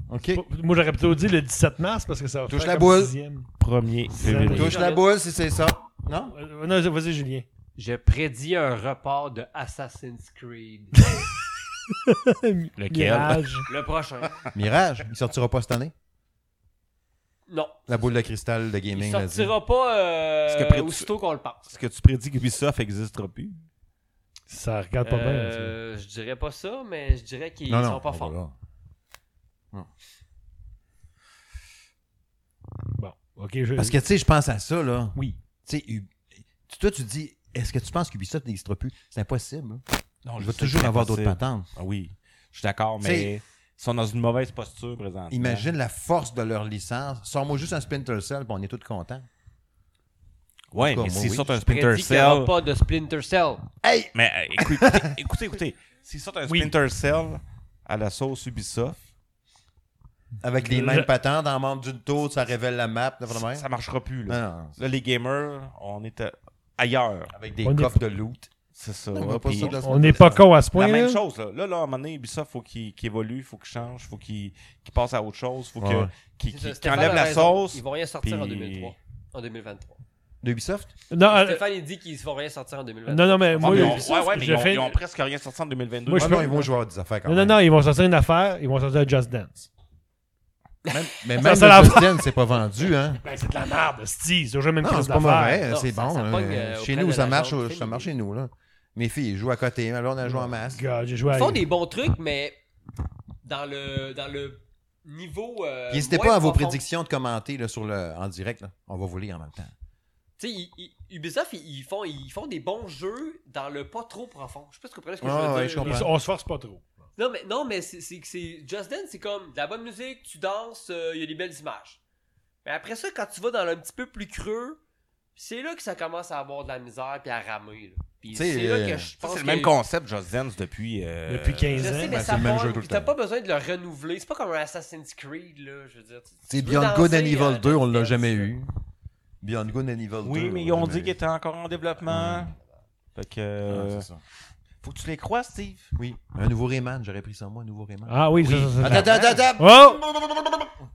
A: OK.
D: Moi, j'aurais plutôt dit le 17 mars parce que ça va
A: Touche
D: faire
A: la
D: comme
A: boule.
D: sixième.
C: 1er février.
A: Touche la boule si c'est ça. Non?
C: <laughs>
D: Euh, non, vas-y, Julien.
B: Je prédis un report de Assassin's Creed.
C: Lequel?
D: Mirage.
B: le prochain.
A: Mirage, il sortira pas cette année.
B: Non.
A: La boule de cristal de gaming,
B: Il
A: vas-y.
B: sortira pas euh,
C: Parce que prédis-
B: aussitôt qu'on le pense.
C: Est-ce que tu prédis que Ubisoft n'existera plus?
D: Ça regarde pas bien.
B: Euh, je dirais pas ça, mais je dirais qu'ils
A: Non, non.
B: sont pas
A: on va
B: forts.
A: là.
D: ça. Bon, ok. Je...
A: Parce que, tu sais, je pense à ça, là.
D: Oui.
A: Tu sais, U- tu- toi, tu dis, est-ce que tu penses qu'Ubisoft n'existera plus? C'est impossible. hein.
C: Non,
A: Il va toujours avoir d'autres patentes.
C: Ah oui, je suis d'accord,
A: Tu
C: mais ils sont dans une mauvaise posture présentement.
A: Imagine la force de leur licence. Sors-moi juste un Splinter Cell, puis on est tous contents.
C: Ouais,
A: En tout
C: mais
A: cas, moi,
C: s'ils
A: oui.
C: sortent un
B: Je prédis
C: Splinter
B: qu'il n'y aura
C: Cell.
B: pas de Splinter Cell.
C: Hey! <laughs> Mais euh, écoute- écoutez, écoutez, écoutez. S'ils sortent un
D: Oui.
C: Splinter Cell à la sauce Ubisoft,
A: Avec les
D: Le-
A: mêmes patentes, en membre d'une tour, ça révèle la map, de vraiment.
C: ça marchera plus. Là.
A: Ah Non, non,
C: Là, les gamers, on est à- ailleurs.
A: Avec des
D: On est-
A: coffres de loot.
C: C'est ça.
A: On
C: là,
A: va pas
C: puis
A: sur de la
D: On n'est pas con à ce
C: la
D: point.
C: même
D: là.
C: chose. Là, là, là, à un moment donné, Ubisoft, faut qu'il qu'il évolue, faut qu'il change, faut qu'il qu'il passe à autre chose, faut que-
A: Ouais.
C: qu'il
B: C'est
C: qu'il-
B: ça,
C: qu'il
B: Stéphane
C: enlève
B: a
C: la
B: raison.
C: sauce.
B: Ils vont rien sortir en
C: puis-
B: 2003. En 2023.
A: De Ubisoft?
D: Non, euh,
B: Stéphane, il dit qu'ils vont rien sortir en 2023.
D: non, non, mais
C: Ah,
D: moi,
C: mais
D: je
C: on- ouais, ouais, mais
D: je
C: ils ont,
D: fais-
C: ils ont presque rien sorti en 2022.
D: Moi,
A: Ah
D: je
A: non,
D: peux-
A: ils vont jouer à des affaires quand
D: Non, non,
A: même.
D: non, ils vont sortir une affaire, ils vont sortir un Just Dance.
A: Même- mais
D: Ça,
A: même
D: ça
A: le
D: la-
A: Justin, c'est pas vendu, hein?
D: Ben, c'est de la merde, Steve, c'est toujours même
A: Non, c'est
D: crise
A: pas
D: d'affaires.
A: mauvais,
B: Non,
A: c'est
B: ça-
A: bon.
B: ça
A: hein.
B: pogne, euh,
A: chez
B: auprès
A: nous,
B: de
A: ça
B: la
A: marche,
B: jambe
A: ça marche
B: féminine.
A: chez nous, là. Mes filles jouent à côté, hein, ma blonde, elle joue en masse.
D: God, j'ai joué à
B: Ils font des bons trucs, mais dans le, dans le niveau. euh,
A: N'hésitez
B: moins
A: pas à vos
B: profond.
A: prédictions de commenter là, sur le, en direct. là. On va vous lire en même temps.
B: Tu sais, ils- ils- Ubisoft, ils, ils font, ils font des bons jeux dans le pas trop profond. Je sais pas si vous comprenez ce que
A: Ah,
B: je veux
A: ouais,
B: dire.
A: je comprends.
D: Ils- On se force pas trop.
B: Non, mais, non, mais c'est, c'est, que c'est- Just Dance, c'est comme de la bonne musique, tu danses, euh, il y a des belles images. Mais après ça, quand tu vas dans le petit peu plus creux, c'est là que ça commence à avoir de la misère puis à ramer. là. Puis
A: Tu sais,
B: c'est là
A: euh,
B: que je
C: Ça,
B: pense
C: c'est le
B: que-
C: même concept, Josdens, depuis. euh,
D: Depuis
B: Je
D: 15
B: sais,
D: ans.
B: mais
A: Ben,
B: ça
A: c'est le même jeu
B: forme,
A: tout le
B: puis t'as
A: temps.
B: pas besoin de le renouveler. C'est pas comme un Assassin's Creed, là. Je veux dire, tu-
A: C'est
B: tu veux
A: Beyond Good and
B: danser, euh,
A: Evil 2, on l'a
B: Just
A: jamais
B: Dance,
A: eu. Beyond Good and Evil 2.
C: Oui, mais ils ont dit qu'il était encore en développement. Fait que. euh, faut que tu les crois, Steve.
A: Ah, Oui, un nouveau Rayman, j'aurais pris ça moi, un nouveau Rayman.
D: Ah oui, ça, ça, ça.
A: Attends, attends, attends, attends.
D: Oh!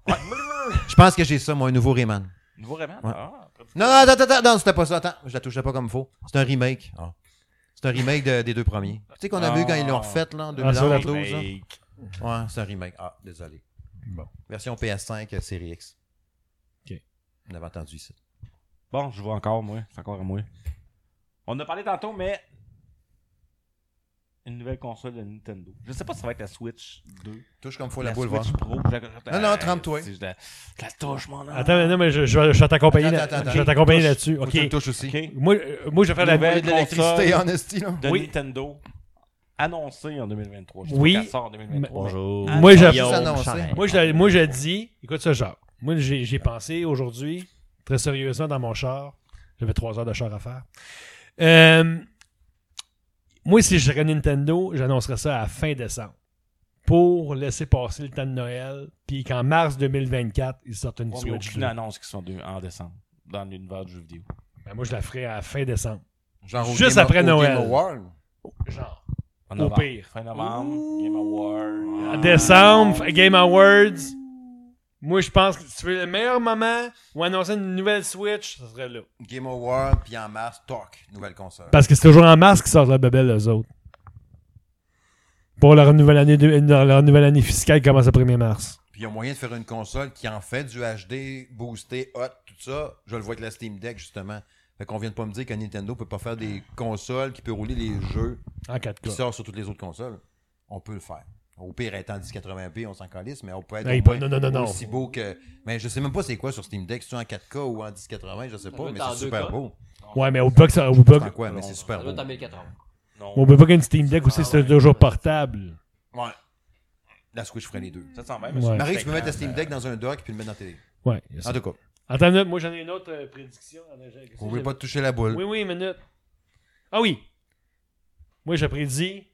A: Je pense que j'ai ça, moi, un nouveau Rayman.
C: Nouveau Rayman?
A: Ouais.
C: Ah, pas de-
A: Non, non, attends, attends, attends, non, c'était pas ça. Attends, je la touchais pas comme il faut. C'est un remake. Ah. C'est un remake de- des deux premiers. Tu sais qu'on a
C: Ah.
A: vu quand ils l'ont refait, là, en
D: Ah, sur la
A: 2012. là.
C: Hey,
A: Ouais, c'est un remake. Ah, désolé.
D: Bon.
A: Version PS5, euh, série X.
D: Ok.
A: On avait entendu ici.
C: Bon, je vois encore, moi. C'est encore à moi. On en a parlé tantôt, mais. Une nouvelle console de Nintendo. Je sais pas si ça va être la Switch 2.
A: Touche comme faut la, boule, voir.
C: Switch Pro.
A: Non, non, trempe-toi.
C: Je la, je la touche, mon homme.
D: Attends, mais non, mais je, je vais je vais t'accompagner
A: Attends,
D: là-
A: attends,
D: je vais
A: attends.
D: t'accompagner
A: Touche.
D: là-dessus.
A: Faut que
D: OK.
A: tu me touches aussi.
C: Ok.
D: Moi, euh, moi, je vais faire la
C: Nouvelle
A: de l'électricité,
C: console.
A: honesty, là.
C: de
D: Oui.
C: Nintendo annoncé en 2023. Je sais
D: Oui.
C: pas quand elle sort en 2023.
G: Bonjour.
D: Moi, j'ai-
G: Guillaume
A: Ça, non, c'est-
G: Charest.
D: Moi, je, moi, je dis, écoute ça, Jacques. Moi, j'ai j'ai pensé aujourd'hui, très sérieusement, dans mon char. J'avais trois heures de char à faire. Euh, moi, si je serais Nintendo, j'annoncerais ça à fin décembre pour laisser passer le temps de Noël, puis qu'en mars 2024, ils sortent une
C: Ouais, mais Il n'y a
D: Switch.
C: aucune
D: 2.
C: annonce qui sont en décembre dans l'univers du jeu vidéo.
D: Ben, moi, je la ferais à fin décembre.
A: Genre au
D: Juste
A: Game-
D: après
A: au
D: Noël.
A: Game Award.
D: Genre,
C: En
D: au
C: novembre.
D: pire.
C: Fin novembre, Game
D: En
C: Award.
D: décembre, Game Awards. Moi, je pense que si tu veux le meilleur moment où annoncer une nouvelle Switch, ce serait là.
A: Game Award, puis en mars, Talk, nouvelle console.
D: Parce que c'est toujours en mars qu'ils sortent la bebelle, eux autres. Pour leur nouvelle année, de- leur nouvelle année fiscale qui commence le 1er mars.
A: Puis il y a moyen de faire une console qui en fait du HD, boosté, hot, tout ça. Je le vois avec la Steam Deck, justement. Fait qu'on vient de pas me dire que Nintendo peut pas faire des consoles qui peut rouler les jeux
D: En 4K.
A: qui sortent sur toutes les autres consoles. On peut le faire. Au pire, être en 1080p, on s'en calisse, mais on peut être
D: Hey,
A: au moins
D: Ben, non, non, non, non.
A: aussi beau que. Mais je sais même pas c'est quoi sur Steam Deck, si tu en 4K ou en 1080, je sais
B: Ça
A: pas,
B: doit
A: mais
B: être en
A: c'est super
B: 2K.
A: beau.
D: Ouais, mais au box, au box,
A: Enfin, quoi, mais c'est
B: Ça
A: super
B: doit
A: beau.
B: être en 1080.
C: Non.
D: au box, une Steam Deck aussi, c'est toujours portable.
A: Ouais. La Switch ferait les deux.
D: Ben,
C: 720,
D: Ouais.
C: mais
A: Marie, tu peux mettre la Steam Deck dans un dock puis le mettre dans la télé.
D: Ouais. il y a ça.
A: En tout cas,
D: Attends une minute, moi j'en ai une autre euh, prédiction. Attends, j'ai- qu'est-ce que
A: vous pouvez
D: j'avais-
A: pas toucher la boule.
D: Oui, oui, une minute. Ah oui. Moi, j'ai prédit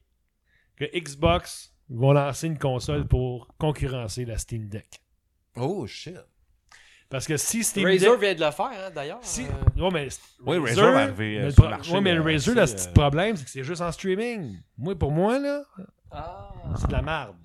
D: que Xbox vont lancer une console pour concurrencer la Steam Deck.
A: Oh shit.
D: Parce que si Steam Deck...
B: Razer vient de le faire, hein, d'ailleurs.
D: Si,
B: Euh,
D: ouais, mais
C: Oui,
D: Razer,
C: Razer va arriver, euh,
D: mais le
C: sur le
D: pro-
C: marché,
D: ouais, mais le
C: euh,
D: Razer,
C: tu
D: le
C: sais,
D: petit
C: euh,
D: problème, c'est que c'est juste en streaming. Moi, pour moi, là,
B: Ah.
D: c'est de la merde.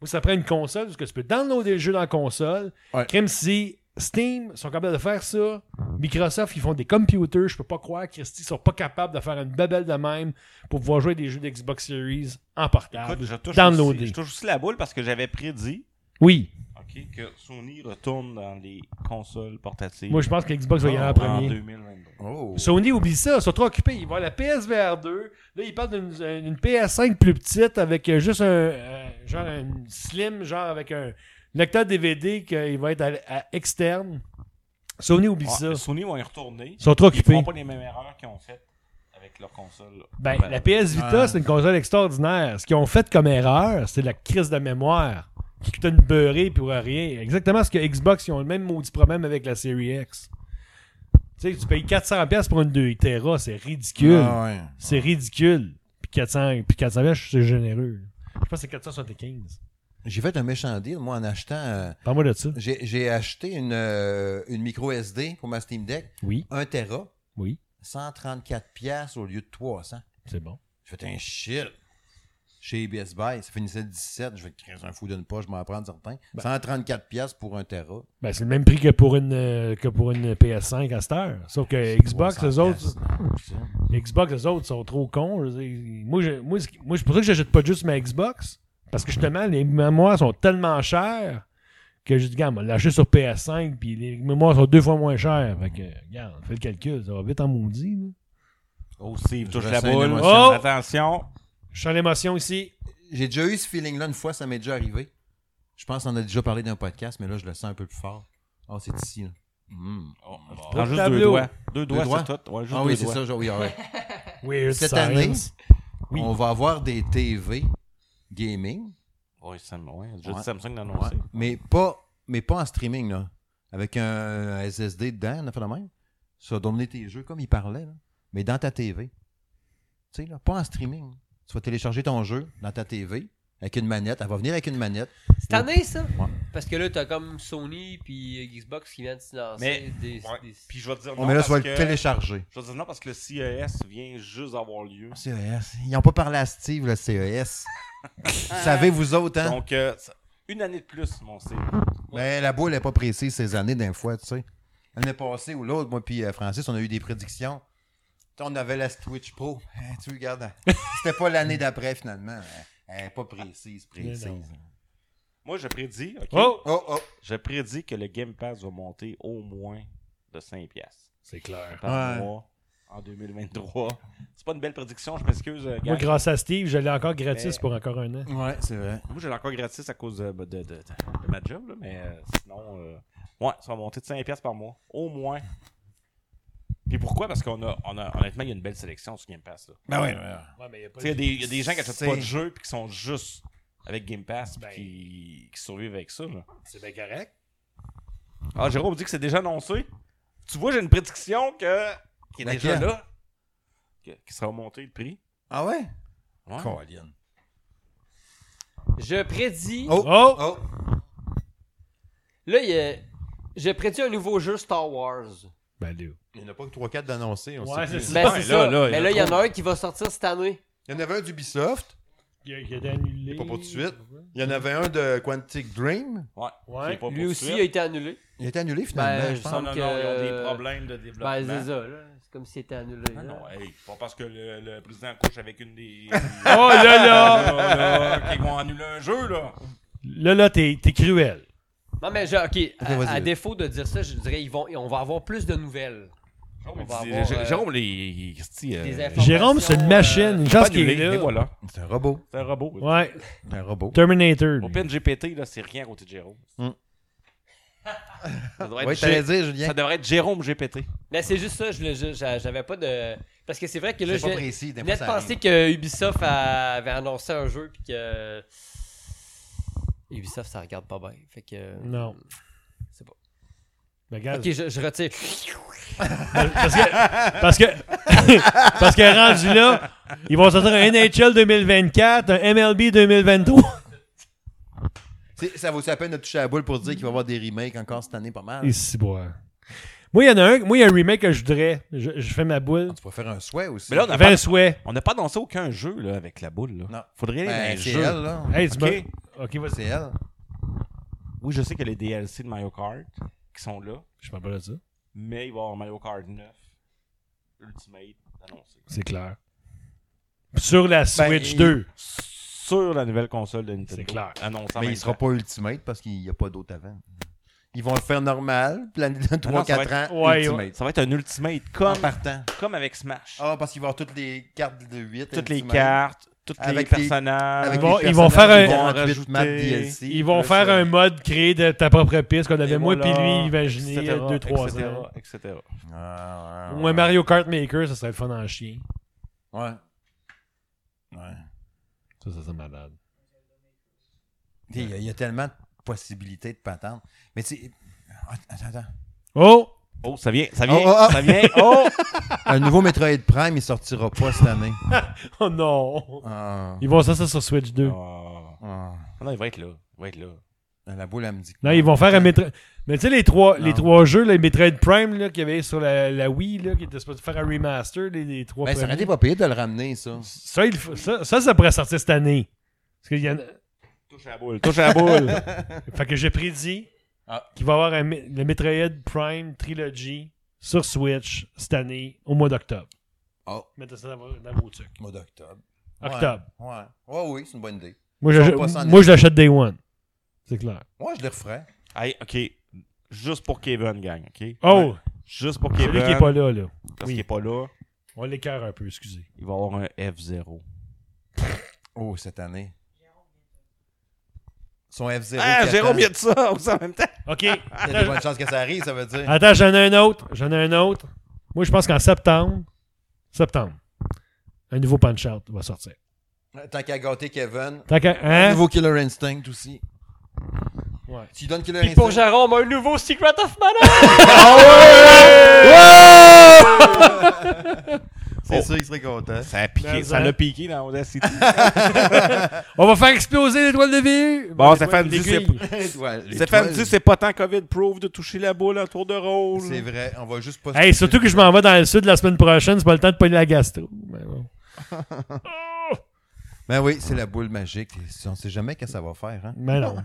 D: Moi, ça prend une console, parce que tu peux downloader le jeu dans la console.
A: Ouais.
D: Crime si Steam sont capables de faire ça. Microsoft, ils font des computers. Je peux pas croire qu'ils sont pas capables de faire une babelle de même pour pouvoir jouer des jeux d'Xbox Series en
C: Écoute,
D: portable.
C: je touche,
D: Downloadé.
C: aussi, je touche aussi la boule parce que j'avais prédit
D: Oui.
C: ok, que Sony retourne dans les consoles portatives
D: Moi, je pense que Xbox va y aller en
C: Ah, en
D: premier.
C: 2022.
A: Oh.
D: Sony oublie ça, ils sont trop occupés. Ils voient la PSVR 2. Là, ils parlent d'une euh, une PS5 plus petite avec euh, juste un euh, genre un slim, genre avec un lecteur DVD qui euh, va être à, à externe. Sony oublie
C: Ouais,
D: ça.
C: mais
D: Ils
C: Sony vont y retourner.
D: sont trop
C: Ils
D: occupés.
C: feront pas les mêmes erreurs qu'ils ont faites avec leur console.
D: Ben,
C: Ouais.
D: la PS Vita,
A: Ouais.
D: c'est une console extraordinaire. Ce qu'ils ont fait comme erreur, c'est la crise de mémoire qui coûtait une beurrée pour rien. Exactement ce que Xbox, ils ont le même maudit problème avec la Series X. Tu sais, tu payes 400$ piastres pour une 2 Tera, c'est ridicule.
A: Ah ouais.
D: C'est ridicule. Puis 400, puis 400 piastres, c'est généreux. Je pense que c'est 475.
A: J'ai fait un méchant deal, moi, en achetant. euh,
D: Parle-moi de ça.
A: j'ai j'ai acheté une, euh, une micro SD pour ma Steam Deck,
D: Oui,
A: 1 Tera,
D: oui,
A: 134 pièces au lieu de 300.
D: c'est bon.
A: J'ai fait un shit. Chez ABS Buy, ça finissait 17, je vais te créer un fou d'une poche, je m'en prends certain. 134 pièces pour un Tera.
D: Ben, c'est le même prix que pour une, euh, que pour une PS5 à cette heure. Sauf que Xbox, les
A: 300
D: autres,
A: piastres.
D: Xbox, eux autres sont trop cons. Je veux dire, Moi, je, moi, c'est- moi, c'est pour ça que j'achète pas juste ma Xbox. Parce que justement, les mémoires sont tellement chères que je dis, gars, on va l'acheter sur PS5, puis les mémoires sont deux fois moins chères. Fait que, regarde, fais le calcul, ça va vite en maudit. là.
C: Oh, Steve, touche
A: Je
C: la
A: ressens
C: boule.
A: une
D: émotion.
C: Oh! Attention.
D: Je sens l'émotion ici.
A: J'ai déjà eu ce feeling-là une fois, ça m'est déjà arrivé. Je pense qu'on en a déjà parlé d'un podcast, mais là, je le sens un peu plus fort. Oh, c'est ici, là. Mm.
C: Prends juste deux
D: tableau.
C: doigts. Deux doigts,
A: doigts?
C: c'est tout. Ouais, juste
A: Ah
C: deux
A: oui, c'est
C: doigts.
A: ça, je- oui, ah ouais.
D: Weird
A: Cette
D: science.
A: année,
D: Oui.
A: on va avoir des TV gaming,
C: Oui, Sam- ouais, j'ai
A: Ouais.
C: dit Samsung d'annoncer.
A: mais pas, mais pas en streaming, là. Avec un SSD dedans, on a fait le même. Ça va donner tes jeux comme il parlait, là. mais dans ta TV. Tu sais, là, pas en streaming. Tu vas télécharger ton jeu dans ta TV avec une manette. Elle va venir avec une manette.
B: Cette année, ça?
A: Ouais.
B: Parce que là, t'as comme Sony puis Xbox qui viennent de se lancer
C: Mais-
B: des,
C: Ouais.
B: des-
C: Puis je vais te dire
A: On
C: non.
A: mais là, tu
C: parce
A: vas
C: que...
A: le télécharger.
C: Je vais te dire non parce que le CES vient juste d'avoir lieu.
A: CES. E Ils n'ont pas parlé à Steve, le CES. <laughs> Savez-vous autres, hein?
C: Donc, euh, ça- une année de plus, mon Steve.
A: Mais Ben, la boule n'est pas précise ces années d'un fois, tu sais. L'année passée ou l'autre, moi puis euh, Francis, on a eu des prédictions Tu sais, On avait la Twitch Pro. <laughs> Hein, tu regardes. hein. C'était pas l'année d'après, finalement. hein. Elle est pas précise, précise. hein.
D: Mais non.
C: Moi, je prédis, OK?
D: Oh!
A: Oh, oh.
C: Je prédis que le Game Pass va monter au moins de 5 piastres
D: C'est clair.
C: par
A: Ouais.
C: mois en 2023. C'est pas une belle prédiction, je m'excuse. euh,
D: Moi,
C: gars.
D: grâce à Steve, je l'ai encore gratis
C: Mais-
D: pour encore un an.
A: Ouais, c'est vrai.
C: Moi, je l'ai encore gratis à cause de, de- de- de- de ma job, là, mais euh, sinon, euh, ouais, ça va monter de 5 piastres par mois, au moins. Puis pourquoi? Parce qu'on a, on a- honnêtement, il y a une belle sélection sur Game Pass. là.
A: Ben oui, ouais.
D: Ouais, mais il n'y a pas
C: Tu sais, il y a des- il y, a des gens qui achètent pas
A: C'est-
C: de jeu puis qui sont juste avec Game Pass puis
D: Ben.
C: qui, qui survivent avec ça. Là.
D: C'est bien correct.
C: Ah, Jérôme dit que c'est déjà annoncé. Tu vois, j'ai une prédiction que, qui est
A: Laquelle?
C: déjà là, que- qui sera monté le prix.
A: Ah ouais?
C: Ouais.
A: Colin.
B: Je prédis.
A: Oh!
D: Oh!
A: Oh!
B: Là, il y a. Je prédis un nouveau jeu Star Wars.
D: Ben, Léo.
A: Il n'y en a pas que 3-4 d'annoncés. on
D: Ouais,
A: sait plus.
D: c'est ça.
B: Ben,
C: Ouais,
B: c'est
C: là,
B: ça.
C: là, il y
B: Mais
C: en a
B: là, il y en a un qui va sortir cette année.
A: Il y en avait un d'Ubisoft.
D: Il a, il a été annulé.
A: Il est pas pour tout de suite. Il y en avait un de Quantic Dream.
C: Ouais.
D: Ouais.
C: Qui est pas
B: Lui
C: pour
B: aussi
C: suite.
B: a été annulé.
A: Il a été annulé finalement,
B: Ben,
A: je
B: il
C: Non,
A: pense.
C: non,
B: semble
C: non, ils ont
B: que- euh,
C: des problèmes de développement.
B: Ben, c'est ça, là. C'est comme s'il était annulé. là.
C: Ah non, hey, pas parce que le, le président couche avec
B: <laughs>
C: une des. <laughs> Ah,
D: Oh là là!
C: là, là, qu'ils vont annuler un jeu, là.
D: Là, là, t'es t'es cruel.
B: Non, mais je- ok, à-
A: vas-y,
B: à,
A: vas-y.
B: défaut de dire ça, je dirais ils vont, on va avoir plus de nouvelles.
C: Jérôme,
B: On
C: il
B: va
C: dit-
B: avoir,
C: Jé-
B: euh,
C: Jérôme, les. il- il- euh,
B: des
C: il-
B: infos.
D: Jérôme, c'est une machine. Une
C: pas
D: chance qu'il
C: annulé,
D: est là.
C: mais voilà.
A: C'est un robot.
C: C'est un robot.
D: Ouais.
A: C'est un robot.
D: Terminator.
C: Au
D: lui.
C: PNGPT, là, c'est rien à côté de Jérôme.
A: Hum.
C: ça, devrait être
A: Oui,
C: Jé-
A: t'allais dire, Julien.
C: ça devrait être Jérôme GPT.
B: Mais c'est juste ça, je voulais juste- j'a- j'avais pas de. Parce que c'est vrai que là,
A: C'est pas
B: j'ai
A: précis. des fois,
B: net
A: ça
B: pensé que Ubisoft a- avait annoncé un jeu puis que. Ubisoft, ça regarde pas bien. Fait que.
D: Non.
B: C'est pas.
D: Ben, regarde,
B: Ok, je, je retire.
D: Parce que, parce que, <laughs> parce que rendu là, ils vont sortir un NHL 2024, un MLB 2023.
A: arrive. C'est- Ça vaut la peine de toucher à la boule pour dire qu'il va y avoir des remakes encore cette année pas mal.
D: Ici, boire. Moi, il y en a un, moi, il y a un remake que je voudrais. Je, je fais ma boule.
A: Ah, Tu pourrais faire un souhait aussi.
C: Mais là, on a
D: J'avais un souhait.
C: On n'a pas dansé aucun jeu là, avec la boule. Là.
A: Non.
C: Faudrait aller dans
A: Ben,
C: les
A: c'est
C: jeux.
A: elle, là.
D: Hey, tu
C: Ok.
D: m'as- Ok, vas-y.
A: C'est elle.
C: Oui, je sais que les DLC de Mario Kart qui sont là,
D: Je parle pas de ça.
C: mais il va y avoir Mario Kart 9 Ultimate annoncé.
D: C'est clair. Sur la Switch 2.
C: Sur la nouvelle console de Nintendo.
D: C'est clair.
C: Annoncé en
A: Mais
C: même
A: il sera
C: temps.
A: pas Ultimate parce qu'il n'y a pas d'autre avant. Ils vont le faire normal, puis l'année dans
C: Ah non, ça
A: 3-4
C: va
A: ans,
D: Ouais,
A: Ultimate.
C: Ça va être un Ultimate
A: En
C: comme,
A: partant.
C: comme avec Smash.
A: Ah, parce qu'il va y avoir toutes les cartes de 8.
C: Toutes les
A: Ultimate,
C: cartes, tous les
A: Avec les-
C: personnages.
A: Avec
D: Ils vont-
A: les
D: ils vont
A: personnages,
D: faire
A: ils
C: un-
A: vont
C: Ils vont
A: rajouter
C: rajouter-
A: map DLC,
D: Ils vont
A: plus,
D: faire
A: euh,
D: un mode créé de ta propre piste qu'on avait
C: Et
D: moi puis
C: voilà,
D: lui imaginé il y a
C: etc.,
D: 2-3
C: etc.,
D: ans.
C: etc.
A: Ah, ouais,
D: Ou un Mario Kart Maker, ça serait le fun en chien.
A: Ouais. ah. Ouais.
D: Ça, ça, c'est malade.
A: Tu sais, Il y, a- il y a tellement de possibilités de patentes. Mais tu sais- Attends, attends.
D: Oh!
C: Oh, ça vient, ça vient,
A: Oh, oh, oh. <laughs>
C: ça vient. Oh!
A: Un nouveau Metroid Prime, il sortira pas cette année.
D: Oh non!
A: Ah.
D: Ils vont faire ça sur Switch 2.
C: Ah.
A: Ah.
C: Non, il va être là. Il va être là.
A: La boule, elle me dit. Ben, que
D: Non, ils vont faire un Metroid. Mais tu sais, les trois,
A: Non.
D: les trois jeux, les Metroid Prime là, qu'il y avait sur la, la Wii, là, qui était supposé faire un remaster, les, les trois
A: Ben, ça aurait
D: premiers.
A: été pas payé de le ramener, ça.
D: ça, il faut- ça, ça, ça pourrait sortir cette année. Parce qu'il y en a-
C: Touche à la boule, <laughs> touche à la boule.
D: <laughs> Fait que j'ai prédit
A: Ah.
D: qu'il va y avoir un Me- le Metroid Prime Trilogy sur Switch cette année, au mois d'octobre.
A: Oh.
D: Mettez ça dans, vos- dans vos trucs.
A: Mois d'octobre.
D: Octobre.
A: Ouais. Ouais, Ouais, oui, c'est une bonne idée.
D: Moi,
A: Ils
D: je,
A: sont pas sans
D: moi, je l'achète Day One. C'est clair.
A: Moi, je le referais.
C: Hey, OK. Juste pour Kevin, gang, OK?
D: Oh!
C: Juste pour
D: Celui
C: Kevin.
D: qui est pas là, là.
C: Parce
D: Oui.
C: qu'il est pas là,
D: On l'écœure un peu, excusez.
C: il va avoir un F0.
A: Oh, cette année. Son F0.
C: Ah,
A: qui
C: Jérôme,
A: attend.
C: il y a de ça <laughs> aussi en même temps.
D: <laughs> OK.
A: Il y a des bonnes chances que ça arrive, ça veut dire.
D: Attends, j'en ai un autre. J'en ai un autre. Moi, je pense qu'en septembre, septembre, un nouveau Punch-Out va sortir.
B: Ah.
A: Tant qu'à gâter Kevin.
D: Tant qu'à-
A: Un
D: hein?
A: Nouveau Killer Instinct aussi.
D: Ouais.
A: Tu lui donnes Killer
B: Puis
A: Instinct.
B: pour Jérôme, un nouveau Secret of
A: <laughs>
B: Mana!
A: Ah C'est sûr qu'il serait content.
C: Ça a piqué,
D: Mais
C: ça
D: hein.
C: l'a piqué
A: <laughs>
C: dans Audacity.
D: On va faire exploser l'étoile de vue.
C: Bon,
D: Ben,
C: Stéphane
D: l'étoile
C: dit c'est-
D: d'aiguille.
A: Ouais, les
C: Stéphane
A: toiles,
C: dit c'est pas tant COVID-proof de toucher la boule en tour de rôle.
A: C'est vrai, on va juste pas.
D: Hey, surtout que je m'en vais dans le sud la semaine prochaine, c'est pas le temps de pogner la gastro. Mais bon.
A: Ben oui, c'est la boule magique. On sait jamais qu'est-ce que ça va faire. Hein?
D: Mais
C: <laughs>
D: non.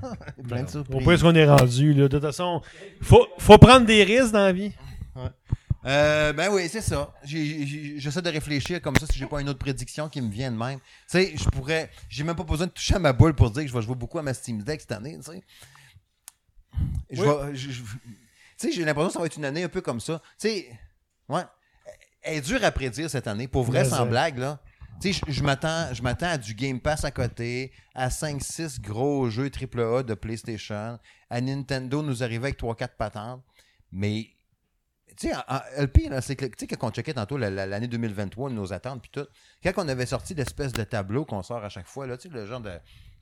A: Plein de
D: On
A: surprises.
D: peut ce qu'on est rendu, là. De toute façon, faut, faut prendre des risques dans la vie.
A: Euh, ben oui, c'est ça. J'ai- j'ai- J'essaie de réfléchir comme ça si j'ai pas une autre prédiction qui me vient de même. Tu sais, je pourrais. J'ai même pas besoin de toucher à ma boule pour dire que je vais jouer beaucoup à ma Steam Deck cette année, tu sais. Je vais- je- je- Tu sais, j'ai l'impression que ça va être une année un peu comme ça. Tu sais, ouais. Elle est dure à prédire cette année, pour vrai,
D: Mais
A: sans
D: c'est-
A: blague, là. Tu sais, je- je m'attends je m'attends à du Game Pass à côté, à 5-6 gros jeux AAA de PlayStation, à Nintendo nous arrivait avec 3-4 patentes, mais tu sais, en- en- le pire, là, c'est que, tu sais, quand on checkait tantôt la- la- l'année 2023, nos attentes, puis tout, quand on avait sorti l'espèce de tableau qu'on sort à chaque fois, là, tu sais, le genre de.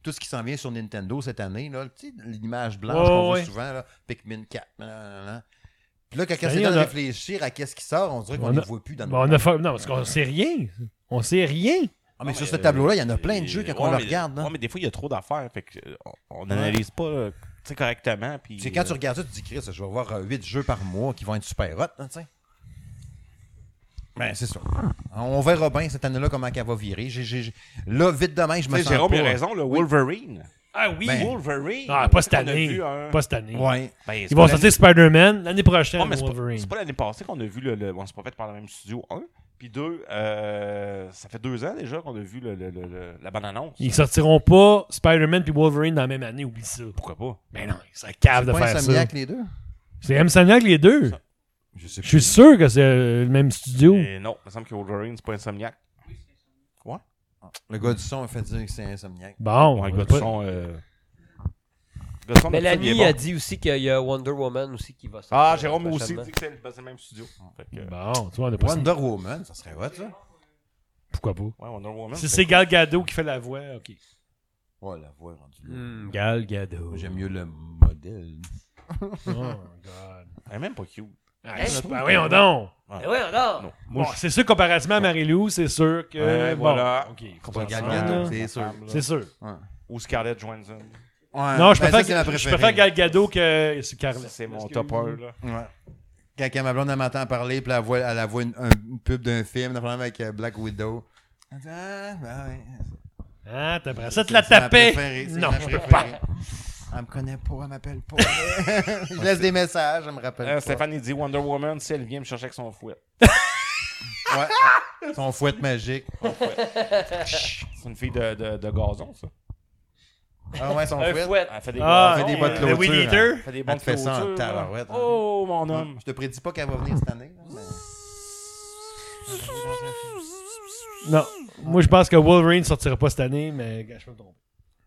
A: Tout ce qui s'en vient sur Nintendo cette année, là, tu sais, l'image blanche
D: Ouais,
A: qu'on voit
D: ouais.
A: souvent, là, Pikmin 4. nan, nan, nan. Puis là, quand on
D: année,
A: s'est
D: on a-
A: réfléchir à qu'est-ce qui sort, on dirait qu'on
D: On
A: ne
D: a-
A: voit plus dans
D: Ben,
A: nos
D: on a fa- Non, parce qu'on sait rien. On sait rien.
A: Ah, mais sur ce tableau-là, il y en a plein de jeux quand
C: qu'on
A: on le regarde. hein. là.
C: euh, Ouais, mais des fois, il y a trop d'affaires. Fait que, euh, on n'analyse pas euh, tu sais, correctement. puis,
A: C'est quand tu
C: euh,
A: regardes ça, tu te dis, Chris, je vais avoir euh, 8 jeux par mois qui vont être super hot, hein, tu sais. Ben, c'est ça. On verra bien cette année-là comment elle va virer. J'ai- j'ai- j'ai- Là, vite demain, je
C: tu
A: me
C: sais,
A: sens
C: Jérôme
A: pas...
C: a raison, le Wolverine.
B: Ah oui!
A: Ben,
C: Wolverine.
D: Ah, pas cette
C: on a
D: année.
C: vu un-
D: Pas cette année.
A: Ouais.
C: Ben, c'est
D: Ils vont
C: pas
D: sortir Spider-Man l'année prochaine.
C: Ouais, mais c'est pas-
D: Wolverine.
C: C'est pas, l'année passée qu'on a vu le. le- on s'est pas fait par le même studio, un. Puis deux, euh, ça fait deux ans déjà qu'on a vu le, le- le- le- la bonne annonce.
D: Ils sortiront pas Spider-Man puis Wolverine dans la même année. Oublie ça.
C: Pourquoi pas?
D: Mais non, ça cave de
A: Pas
D: faire ça.
A: Insomniac, les deux?
D: C'est Insomniac les deux.
A: Je sais
D: Je suis sûr que c'est euh, le même studio.
C: Et non, il me semble que Wolverine, c'est pas Insomniac.
A: Le gars du son a fait dire que c'est Insomniac.
D: Bon,
C: Ouais,
D: on
C: le gars
D: va
C: du
D: pas-
C: son, euh, le gars du son, notre film, il
B: Mélanie
C: est
B: a
C: bon.
B: dit aussi qu'il y a Wonder Woman aussi qui va sortir.
C: Ah, Jérôme aussi
B: prochainement.
C: dit que c'est le- ben, c'est le même studio.
D: Ah.
C: Fait que, ouais,
D: Bon, tu vois, on a pas
A: Wonder Woman, ça serait hot, ça?
D: Pourquoi pas?
C: Wonder Woman.
D: Si
C: fait
D: c'est Gal Gadot qui fait la voix, ok.
A: Oh, la voix rendue là.
B: Hmm, Gal Gadot.
A: J'aime mieux le modèle.
D: <laughs> Oh, God.
C: que- Elle est même pas cute.
D: Ah, ça- ah, voyons donc!
B: Eh oui, encore!
C: Non.
D: Bon,
C: Moi, je-
D: c'est sûr, comparativement à Marie-Lou, c'est sûr que.
C: Ouais,
D: bon,
C: voilà.
D: ok,
A: Pas Gal
D: comparativement,
A: Gadot,
D: là,
A: c'est sûr.
D: C'est sûr.
C: Ou Scarlett Johansson.
A: Ouais,
D: Non, je
A: ben, ça, c'est ma
D: préfère, je
A: préférée.
D: préfère Gal Gadot que euh, c'est Carla.
C: Ça, C'est mon top 1. là.
A: Ouais. Quand, quand ma blonde elle m'entend parler, puis elle voit, elle voit une, un- une pub d'un film, d'un problème avec euh, Black Widow. Elle dit, Ah, ben ouais.
D: Ah, t'apprends ça,
A: C'est-
D: te la
A: c'est ma
D: taper!
A: préférée, c'est
D: Non,
A: ma
D: je peux pas.
A: préférée. Elle me connaît pas, elle m'appelle pas. <laughs> je laisse des messages, elle me rappelle.
D: Ah,
C: Euh,
A: pas.
C: Stéphane, il dit Wonder Woman, si elle vient me chercher avec son fouet.
A: Ouais. Son fouet magique.
C: C'est une fille de, de, de gazon, ça.
A: Ah ouais, son
B: Un
A: fouet.
B: fouet.
C: Elle fait des,
D: Ah,
A: Elle fait des
C: gazons,
A: bottes
D: le
C: euh,
A: clôture.
D: Weed
A: hein.
D: Eater.
C: Elle fait des
A: Elle
C: bonnes
A: te fait ça en
C: clôtures, là.
A: tabarouette. hein.
C: Oh, mon homme.
A: Je te prédis pas qu'elle va venir cette année. là, mais-
D: Non, moi je pense que Wolverine sortira pas cette année, mais gars, je peux me tromper.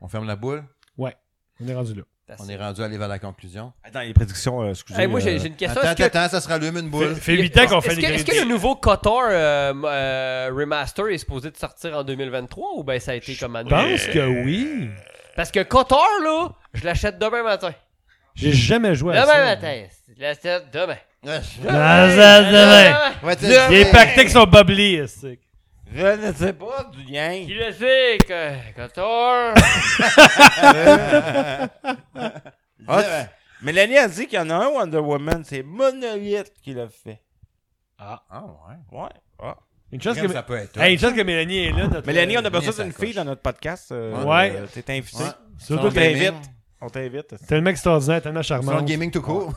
A: On ferme la boule.
D: Ouais, on est rendu là.
A: On est rendu à aller vers la conclusion.
C: Attends, les prédictions, euh, excusez.
B: Hey, moi, j'ai
C: euh,
B: j'ai une question.
A: Attends,
B: Est-ce que-
A: attends, ça se rallume une
D: Ça
A: boule.
D: fait 8 ans qu'on fait
B: Est-ce
D: des
B: que, est-ce que le nouveau KOTOR euh, euh, Remaster est supposé de sortir en 2023 ou ben ça a été comme
D: Je
B: annulé?
D: pense que oui.
B: Parce que KOTOR, là, je l'achète demain matin.
D: J'ai jamais joué à
B: Demain
D: ça.
B: matin. Je l'achète demain.
A: Ouais,
D: Ah,
B: ben,
D: ça, demain.
A: tu-
D: Les pactecs sont boblés, est-ce que-
C: Je ne sais pas du lien.
B: Qui le sait que KOTOR...
A: Ah,
C: Mélanie a dit qu'il y en a un Wonder Woman, c'est Monolith qui l'a fait.
A: Ah ouais.
C: Ouais. Ah.
D: Une chance que,
A: Crème, Ça peut être.
D: Hey, une chance que Mélanie est là. Notre...
C: Euh, Mélanie, on a
A: Mélanie,
C: besoin
A: ça
C: d'une
A: coche.
C: fille dans notre podcast. euh,
D: Ouais.
C: euh, T'es invité.
A: Ouais.
D: Surtout
C: On
A: Sans gaming.
C: t'invite. On t'invite.
D: Tellement extraordinaire, tellement
A: Selon
D: charmant.
A: le gaming tout court.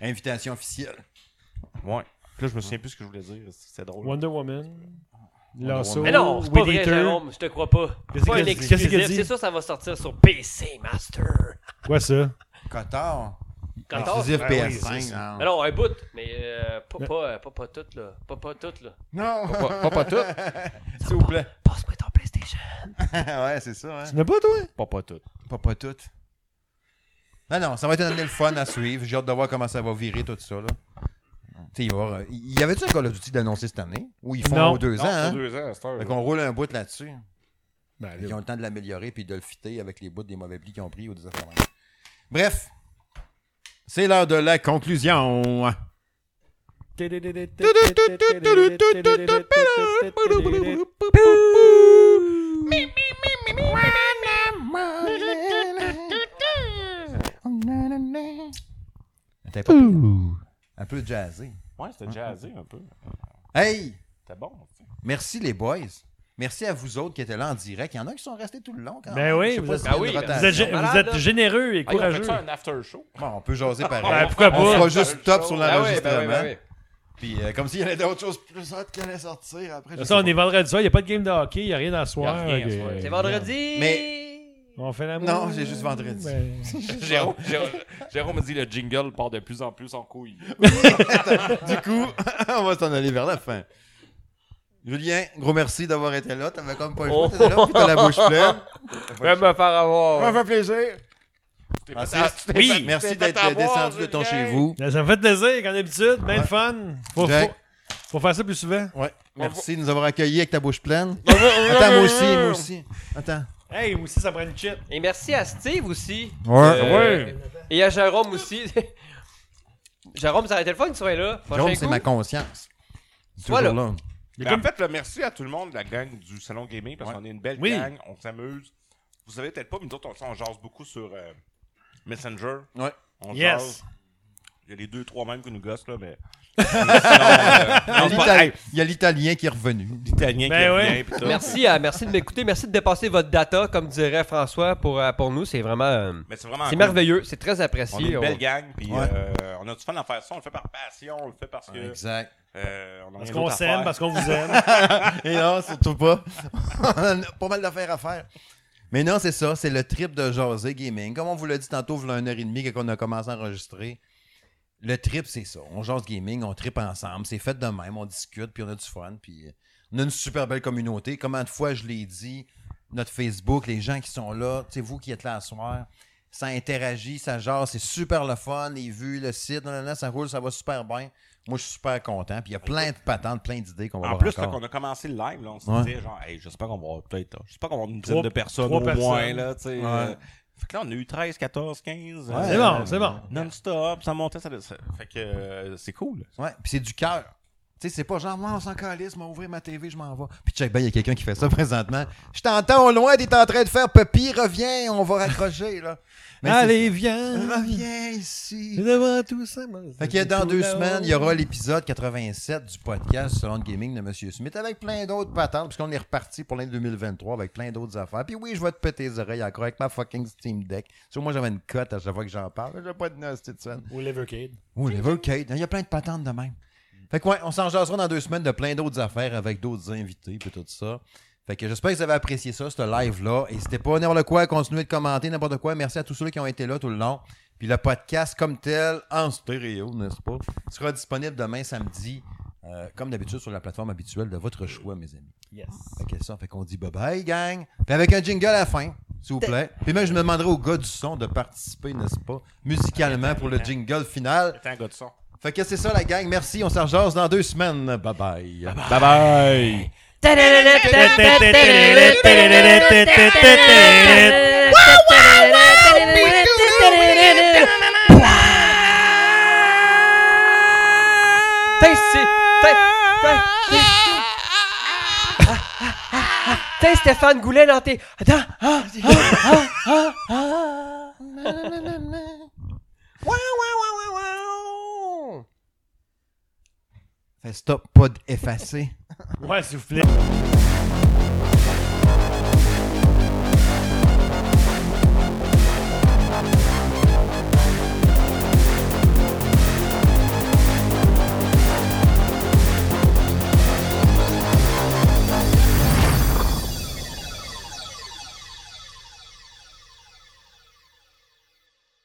A: Invitation officielle.
C: Ouais. Puis là, je me souviens plus ce que je voulais dire. C'est drôle.
D: Wonder Woman. Lasso.
A: Woman.
B: Mais non, c'est pas
D: Weed
B: vrai,
D: Eater.
B: Jérôme, je te crois pas.
D: Qu'est-ce
B: C'est pas
D: qu'elle
B: une
D: dit?
B: exclusif,
D: Qu'est-ce qu'elle dit?
B: c'est sûr ça va sortir sur PC Master.
D: Quoi ça?
A: Cotard.
B: KOTOR...
A: Exclusif
D: ben oui,
A: PS5.
D: c'est
A: non.
C: Ah.
B: Mais non, un bout, mais euh, pas, pas, euh, pas, pas tout, là. Pas, pas tout, là.
A: Non. <laughs>
C: Pas, pas tout.
A: S'il vous plaît.
B: Passe-moi ton PlayStation.
A: ouais, c'est ça. Hein.
D: Tu n'as pas, toi?
C: Pas, pas tout.
A: Pas, pas tout. Non, non, ça va être une année le fun à suivre. J'ai hâte de voir comment ça va virer tout ça. Là. Tu sais, il va y avoir, euh, il y avait-tu un Call of Duty d'annoncer cette année? Ou ils font
D: Non.
A: aux deux
C: Non,
A: ans,
C: c'est
A: hein?
C: deux ans, à cette heure.
A: Fait qu'on roule un bout là-dessus.
D: Ben,
A: Ils ont le temps de l'améliorer puis de le fitter avec les bouts des mauvais plis qu'ils ont pris ou des affaires. de même. Bref, c'est l'heure de la conclusion. T'es pas un peu jazzé.
C: Ouais, c'était jazzé un peu.
A: Hey,
C: C'était bon. tu sais.
A: merci les boys. Merci à vous autres qui étaient là en direct. Il y en a qui sont restés tout le long. Quand même.
D: Ben oui,
A: Je sais
D: vous
A: pas
D: êtes-
A: s'il y a
B: Ben
A: une
B: oui, ben
A: rotation.
D: Vous êtes, gé- vous
B: Malade,
D: êtes
B: là.
D: généreux et
C: Hey, on fait
D: courageux.
C: ça un after show.
A: Bon, on peut jaser
D: Ben,
A: pareil.
D: pourquoi
A: On
D: pas? ben
A: fera juste stop sur
B: Ah oui,
A: l'enregistrement.
B: ben oui, ben oui.
A: Puis euh, comme s'il y avait d'autres choses plus hot qui allaient sortir après. je
D: Ça,
A: sais
D: on est vendredi soir, il n'y a pas de game de hockey, il n'y a rien à soir.
C: Y a rien à
D: ok.
C: soir.
B: C'est vendredi!
D: On fait l'amour.
A: Non, c'est juste vendredi.
D: Ben,
C: <laughs> Jérôme, Jérôme, Jérôme me dit le jingle part de plus en plus en couille.
A: pas. <laughs> Du coup, <laughs> on va s'en aller vers la fin. Julien, gros merci d'avoir été là. T'avais comme pas le choix. T'étais là, puis t'as la bouche
C: <laughs>
A: pleine. T'as pas
B: Je vais
A: le choix.
B: me faire avoir.
F: fait plaisir.
A: Francis,
C: tu t'es bah, fait- Ah,
A: merci
C: tu t'es fait
A: d'être
C: avoir,
A: descendu de ton
C: Julien.
A: chez vous.
D: ben, Ça me fait plaisir, comme d'habitude, bien
A: Ouais.
D: le fun. Faut, faut,
A: Jack.
D: faut faire ça plus souvent.
A: Ouais. Merci de nous avoir accueillis avec ta bouche pleine. Attends, moi aussi, moi aussi. Attends.
D: Hey, moi aussi, ça prend une chip.
B: Et merci à Steve aussi.
A: Ouais.
B: Euh, Et à Jérôme aussi. <laughs> Jérôme, ça aurait été le fun que tu sois là. Prochain
A: Jérôme, c'est
B: coup.
A: ma conscience. Toujours
B: Voilà.
A: là.
D: Il y a
C: Mais
D: comme-
C: Ben, en fait, là, merci à tout le monde de la gang du Salon Gaming parce
A: Ouais.
C: qu'on est une belle
D: Oui.
C: gang, on s'amuse. Vous savez peut-être pas, mais nous autres, on, on jase beaucoup sur euh, Messenger.
A: Ouais.
C: On
D: Yes.
C: jase. Il y a les deux, trois mêmes que nous gossent, là, mais.
A: Il y a
C: Sinon, euh, non, c'est pas-
A: l'Ital-
C: hey,
A: Il y a l'Italien qui est revenu.
C: l'Italien qui
D: Ben
C: revient,
D: ouais.
C: pis tout.
B: Merci, à- merci de m'écouter. Merci de dépasser votre data, comme dirait François, pour, euh, pour nous. C'est vraiment. euh,
C: Mais c'est vraiment.
B: c'est
C: Ah, cool.
B: merveilleux. C'est très
C: On est
B: apprécié.
C: une
B: On-
C: belle gang, puis
A: Ouais.
C: euh, on a du fun à faire ça. On le fait par passion, on le fait parce que.
A: Exact.
C: euh, on a
D: Parce
C: rien
D: qu'on
C: d'autre à
D: s'aime,
C: faire.
D: parce qu'on vous aime.
A: <laughs> Et non, surtout pas. On a pas mal d'affaires à faire. Mais non, c'est ça, c'est le trip de jaser gaming. Comme on vous l'a dit tantôt, il y a une heure et demie quand on a commencé à enregistrer. Le trip, c'est ça. On jase gaming, on trip ensemble. C'est fait de même, on discute, puis on a du fun. Puis euh, on a une super belle communauté. Comment de fois je l'ai dit, notre Facebook, les gens qui sont là, tu sais, vous qui êtes là à soir, ça interagit, ça jase, c'est super le fun, les vues, le site, nan, nan, nan, ça roule, ça va super bien. Moi, je suis super content. Puis il y a plein de patentes, plein d'idées qu'on va
C: En
A: voir
C: plus,
A: encore.
C: quand on a commencé le live, là, on se
A: Ouais.
C: disait genre, hey, j'espère qu'on va avoir peut-être, je sais pas qu'on va avoir une dizaine
D: Trois-
C: de personnes
D: trois
C: au moins,
D: personnes.
C: là, tu sais.
A: Ouais.
C: euh, Fait que là, on a eu 13, 14, 15.
A: Ouais.
D: C'est bon, c'est bon.
C: euh, Non-stop, ça montait, ça. ça- Fait que euh, c'est cool.
A: Ouais, puis c'est du cœur. Tu sais, c'est pas genre, moi, on s'en calisse, m'a ouvrir ma TV, je m'en vais. Puis check, ben, il y a quelqu'un qui fait ça <laughs> présentement. Je t'entends au loin, t'es en train de faire Puppy, reviens, on va raccrocher, là. Mais c'est-
D: Allez, viens.
A: reviens
D: C'est
A: ici.
D: devant tout ça. moi.
A: Fait que dans
D: Tout
A: deux
D: là-haut.
A: semaines, il y aura l'épisode 87 du podcast Salon de Gaming de Monsieur Smith avec plein d'autres patentes, puisqu'on est reparti pour l'année 2023 avec plein d'autres affaires. Puis oui, je vais te péter les oreilles encore avec ma fucking Steam Deck. Sur moi, j'avais une cote à chaque fois que j'en parle. J'ai pas de nez, cette semaine.
D: Au Levercade.
A: Ou Levercade. Oh, Il y a plein de patentes de même. Fait que ouais, on s'en jasera dans deux semaines de plein d'autres affaires avec d'autres invités puis tout ça. Fait que j'espère que vous avez apprécié ça, ce live-là. N'hésitez pas n'importe quoi à continuer de commenter, n'importe quoi. Merci à tous ceux qui ont été là tout le long. Puis le podcast comme tel, en stéréo, n'est-ce pas, sera disponible demain samedi, euh, comme d'habitude, sur la plateforme habituelle de votre choix, mes amis.
D: Yes.
A: Fait que ça, fait qu'on dit bye-bye, gang. Puis avec un jingle à la fin, s'il vous plaît. Puis même, je me demanderai au gars du son de participer, n'est-ce pas, musicalement pour le jingle final.
C: Attends, gars de son.
A: Fait que c'est ça la gang. Merci, on se rejase dans deux semaines. Bye bye.
C: Bye bye!
B: T'es c'est- t'es- t'es- t'es- Ah, ah, ah, ah. T'es Stéphane Goulet dans tes. Attends! ah, ah, ah, ah, ah. Wow, wow, wow, wow, wow.
A: Fait stop, pas d'effacer.
D: Ouais, s'il vous plaît.